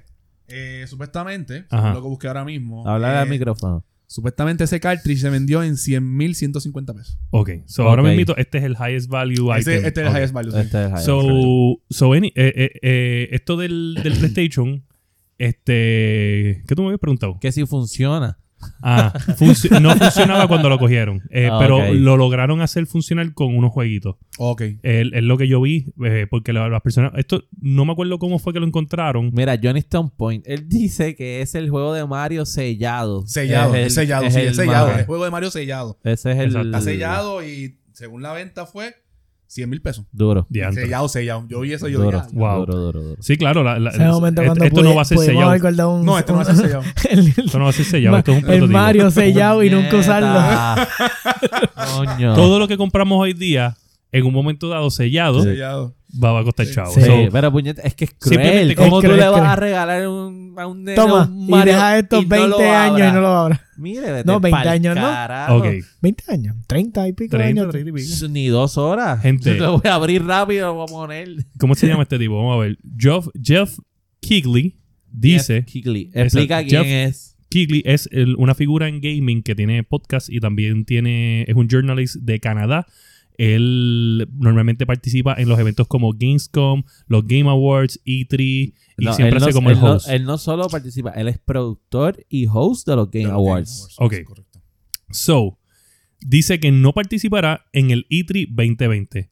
[SPEAKER 2] Eh, supuestamente,
[SPEAKER 4] Ajá.
[SPEAKER 2] lo que busqué ahora mismo.
[SPEAKER 1] Hablar al
[SPEAKER 2] eh,
[SPEAKER 1] micrófono.
[SPEAKER 2] Supuestamente ese cartridge se vendió en 100.150 pesos.
[SPEAKER 4] Ok. So, ahora
[SPEAKER 1] Ok.
[SPEAKER 4] mismo este es el highest value
[SPEAKER 2] Ese,
[SPEAKER 4] item.
[SPEAKER 2] este es el
[SPEAKER 4] Ok.
[SPEAKER 2] highest value. sí.
[SPEAKER 1] Este es Jairo.
[SPEAKER 4] So, so any- eh, eh, eh, esto del, del PlayStation, este, ¿qué tú me habías preguntado?
[SPEAKER 1] que si funciona.
[SPEAKER 4] Ah, func- no funcionaba cuando lo cogieron, eh,
[SPEAKER 1] Ah,
[SPEAKER 4] pero
[SPEAKER 1] ok.
[SPEAKER 4] lo lograron hacer funcionar con unos jueguitos.
[SPEAKER 2] Ok.
[SPEAKER 4] Es es lo que yo vi, eh, porque la- las personas, esto no me acuerdo cómo fue que lo encontraron.
[SPEAKER 1] Mira, Johnny Stone Point. Él dice que es el juego de Mario sellado.
[SPEAKER 2] Sellado,
[SPEAKER 1] Es
[SPEAKER 2] es
[SPEAKER 1] el-
[SPEAKER 2] sellado,
[SPEAKER 1] es
[SPEAKER 2] sí,
[SPEAKER 1] el
[SPEAKER 2] es sellado.
[SPEAKER 1] más-
[SPEAKER 2] El juego de Mario sellado.
[SPEAKER 1] Ese es el.
[SPEAKER 4] Exacto.
[SPEAKER 2] Está sellado y según la venta fue 100 mil pesos.
[SPEAKER 1] Duro.
[SPEAKER 4] Diantre.
[SPEAKER 2] Sellado, sellado. Yo vi eso y yo
[SPEAKER 1] Duro,
[SPEAKER 2] ya, ya.
[SPEAKER 4] Wow.
[SPEAKER 1] duro, duro, duro.
[SPEAKER 4] Sí, claro, la- la-
[SPEAKER 3] Ese momento
[SPEAKER 4] es-
[SPEAKER 3] cuando
[SPEAKER 4] eh, esto no va a ser
[SPEAKER 3] pudimos
[SPEAKER 4] sellado.
[SPEAKER 3] haber guardado un-
[SPEAKER 2] No, este no va a ser
[SPEAKER 3] un-
[SPEAKER 2] sellado.
[SPEAKER 3] el-
[SPEAKER 4] Esto no va a ser sellado, esto es un
[SPEAKER 3] el
[SPEAKER 4] prototipo.
[SPEAKER 3] Mario sellado y nunca usarlo.
[SPEAKER 1] Coño.
[SPEAKER 4] Todo lo que compramos hoy día, en un momento dado sellado,
[SPEAKER 2] Sellado.
[SPEAKER 4] va va a costar chavo.
[SPEAKER 1] Sí,
[SPEAKER 4] So,
[SPEAKER 1] pero puñeta, es que es cruel.
[SPEAKER 4] Simplemente
[SPEAKER 1] ¿Cómo
[SPEAKER 3] es
[SPEAKER 1] tú
[SPEAKER 3] cruel,
[SPEAKER 1] le
[SPEAKER 3] es
[SPEAKER 1] vas a
[SPEAKER 3] cruel.
[SPEAKER 1] regalar un, a un nene
[SPEAKER 3] Toma,
[SPEAKER 1] un
[SPEAKER 3] y deja estos
[SPEAKER 1] y no
[SPEAKER 3] 20
[SPEAKER 1] lo
[SPEAKER 3] años y
[SPEAKER 1] abra?
[SPEAKER 3] no lo abra.
[SPEAKER 1] Mire, vete
[SPEAKER 3] No, 20
[SPEAKER 1] pa'l
[SPEAKER 3] años, ¿no?
[SPEAKER 1] carajo.
[SPEAKER 4] ok.
[SPEAKER 3] 20 años, 30 y pico de
[SPEAKER 4] 30,
[SPEAKER 3] años.
[SPEAKER 4] 30 y pico.
[SPEAKER 1] Ni dos horas.
[SPEAKER 4] Gente.
[SPEAKER 1] Yo Lo voy a abrir rápido, lo voy a poner.
[SPEAKER 4] ¿Cómo se llama este tipo? Vamos a ver. Jeff, Jeff Kigley
[SPEAKER 1] Jeff
[SPEAKER 4] dice:
[SPEAKER 1] Kigley. Explica
[SPEAKER 4] Exacto.
[SPEAKER 1] quién
[SPEAKER 4] Jeff-
[SPEAKER 1] es.
[SPEAKER 4] Kigley es el- una figura en gaming que tiene podcast y también tiene es un journalist de Canadá. Él normalmente participa en los eventos como Gamescom, los Game Awards, E3 y
[SPEAKER 1] No,
[SPEAKER 4] siempre
[SPEAKER 1] él no-
[SPEAKER 4] hace como el
[SPEAKER 1] él no-
[SPEAKER 4] host.
[SPEAKER 1] él no solo participa, él es productor y host de los Game
[SPEAKER 2] Game
[SPEAKER 1] Awards.
[SPEAKER 4] Ok.
[SPEAKER 2] sí, correcto.
[SPEAKER 4] So, dice que no participará en el E E3 2020.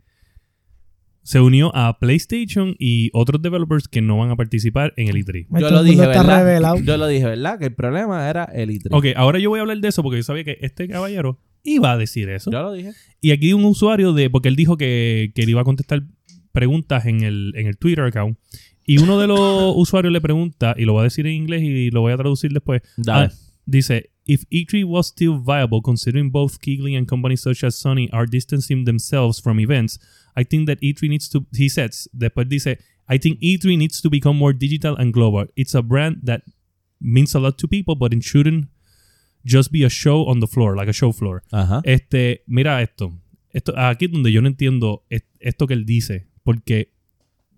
[SPEAKER 4] Se unió a PlayStation y otros developers que no van a participar en el E E3.
[SPEAKER 3] Ay,
[SPEAKER 1] Yo
[SPEAKER 3] todo
[SPEAKER 1] lo
[SPEAKER 3] el
[SPEAKER 1] dije,
[SPEAKER 3] mundo está
[SPEAKER 1] ¿verdad?
[SPEAKER 3] revelado.
[SPEAKER 1] Yo lo dije, ¿verdad? Que el problema era el E3.
[SPEAKER 4] Ok, ahora yo voy a hablar de eso porque yo sabía que este caballero iba a decir eso.
[SPEAKER 1] Yo lo dije.
[SPEAKER 4] Y aquí un usuario de. Porque él dijo que, que él iba a contestar preguntas en el, en el Twitter account. Y uno de los usuarios le pregunta, y lo voy a decir en inglés y lo voy a traducir después.
[SPEAKER 1] Dale.
[SPEAKER 4] Ah, dice: If E3 was still viable, considering both Keighley and companies such as Sony are distancing themselves from events, I think that E3 needs to. He says, después dice: I think E3 needs to become more digital and global. It's a brand that means a lot to people, but it shouldn't Just be a show on the floor, like a show floor.
[SPEAKER 1] Ajá.
[SPEAKER 4] Este, mira esto. esto aquí es donde yo no entiendo es- esto que él dice, porque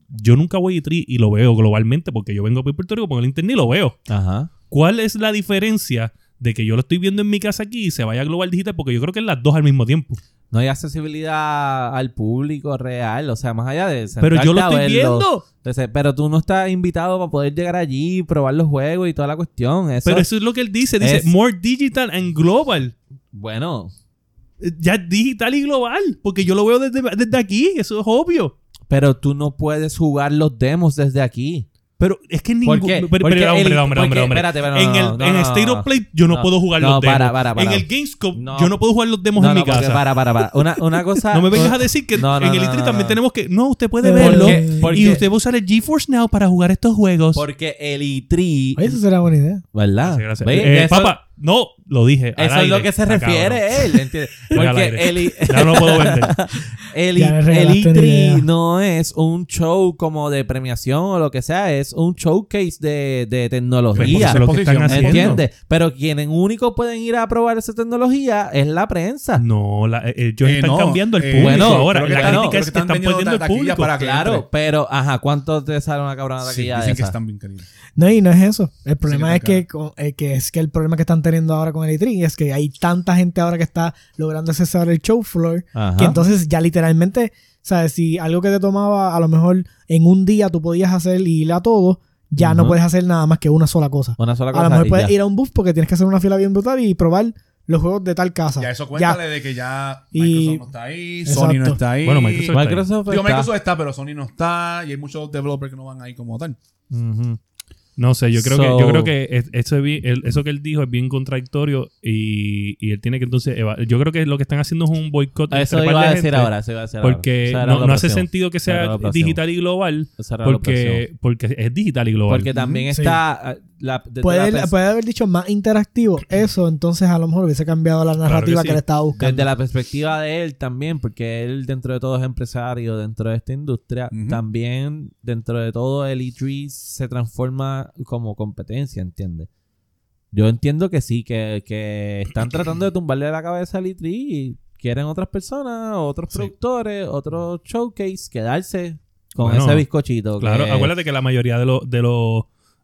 [SPEAKER 4] yo nunca voy a E3 y lo veo globalmente, porque yo vengo a Puerto Rico, pongo el internet y lo veo.
[SPEAKER 1] Ajá.
[SPEAKER 4] ¿Cuál es la diferencia de que yo lo estoy viendo en mi casa aquí y se vaya a Global Digital? Porque yo creo que es las dos al mismo tiempo.
[SPEAKER 1] No hay accesibilidad al público real, o sea, más allá de
[SPEAKER 4] Pero yo
[SPEAKER 1] sentarte
[SPEAKER 4] lo
[SPEAKER 1] a
[SPEAKER 4] estoy
[SPEAKER 1] verlo.
[SPEAKER 4] viendo.
[SPEAKER 1] Entonces, pero tú no estás invitado para poder llegar allí, probar los juegos y toda la cuestión. Eso,
[SPEAKER 4] Pero eso es lo que él dice. Dice,
[SPEAKER 1] es-
[SPEAKER 4] more digital and global.
[SPEAKER 1] bueno,
[SPEAKER 4] Eh, Ya es digital y global. Porque yo lo veo desde, desde aquí. Eso es obvio.
[SPEAKER 1] pero tú no puedes jugar los demos desde aquí.
[SPEAKER 4] Pero es que ningún...
[SPEAKER 1] ¿Por qué?
[SPEAKER 4] Pero, pero,
[SPEAKER 1] Porque
[SPEAKER 4] hombre,
[SPEAKER 1] el-
[SPEAKER 4] hombre,
[SPEAKER 1] porque-
[SPEAKER 4] hombre, hombre.
[SPEAKER 1] espérate, pero no,
[SPEAKER 4] en el,
[SPEAKER 1] no, no,
[SPEAKER 4] en
[SPEAKER 1] no,
[SPEAKER 4] State
[SPEAKER 1] no.
[SPEAKER 4] of Play yo no,
[SPEAKER 1] No,
[SPEAKER 4] puedo jugar
[SPEAKER 1] no,
[SPEAKER 4] los demos.
[SPEAKER 1] para, para, para.
[SPEAKER 4] En el Gamescom
[SPEAKER 1] No.
[SPEAKER 4] yo no puedo jugar los demos
[SPEAKER 1] No,
[SPEAKER 4] en
[SPEAKER 1] no,
[SPEAKER 4] mi
[SPEAKER 1] porque
[SPEAKER 4] casa.
[SPEAKER 1] para, para, para. Una, una cosa.
[SPEAKER 4] No me vengas a decir que
[SPEAKER 1] No, no,
[SPEAKER 4] en el
[SPEAKER 1] no,
[SPEAKER 4] E3
[SPEAKER 1] no,
[SPEAKER 4] también
[SPEAKER 1] no.
[SPEAKER 4] tenemos que... No, usted puede
[SPEAKER 3] ¿Por
[SPEAKER 4] verlo.
[SPEAKER 3] qué?
[SPEAKER 1] ¿Por
[SPEAKER 4] Y
[SPEAKER 1] qué?
[SPEAKER 4] usted va a usar el GeForce Now para jugar estos juegos.
[SPEAKER 1] Porque el ITRI.
[SPEAKER 3] Oye, eso será buena idea.
[SPEAKER 1] ¿Verdad?
[SPEAKER 4] Gracias, gracias.
[SPEAKER 1] ¿Ves?
[SPEAKER 4] Eh,
[SPEAKER 1] Eso-
[SPEAKER 4] papá, no, lo dije. al
[SPEAKER 1] Eso es lo
[SPEAKER 4] aire.
[SPEAKER 1] que se
[SPEAKER 4] Está
[SPEAKER 1] refiere eh.
[SPEAKER 4] cabrón.
[SPEAKER 1] él, ¿entiendes?
[SPEAKER 4] Era al
[SPEAKER 1] Porque
[SPEAKER 4] aire.
[SPEAKER 1] el, I-
[SPEAKER 4] Ya no lo puedo vender.
[SPEAKER 1] el,
[SPEAKER 3] Ya
[SPEAKER 1] I-
[SPEAKER 3] me
[SPEAKER 1] el
[SPEAKER 3] regalaste una idea.
[SPEAKER 1] E3 no es un show como de premiación o lo que sea, es un showcase de, de tecnología.
[SPEAKER 4] Pues, Eso es lo que están
[SPEAKER 2] Exposición,
[SPEAKER 4] haciendo.
[SPEAKER 1] ¿Entiendes? Pero quienes único pueden ir a probar esa tecnología es la prensa.
[SPEAKER 4] No, la, eh, ellos
[SPEAKER 2] Eh,
[SPEAKER 4] están
[SPEAKER 2] no,
[SPEAKER 4] cambiando el
[SPEAKER 2] eh,
[SPEAKER 4] público
[SPEAKER 1] bueno,
[SPEAKER 4] ahora.
[SPEAKER 1] creo que
[SPEAKER 4] La
[SPEAKER 1] están-
[SPEAKER 4] crítica
[SPEAKER 1] creo
[SPEAKER 4] es
[SPEAKER 2] que
[SPEAKER 4] que están
[SPEAKER 2] están vendiendo
[SPEAKER 4] perdiendo el
[SPEAKER 2] taquilla
[SPEAKER 4] público.
[SPEAKER 2] para- Ah, que
[SPEAKER 1] Claro,
[SPEAKER 2] entre.
[SPEAKER 1] pero, ajá, ¿cuánto te sale una cabrona
[SPEAKER 2] Sí,
[SPEAKER 1] taquilla de
[SPEAKER 2] dicen que
[SPEAKER 1] esa?
[SPEAKER 2] están bien cariños.
[SPEAKER 3] No, y no es eso. El problema
[SPEAKER 2] que
[SPEAKER 3] es que, con- eh, que es que el problema que están teniendo ahora con el E3 es que hay tanta gente ahora que está logrando accesar el show floor
[SPEAKER 1] Ajá.
[SPEAKER 3] que entonces ya literalmente, ¿sabes? Si algo que te tomaba a lo mejor en un día tú podías hacer y ir a todo, ya no
[SPEAKER 1] Ujú.
[SPEAKER 3] puedes hacer nada más que una sola cosa.
[SPEAKER 1] Una sola cosa.
[SPEAKER 3] A lo mejor
[SPEAKER 1] y
[SPEAKER 3] puedes
[SPEAKER 1] ya.
[SPEAKER 3] ir a un booth porque tienes que hacer una fila bien brutal y probar los juegos de tal casa.
[SPEAKER 2] Ya eso
[SPEAKER 3] Ya.
[SPEAKER 2] cuéntale de que ya
[SPEAKER 3] Y-
[SPEAKER 2] Microsoft no está ahí, Sony no
[SPEAKER 3] Exacto.
[SPEAKER 2] está ahí.
[SPEAKER 4] Bueno, Microsoft-
[SPEAKER 1] Microsoft
[SPEAKER 2] Digo,
[SPEAKER 1] está-
[SPEAKER 2] Microsoft está, pero Sony no está. Y hay muchos developers que no van ahí como tal.
[SPEAKER 1] Ujú.
[SPEAKER 4] No sé, yo creo
[SPEAKER 1] So-
[SPEAKER 4] que, yo creo que es- eso, es bien- el- eso que él dijo es bien contradictorio y, y él tiene que entonces... eva- Yo creo que lo que están haciendo es un boicot. entre
[SPEAKER 1] Eso
[SPEAKER 4] par
[SPEAKER 1] iba
[SPEAKER 4] de
[SPEAKER 1] a decir
[SPEAKER 4] gente,
[SPEAKER 1] ahora, eso iba a decir ahora.
[SPEAKER 4] Porque
[SPEAKER 1] Eso era
[SPEAKER 4] no,
[SPEAKER 1] lo
[SPEAKER 4] no hace
[SPEAKER 1] próximo.
[SPEAKER 4] sentido que
[SPEAKER 1] Era
[SPEAKER 4] sea
[SPEAKER 1] lo próximo.
[SPEAKER 4] digital y global
[SPEAKER 1] Eso era lo próximo.
[SPEAKER 4] porque, porque es digital y global.
[SPEAKER 1] Porque también
[SPEAKER 3] Ujú, sí.
[SPEAKER 1] está... eh, La, desde la
[SPEAKER 3] Puede,
[SPEAKER 1] pers-
[SPEAKER 3] puede haber dicho más interactivo eso, entonces a lo mejor hubiese cambiado la
[SPEAKER 4] que
[SPEAKER 3] narrativa que,
[SPEAKER 4] sí.
[SPEAKER 3] le estaba buscando.
[SPEAKER 1] Desde la perspectiva de él también, porque él dentro de todo es empresario, dentro de esta industria,
[SPEAKER 2] Ujú.
[SPEAKER 1] también dentro de todo el E3 se transforma como competencia, ¿entiendes? Yo entiendo que sí, que, que están tratando de tumbarle la cabeza al E3 y quieren otras personas, otros productores, otros showcase, quedarse con
[SPEAKER 4] Bueno,
[SPEAKER 1] ese bizcochito.
[SPEAKER 4] Claro,
[SPEAKER 1] que-
[SPEAKER 4] acuérdate que la mayoría de los de los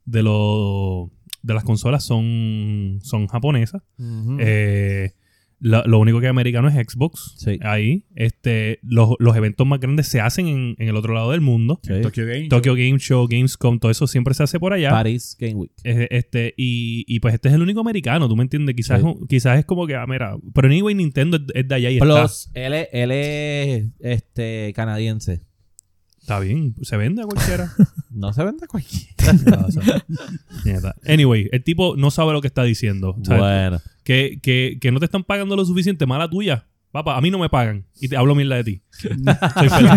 [SPEAKER 4] de los de las consolas son son japonesas.
[SPEAKER 1] Ujú.
[SPEAKER 4] Eh, la- lo único que es americano es Xbox.
[SPEAKER 1] Sí.
[SPEAKER 4] Ahí, este, los, los eventos más grandes se hacen en, en el otro lado del mundo.
[SPEAKER 1] Sí.
[SPEAKER 2] Tokyo Game.
[SPEAKER 4] Tokyo Game Show, Gamescom, todo eso siempre se hace por allá.
[SPEAKER 1] Paris Game Week.
[SPEAKER 4] Eh, Este, y, y pues este es el único americano, ¿tú me entiendes? Quizás,
[SPEAKER 1] Sí.
[SPEAKER 4] es un- quizás es como que, ah, mira, pero anyway, Nintendo es, es de allá y está,
[SPEAKER 1] Plus, él es, él es, este, canadiense.
[SPEAKER 4] está bien, se vende a cualquiera.
[SPEAKER 1] No se vende cualquiera.
[SPEAKER 4] Nieta. anyway, el tipo no sabe lo que está diciendo. ¿sabes?
[SPEAKER 1] Bueno.
[SPEAKER 4] que, que, que no te están pagando lo suficiente, mala tuya. Papá, a mí no me pagan. Y te hablo mierda de ti. Soy feliz.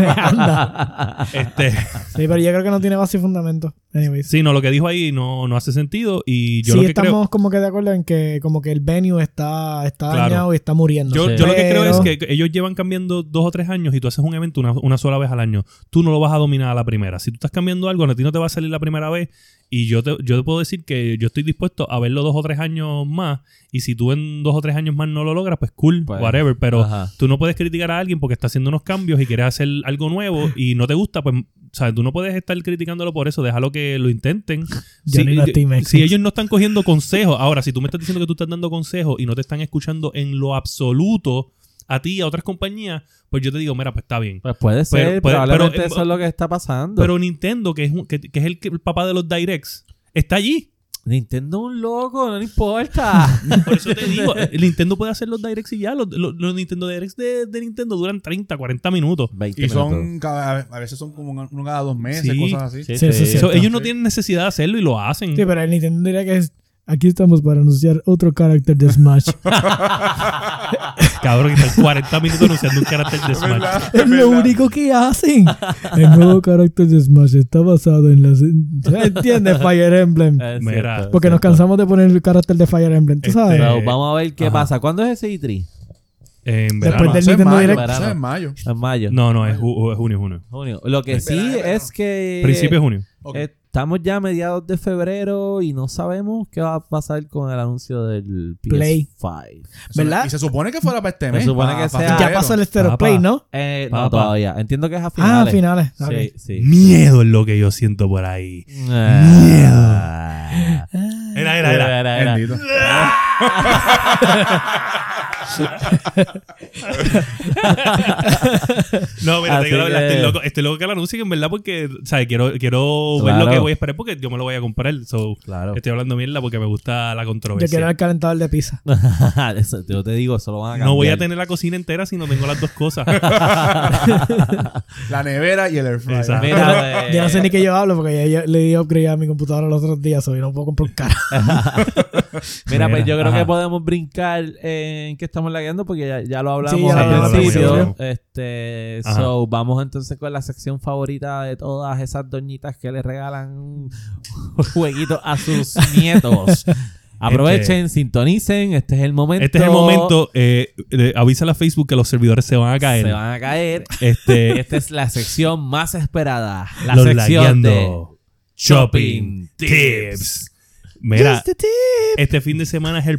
[SPEAKER 4] Este,
[SPEAKER 3] Sí, pero yo creo que no tiene base y fundamento. Anyways.
[SPEAKER 4] sí, no, lo que dijo ahí no, no hace sentido. Y yo
[SPEAKER 3] sí,
[SPEAKER 4] lo que
[SPEAKER 3] estamos
[SPEAKER 4] creo.
[SPEAKER 3] como que de acuerdo en que como que el venue está, está
[SPEAKER 4] Claro.
[SPEAKER 3] dañado y está muriendo.
[SPEAKER 4] Yo,
[SPEAKER 1] sé.
[SPEAKER 4] yo lo que creo
[SPEAKER 3] Pero-
[SPEAKER 4] es que ellos llevan cambiando dos o tres años y tú haces un evento una, una sola vez al año. Tú no lo vas a dominar a la primera. Si tú estás cambiando algo, a ti no te va a salir la primera vez. Y yo te, yo te puedo decir que yo estoy dispuesto a verlo dos o tres años más. Y si tú en dos o tres años más no lo logras, pues cool,
[SPEAKER 1] Pues,
[SPEAKER 4] whatever. Pero
[SPEAKER 1] Ajá.
[SPEAKER 4] Tú no puedes criticar a alguien porque está haciendo unos cambios y quiere hacer algo nuevo y no te gusta, pues, ¿sabes? Tú no puedes estar criticándolo por eso. Déjalo que lo intenten.
[SPEAKER 3] Yo ni la estimé.
[SPEAKER 4] si ellos no están cogiendo consejos, ahora, si tú me estás diciendo que tú estás dando consejos y no te están escuchando en lo absoluto a ti y a otras compañías, pues yo te digo, mira, pues está bien.
[SPEAKER 1] Pues puede ser,
[SPEAKER 4] Pero- pero-
[SPEAKER 1] probablemente
[SPEAKER 4] pero-
[SPEAKER 1] eso es lo que está pasando.
[SPEAKER 4] Pero Nintendo, que es, un- que, que es el, que- el papá de los directs, está allí.
[SPEAKER 1] Nintendo es un loco, no le importa.
[SPEAKER 4] Por eso te digo, eh, Nintendo puede hacer los directs y ya. Los, los- los Nintendo directs de, de Nintendo duran 30, 40 minutos.
[SPEAKER 1] 20
[SPEAKER 2] Y
[SPEAKER 1] minutos.
[SPEAKER 2] son cada- a veces son como un- uno cada dos meses,
[SPEAKER 4] Sí.
[SPEAKER 2] cosas así.
[SPEAKER 3] Sí, sí, sí.
[SPEAKER 4] So,
[SPEAKER 3] Cierto.
[SPEAKER 4] ellos no tienen necesidad de hacerlo y lo hacen.
[SPEAKER 3] Sí, pero el Nintendo diría que es, aquí estamos para anunciar otro carácter de Smash.
[SPEAKER 4] Cabrón, que están 40 minutos anunciando un carácter de Smash.
[SPEAKER 3] es lo único que hacen. El nuevo carácter de Smash está basado en las... ¿Entiendes? Fire Emblem.
[SPEAKER 1] Es
[SPEAKER 4] Mira,
[SPEAKER 1] cierto,
[SPEAKER 3] Porque
[SPEAKER 1] es
[SPEAKER 3] nos
[SPEAKER 1] cierto.
[SPEAKER 3] cansamos de poner el carácter de Fire Emblem, ¿tú
[SPEAKER 4] Este,
[SPEAKER 3] sabes?
[SPEAKER 1] Pero vamos a ver qué
[SPEAKER 4] Ajá.
[SPEAKER 1] pasa. ¿Cuándo es ese E E3?
[SPEAKER 3] Después
[SPEAKER 4] En verano.
[SPEAKER 3] del
[SPEAKER 2] Eso es
[SPEAKER 3] Nintendo
[SPEAKER 2] mayo,
[SPEAKER 3] Direct.
[SPEAKER 2] eso es
[SPEAKER 1] Verano.
[SPEAKER 2] en mayo.
[SPEAKER 1] En mayo.
[SPEAKER 4] No, no, es, ju- es junio, junio.
[SPEAKER 1] Junio. Lo que
[SPEAKER 2] En
[SPEAKER 1] sí
[SPEAKER 2] verano, en verano.
[SPEAKER 1] es que.
[SPEAKER 4] Principio de junio.
[SPEAKER 2] Ok.
[SPEAKER 1] eh, Estamos ya a mediados de febrero y no sabemos qué va a pasar con el anuncio del PS5.
[SPEAKER 3] Play.
[SPEAKER 2] Eso-
[SPEAKER 3] ¿Verdad?
[SPEAKER 2] Y se supone que fuera para este
[SPEAKER 1] Se
[SPEAKER 2] mes.
[SPEAKER 1] supone
[SPEAKER 2] pa-
[SPEAKER 1] que
[SPEAKER 2] pa
[SPEAKER 1] sea-
[SPEAKER 3] Ya
[SPEAKER 2] febrero.
[SPEAKER 3] pasó el Stereo
[SPEAKER 4] Papá.
[SPEAKER 3] Play, ¿no?
[SPEAKER 1] Eh, no,
[SPEAKER 4] Papá.
[SPEAKER 1] todavía. Entiendo que es a
[SPEAKER 3] Ah,
[SPEAKER 1] finales.
[SPEAKER 3] finales. ok.
[SPEAKER 1] Sí, sí.
[SPEAKER 4] Miedo es lo que yo siento por ahí.
[SPEAKER 1] Ah.
[SPEAKER 3] Ah.
[SPEAKER 4] Era, era, era.
[SPEAKER 1] era.
[SPEAKER 2] Bendito.
[SPEAKER 4] No, mira, te
[SPEAKER 1] Así
[SPEAKER 4] digo la verdad,
[SPEAKER 1] que-
[SPEAKER 4] estoy loco, estoy loco que lo anuncien, en verdad, porque, o sea, quiero, quiero ver
[SPEAKER 1] Claro.
[SPEAKER 4] lo que voy a esperar porque yo me lo voy a comprar. So,
[SPEAKER 1] Claro.
[SPEAKER 4] Estoy hablando mierda porque me gusta la
[SPEAKER 3] Yo quiero
[SPEAKER 4] controversia.
[SPEAKER 3] el calentador de pizza.
[SPEAKER 1] Eso, yo te digo, eso lo van a cambiar.
[SPEAKER 4] No voy a tener la cocina entera si no tengo las dos cosas. Este
[SPEAKER 2] La nevera y el air fryer.
[SPEAKER 4] Exacto.
[SPEAKER 1] Mira, eh,
[SPEAKER 3] Yo no sé ni qué yo hablo porque ya yo le di upgrade a mi computadora los otros días, hoy no puedo comprar un carajo.
[SPEAKER 1] Mira, pues yo creo
[SPEAKER 4] Ajá.
[SPEAKER 1] que podemos brincar en que estamos lagueando porque ya, ya lo hablamos
[SPEAKER 3] Sí, ya lo
[SPEAKER 1] al
[SPEAKER 4] hablamos, ya lo
[SPEAKER 1] principio.
[SPEAKER 4] hablamos.
[SPEAKER 1] Este,
[SPEAKER 4] Ajá.
[SPEAKER 1] so, vamos entonces con la sección favorita de todas esas doñitas que le regalan jueguitos a sus nietos. Aprovechen, sintonicen, este es el momento.
[SPEAKER 4] este es el momento. Eh, eh, avísale a Facebook que los servidores se van a caer.
[SPEAKER 1] Se van a caer.
[SPEAKER 4] Este,
[SPEAKER 1] Esta es la sección más esperada. La
[SPEAKER 4] los
[SPEAKER 1] sección de
[SPEAKER 4] lagueando. Shopping Tips. Mira, este fin de semana es el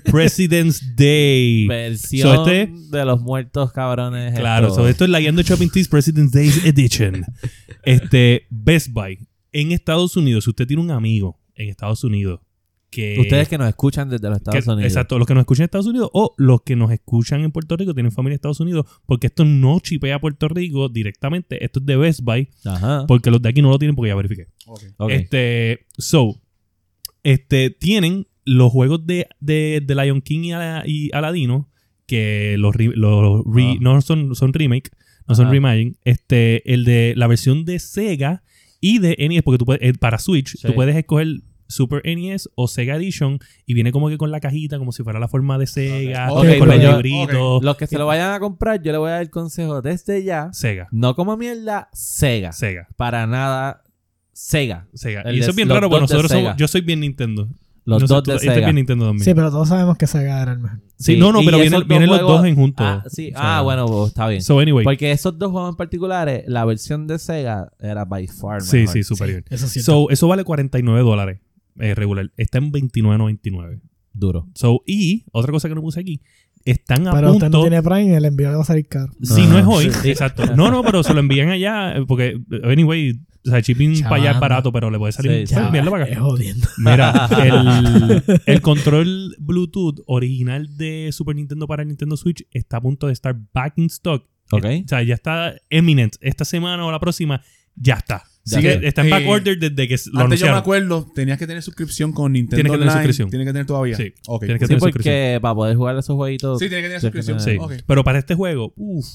[SPEAKER 4] President's Day.
[SPEAKER 1] versión
[SPEAKER 4] So, este-
[SPEAKER 1] de los muertos cabrones.
[SPEAKER 4] Claro,
[SPEAKER 1] estos.
[SPEAKER 4] so este esto es la guiando Shopping Tips President's Days Edition. Este, Best Buy. En Estados Unidos, si usted tiene un amigo en Estados Unidos que.
[SPEAKER 1] Ustedes que nos escuchan desde los Estados
[SPEAKER 4] que-
[SPEAKER 1] Unidos.
[SPEAKER 4] Exacto, los que nos escuchan en Estados Unidos o los que nos escuchan en Puerto Rico tienen familia en Estados Unidos, porque esto no chipea a Puerto Rico directamente. Esto es de Best Buy,
[SPEAKER 1] Ajá.
[SPEAKER 4] porque los de aquí no lo tienen porque ya verifiqué.
[SPEAKER 2] Ah, Ok.
[SPEAKER 1] Ok.
[SPEAKER 4] Este, so, este, tienen los juegos de, de, de Lion King y, Ala- y Aladino, que los, re- los re-
[SPEAKER 1] Ah.
[SPEAKER 4] no son, son remake, no son
[SPEAKER 1] Ajá.
[SPEAKER 4] reimagine. Este, el de la versión de Sega y de NES, porque tú puedes, eh, para Switch,
[SPEAKER 1] Sí.
[SPEAKER 4] tú puedes escoger Super NES o Sega Edition y viene como que con la cajita, como si fuera la forma de Sega,
[SPEAKER 1] Ok,
[SPEAKER 4] con
[SPEAKER 1] pues
[SPEAKER 4] los
[SPEAKER 1] yo-
[SPEAKER 4] libritos.
[SPEAKER 1] Los que se lo vayan a comprar, yo le voy a dar el consejo desde ya.
[SPEAKER 4] Sega,
[SPEAKER 1] No como mierda, Sega.
[SPEAKER 4] Sega,
[SPEAKER 1] Para nada, Sega.
[SPEAKER 4] Sega.
[SPEAKER 1] El
[SPEAKER 4] Y
[SPEAKER 1] de-
[SPEAKER 4] eso es bien
[SPEAKER 1] los
[SPEAKER 4] raro porque
[SPEAKER 1] dos de
[SPEAKER 4] nosotros somos,
[SPEAKER 1] Sega.
[SPEAKER 4] yo soy bien Nintendo.
[SPEAKER 1] Los
[SPEAKER 4] No sé,
[SPEAKER 1] dos
[SPEAKER 4] tú-
[SPEAKER 1] de
[SPEAKER 4] este es
[SPEAKER 1] Sega.
[SPEAKER 4] bien Nintendo también.
[SPEAKER 3] Sí, pero todos sabemos que Sega era el mejor.
[SPEAKER 4] Sí,
[SPEAKER 1] Sí,
[SPEAKER 4] no, no,
[SPEAKER 1] y
[SPEAKER 4] pero
[SPEAKER 1] esos
[SPEAKER 4] vienen,
[SPEAKER 1] dos
[SPEAKER 4] vienen los
[SPEAKER 1] juegos-
[SPEAKER 4] dos en juntos.
[SPEAKER 1] Ah, sí.
[SPEAKER 4] O sea,
[SPEAKER 1] Ah, bueno, pues, está bien.
[SPEAKER 4] So, anyway.
[SPEAKER 1] Porque esos dos juegos en particulares, la versión de Sega era by far
[SPEAKER 4] sí,
[SPEAKER 1] mejor.
[SPEAKER 4] sí, superior.
[SPEAKER 3] Eso sí.
[SPEAKER 4] So, eso vale 49 dólares eh, regular. Está en 29.99.
[SPEAKER 1] Duro.
[SPEAKER 4] So, y otra cosa que no puse aquí. Están a
[SPEAKER 3] pero
[SPEAKER 4] punto.
[SPEAKER 3] usted no tiene Ah, Prime, el envío le va a salir caro.
[SPEAKER 4] Si no es hoy,
[SPEAKER 1] Sí.
[SPEAKER 4] exacto. No, no, pero se lo envían allá. eh, Porque, anyway, o sea, shipping
[SPEAKER 3] Chavando.
[SPEAKER 4] para allá es barato, pero le puede salir.
[SPEAKER 1] Sí,
[SPEAKER 4] Pues,
[SPEAKER 1] sí.
[SPEAKER 4] mierda para acá.
[SPEAKER 3] Es jodiendo.
[SPEAKER 4] Mira, el, el control Bluetooth original de Super Nintendo para Nintendo Switch está a punto de estar back in stock.
[SPEAKER 1] Ok.
[SPEAKER 4] Eh, O sea, ya está eminent. Esta semana o la próxima, ya está.
[SPEAKER 1] Ya
[SPEAKER 4] Sigue-
[SPEAKER 1] está.
[SPEAKER 4] está en
[SPEAKER 2] Eh,
[SPEAKER 4] back order desde que s- lo
[SPEAKER 2] Antes yo me
[SPEAKER 4] anunciaron.
[SPEAKER 2] acuerdo, tenías que tener suscripción con Nintendo
[SPEAKER 4] Tienes que tener
[SPEAKER 2] Online.
[SPEAKER 4] suscripción.
[SPEAKER 2] Tienes que tener todavía.
[SPEAKER 4] Sí.
[SPEAKER 2] Ok.
[SPEAKER 4] Tienes que
[SPEAKER 1] Sí,
[SPEAKER 4] tener suscripción.
[SPEAKER 1] porque para poder jugar esos jueguitos.
[SPEAKER 2] Sí, tienes que tener
[SPEAKER 1] Tienes que
[SPEAKER 2] suscripción.
[SPEAKER 1] tener-
[SPEAKER 4] Sí.
[SPEAKER 2] Ok.
[SPEAKER 4] Pero para este juego, uff,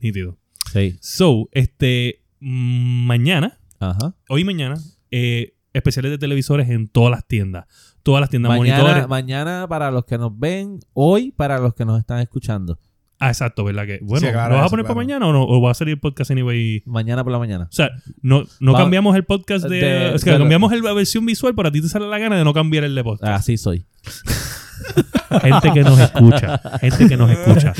[SPEAKER 4] nítido.
[SPEAKER 1] Sí.
[SPEAKER 4] So, este, mm, mañana,
[SPEAKER 1] Ajá.
[SPEAKER 4] hoy y mañana, eh, especiales de televisores en todas las tiendas. Todas las tiendas,
[SPEAKER 1] Mañana,
[SPEAKER 4] monitores.
[SPEAKER 1] mañana para los que nos ven, hoy para los que nos están escuchando.
[SPEAKER 4] ah, exacto, ¿verdad? Que, bueno,
[SPEAKER 2] Sí, claro,
[SPEAKER 4] ¿lo vas a
[SPEAKER 2] eso,
[SPEAKER 4] poner para
[SPEAKER 2] claro.
[SPEAKER 4] mañana o no? ¿O va a salir el podcast anyway?
[SPEAKER 1] Mañana por la mañana.
[SPEAKER 4] O sea, no, no
[SPEAKER 1] Va-
[SPEAKER 4] cambiamos el podcast de...
[SPEAKER 1] de-
[SPEAKER 4] es que
[SPEAKER 1] de-
[SPEAKER 4] cambiamos el- la versión visual, pero a ti te sale la gana de no cambiar el de podcast.
[SPEAKER 1] Así soy.
[SPEAKER 4] Gente que nos escucha. Gente que nos escucha.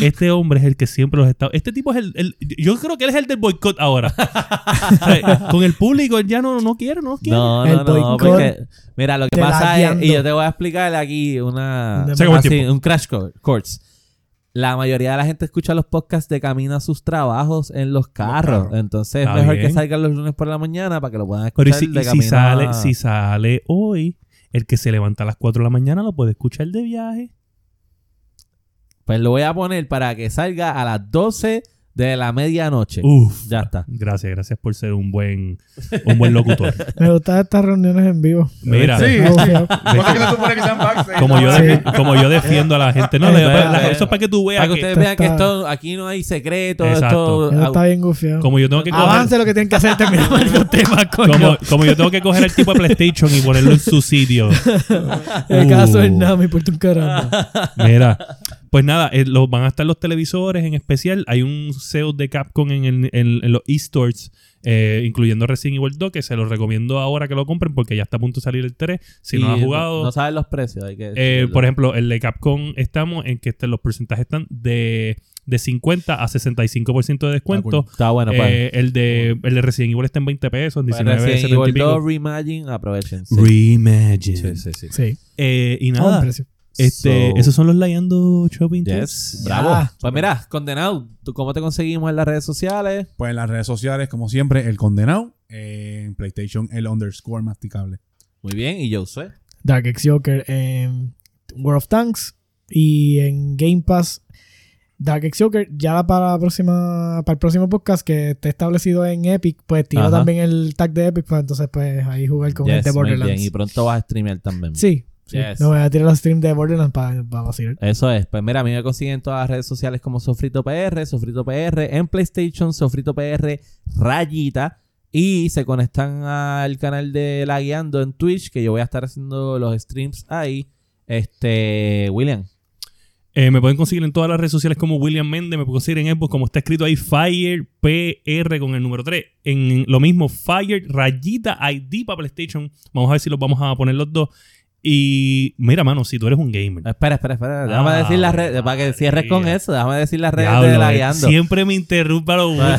[SPEAKER 4] Este hombre es el que siempre los está. Este tipo es el. el- yo creo que él es el del boicot ahora. O sea, Con el público él ya no, no quiere, no quiere.
[SPEAKER 1] No,
[SPEAKER 3] El
[SPEAKER 1] no, no.
[SPEAKER 3] boicot
[SPEAKER 1] Porque, mira, lo que
[SPEAKER 3] te
[SPEAKER 1] pasa es.
[SPEAKER 3] lagueando.
[SPEAKER 1] Y yo te voy a explicar aquí una.
[SPEAKER 3] De-
[SPEAKER 4] Se acabó el
[SPEAKER 1] así,
[SPEAKER 4] tiempo.
[SPEAKER 1] un crash cour- course. La mayoría de la gente escucha los podcasts de camino a sus trabajos en los carros.
[SPEAKER 2] carros.
[SPEAKER 1] Entonces
[SPEAKER 4] Está
[SPEAKER 1] es mejor
[SPEAKER 4] bien.
[SPEAKER 1] que salgan los lunes por la mañana para que lo puedan escuchar.
[SPEAKER 4] Pero y si,
[SPEAKER 1] de
[SPEAKER 4] y si
[SPEAKER 1] camino
[SPEAKER 4] sale,
[SPEAKER 1] a-
[SPEAKER 4] si sale hoy, el que se levanta a las 4 de la mañana lo puede escuchar de viaje.
[SPEAKER 1] Pues lo voy a poner para que salga a las 12 de la medianoche.
[SPEAKER 4] Uf.
[SPEAKER 1] Ya está.
[SPEAKER 4] Gracias, gracias por ser un buen, un buen locutor.
[SPEAKER 3] Me gustan estas reuniones en vivo.
[SPEAKER 4] Mira.
[SPEAKER 2] Sí.
[SPEAKER 3] Me gusta.
[SPEAKER 2] ¿Por Pues, qué no supone que sean backstage?
[SPEAKER 4] Como yo,
[SPEAKER 3] Sí.
[SPEAKER 4] defi- como yo defiendo a la gente. No,
[SPEAKER 3] Espera,
[SPEAKER 4] la- la-
[SPEAKER 1] espera.
[SPEAKER 4] eso es para que tú veas.
[SPEAKER 1] Para que
[SPEAKER 4] que-
[SPEAKER 1] ustedes
[SPEAKER 3] esto
[SPEAKER 1] vean que
[SPEAKER 3] está-
[SPEAKER 1] esto, aquí no hay secreto.
[SPEAKER 4] Exacto.
[SPEAKER 1] Esto,
[SPEAKER 3] Eso está bien gufiado.
[SPEAKER 4] como yo tengo que coger-
[SPEAKER 3] Avance lo que tienen que hacer, terminamos el tema, coño.
[SPEAKER 4] Como, como yo tengo que coger el tipo de PlayStation y ponerlo en su sitio.
[SPEAKER 3] El caso es
[SPEAKER 4] Uh.
[SPEAKER 3] nada, me importa un carajo.
[SPEAKER 1] Ah.
[SPEAKER 4] Mira. Pues nada, eh, los- van a estar los televisores en especial. Hay un sale de Capcom en, el- en- en los e-stores, eh, incluyendo Resident Evil 2, que se los recomiendo ahora que lo compren porque ya está a punto de salir el 3. Si no
[SPEAKER 1] y
[SPEAKER 4] has jugado,
[SPEAKER 1] No saben los precios. Hay que
[SPEAKER 4] eh,
[SPEAKER 1] decirlo.
[SPEAKER 4] por ejemplo, el de Capcom estamos en que este- los porcentajes están de, de 50 a 65% de descuento.
[SPEAKER 1] Está bueno, pues.
[SPEAKER 4] Eh, el, de, el de Resident Evil está en 20 pesos, en
[SPEAKER 1] Para
[SPEAKER 4] 19,
[SPEAKER 1] Resident Evil
[SPEAKER 4] 70 y pico.
[SPEAKER 1] 2 Reimagine, aprovechen. Sí,
[SPEAKER 4] Reimagine.
[SPEAKER 1] sí, sí. sí.
[SPEAKER 3] Sí.
[SPEAKER 4] Eh, y
[SPEAKER 3] Ah,
[SPEAKER 4] nada,
[SPEAKER 3] un precio.
[SPEAKER 4] este,
[SPEAKER 1] So-
[SPEAKER 4] esos son los Layando Shopping Tips.
[SPEAKER 1] Yes, bravo. Pues mira, condenado, ¿tú ¿cómo te conseguimos en las redes sociales?
[SPEAKER 2] Pues en las redes sociales, como siempre, el condenado. En PlayStation, el underscore masticable.
[SPEAKER 1] Muy bien, y yo soy.
[SPEAKER 3] Dark Ex Joker en World of Tanks y en Game Pass Dark Ex Joker ya para la próxima para el próximo podcast que esté establecido en Epic pues tiro
[SPEAKER 1] Ajá.
[SPEAKER 3] también el tag de Epic pues entonces pues ahí jugar con el
[SPEAKER 1] Yes,
[SPEAKER 3] de
[SPEAKER 1] muy bien. Y
[SPEAKER 3] Borderlands
[SPEAKER 1] pronto vas a streamear también.
[SPEAKER 3] sí, sí.
[SPEAKER 1] Yes.
[SPEAKER 3] no voy a tirar los streams de Borderlands para vacilar
[SPEAKER 1] Eso es. Pues mira, a mí me consiguen en todas las redes sociales como Sofrito PR, Sofrito PR, en PlayStation, Sofrito PR, rayita. Y se conectan al canal de La Guiando en Twitch, que yo voy a estar haciendo los streams ahí. Este, William.
[SPEAKER 4] Eh, me pueden conseguir en todas las redes sociales como William Méndez. Me pueden conseguir en Xbox como está escrito ahí, Fire PR con el número 3. En lo mismo, Fire Rayita ID para PlayStation. Vamos a ver si los vamos a poner los dos. Y mira, mano, si tú eres un gamer.
[SPEAKER 1] Espera, espera, espera. Déjame
[SPEAKER 4] Ah,
[SPEAKER 1] decir las redes. Para que cierres con
[SPEAKER 4] María.
[SPEAKER 1] eso, déjame decir las redes de
[SPEAKER 4] Diablo,
[SPEAKER 1] La
[SPEAKER 4] eh,
[SPEAKER 1] Guiando.
[SPEAKER 4] siempre me interrumpa lo último.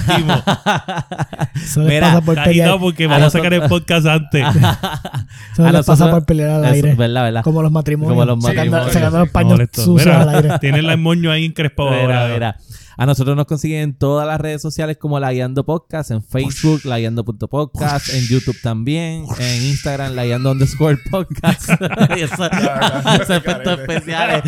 [SPEAKER 3] eso les
[SPEAKER 1] Mira,
[SPEAKER 3] pasa por
[SPEAKER 4] Cajita,
[SPEAKER 3] pelear
[SPEAKER 4] porque
[SPEAKER 1] a
[SPEAKER 4] vamos a
[SPEAKER 1] nosotros-
[SPEAKER 4] sacar el podcast antes.
[SPEAKER 3] eso
[SPEAKER 1] a
[SPEAKER 3] les pasa
[SPEAKER 1] nosotros-
[SPEAKER 3] por pelear al
[SPEAKER 1] Eso,
[SPEAKER 3] aire
[SPEAKER 1] ¿Verdad, verdad?
[SPEAKER 3] como los matrimonios
[SPEAKER 1] Como los
[SPEAKER 3] sacando-
[SPEAKER 1] matrimonios.
[SPEAKER 3] sacando los paños
[SPEAKER 4] Molesto.
[SPEAKER 3] sucios
[SPEAKER 4] Mira,
[SPEAKER 3] al aire
[SPEAKER 4] Tienen el moño ahí encrespado
[SPEAKER 1] Mira,
[SPEAKER 4] ahora.
[SPEAKER 1] mira. A nosotros nos consiguen en todas las redes sociales como Laguiando Podcast, en Facebook, laguiando.podcast, en YouTube también, en Instagram, laguiando underscore podcast. y eso- esos efectos especiales.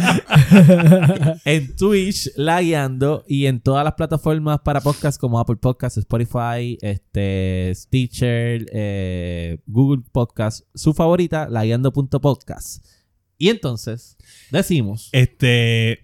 [SPEAKER 1] en Twitch, laguiando, y en todas las plataformas para podcast como Apple Podcast, Spotify, este, Stitcher, eh, Google Podcast, su favorita, laguiando.podcast. Y entonces, decimos...
[SPEAKER 4] Este.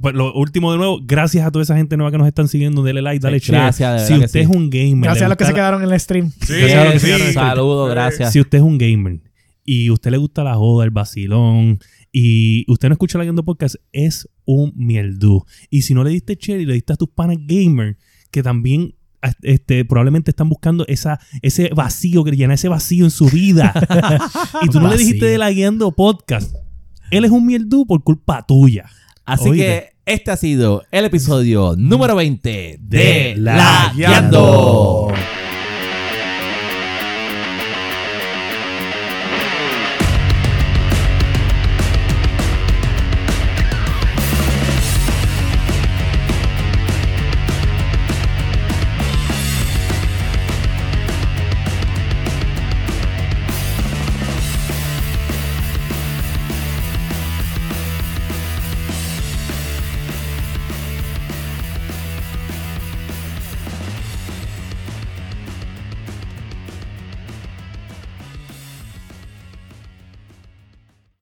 [SPEAKER 4] Pues lo último de nuevo, gracias a toda esa gente nueva que nos están siguiendo, dale like, dale share.
[SPEAKER 1] Gracias, de verdad
[SPEAKER 4] si
[SPEAKER 1] que
[SPEAKER 4] usted
[SPEAKER 1] sí.
[SPEAKER 4] es un gamer,
[SPEAKER 3] gracias
[SPEAKER 4] le
[SPEAKER 3] a los que
[SPEAKER 4] gusta
[SPEAKER 3] se quedaron en el stream
[SPEAKER 1] Saludos,
[SPEAKER 4] sí, sí.
[SPEAKER 1] Saludos,
[SPEAKER 4] la-
[SPEAKER 1] gracias.
[SPEAKER 4] Si usted es un gamer y usted le gusta la joda, el vacilón, y usted no escucha la Guiando Podcast, es un mierdú. Y si no le diste share y le diste a tus panas gamer, que también a- este, probablemente están buscando esa, ese vacío, que llena ese vacío en su vida. y tú no le dijiste
[SPEAKER 3] Vacío.
[SPEAKER 4] de la Guiando Podcast. Él es un mierdú por culpa tuya.
[SPEAKER 1] Así
[SPEAKER 4] Oíste.
[SPEAKER 1] que este ha sido el episodio número 20 de
[SPEAKER 4] De
[SPEAKER 1] La
[SPEAKER 4] La
[SPEAKER 1] Guiando.
[SPEAKER 4] Guiando.